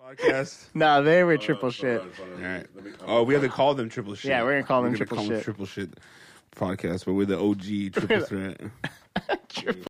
A: Podcast.
G: no, they
C: Oh,
G: were triple shit.
A: All right. Oh, we have to call them triple shit.
G: Yeah, we're gonna call them
A: gonna
G: triple shit. (laughs)
A: triple shit podcast, but we're the OG triple threat.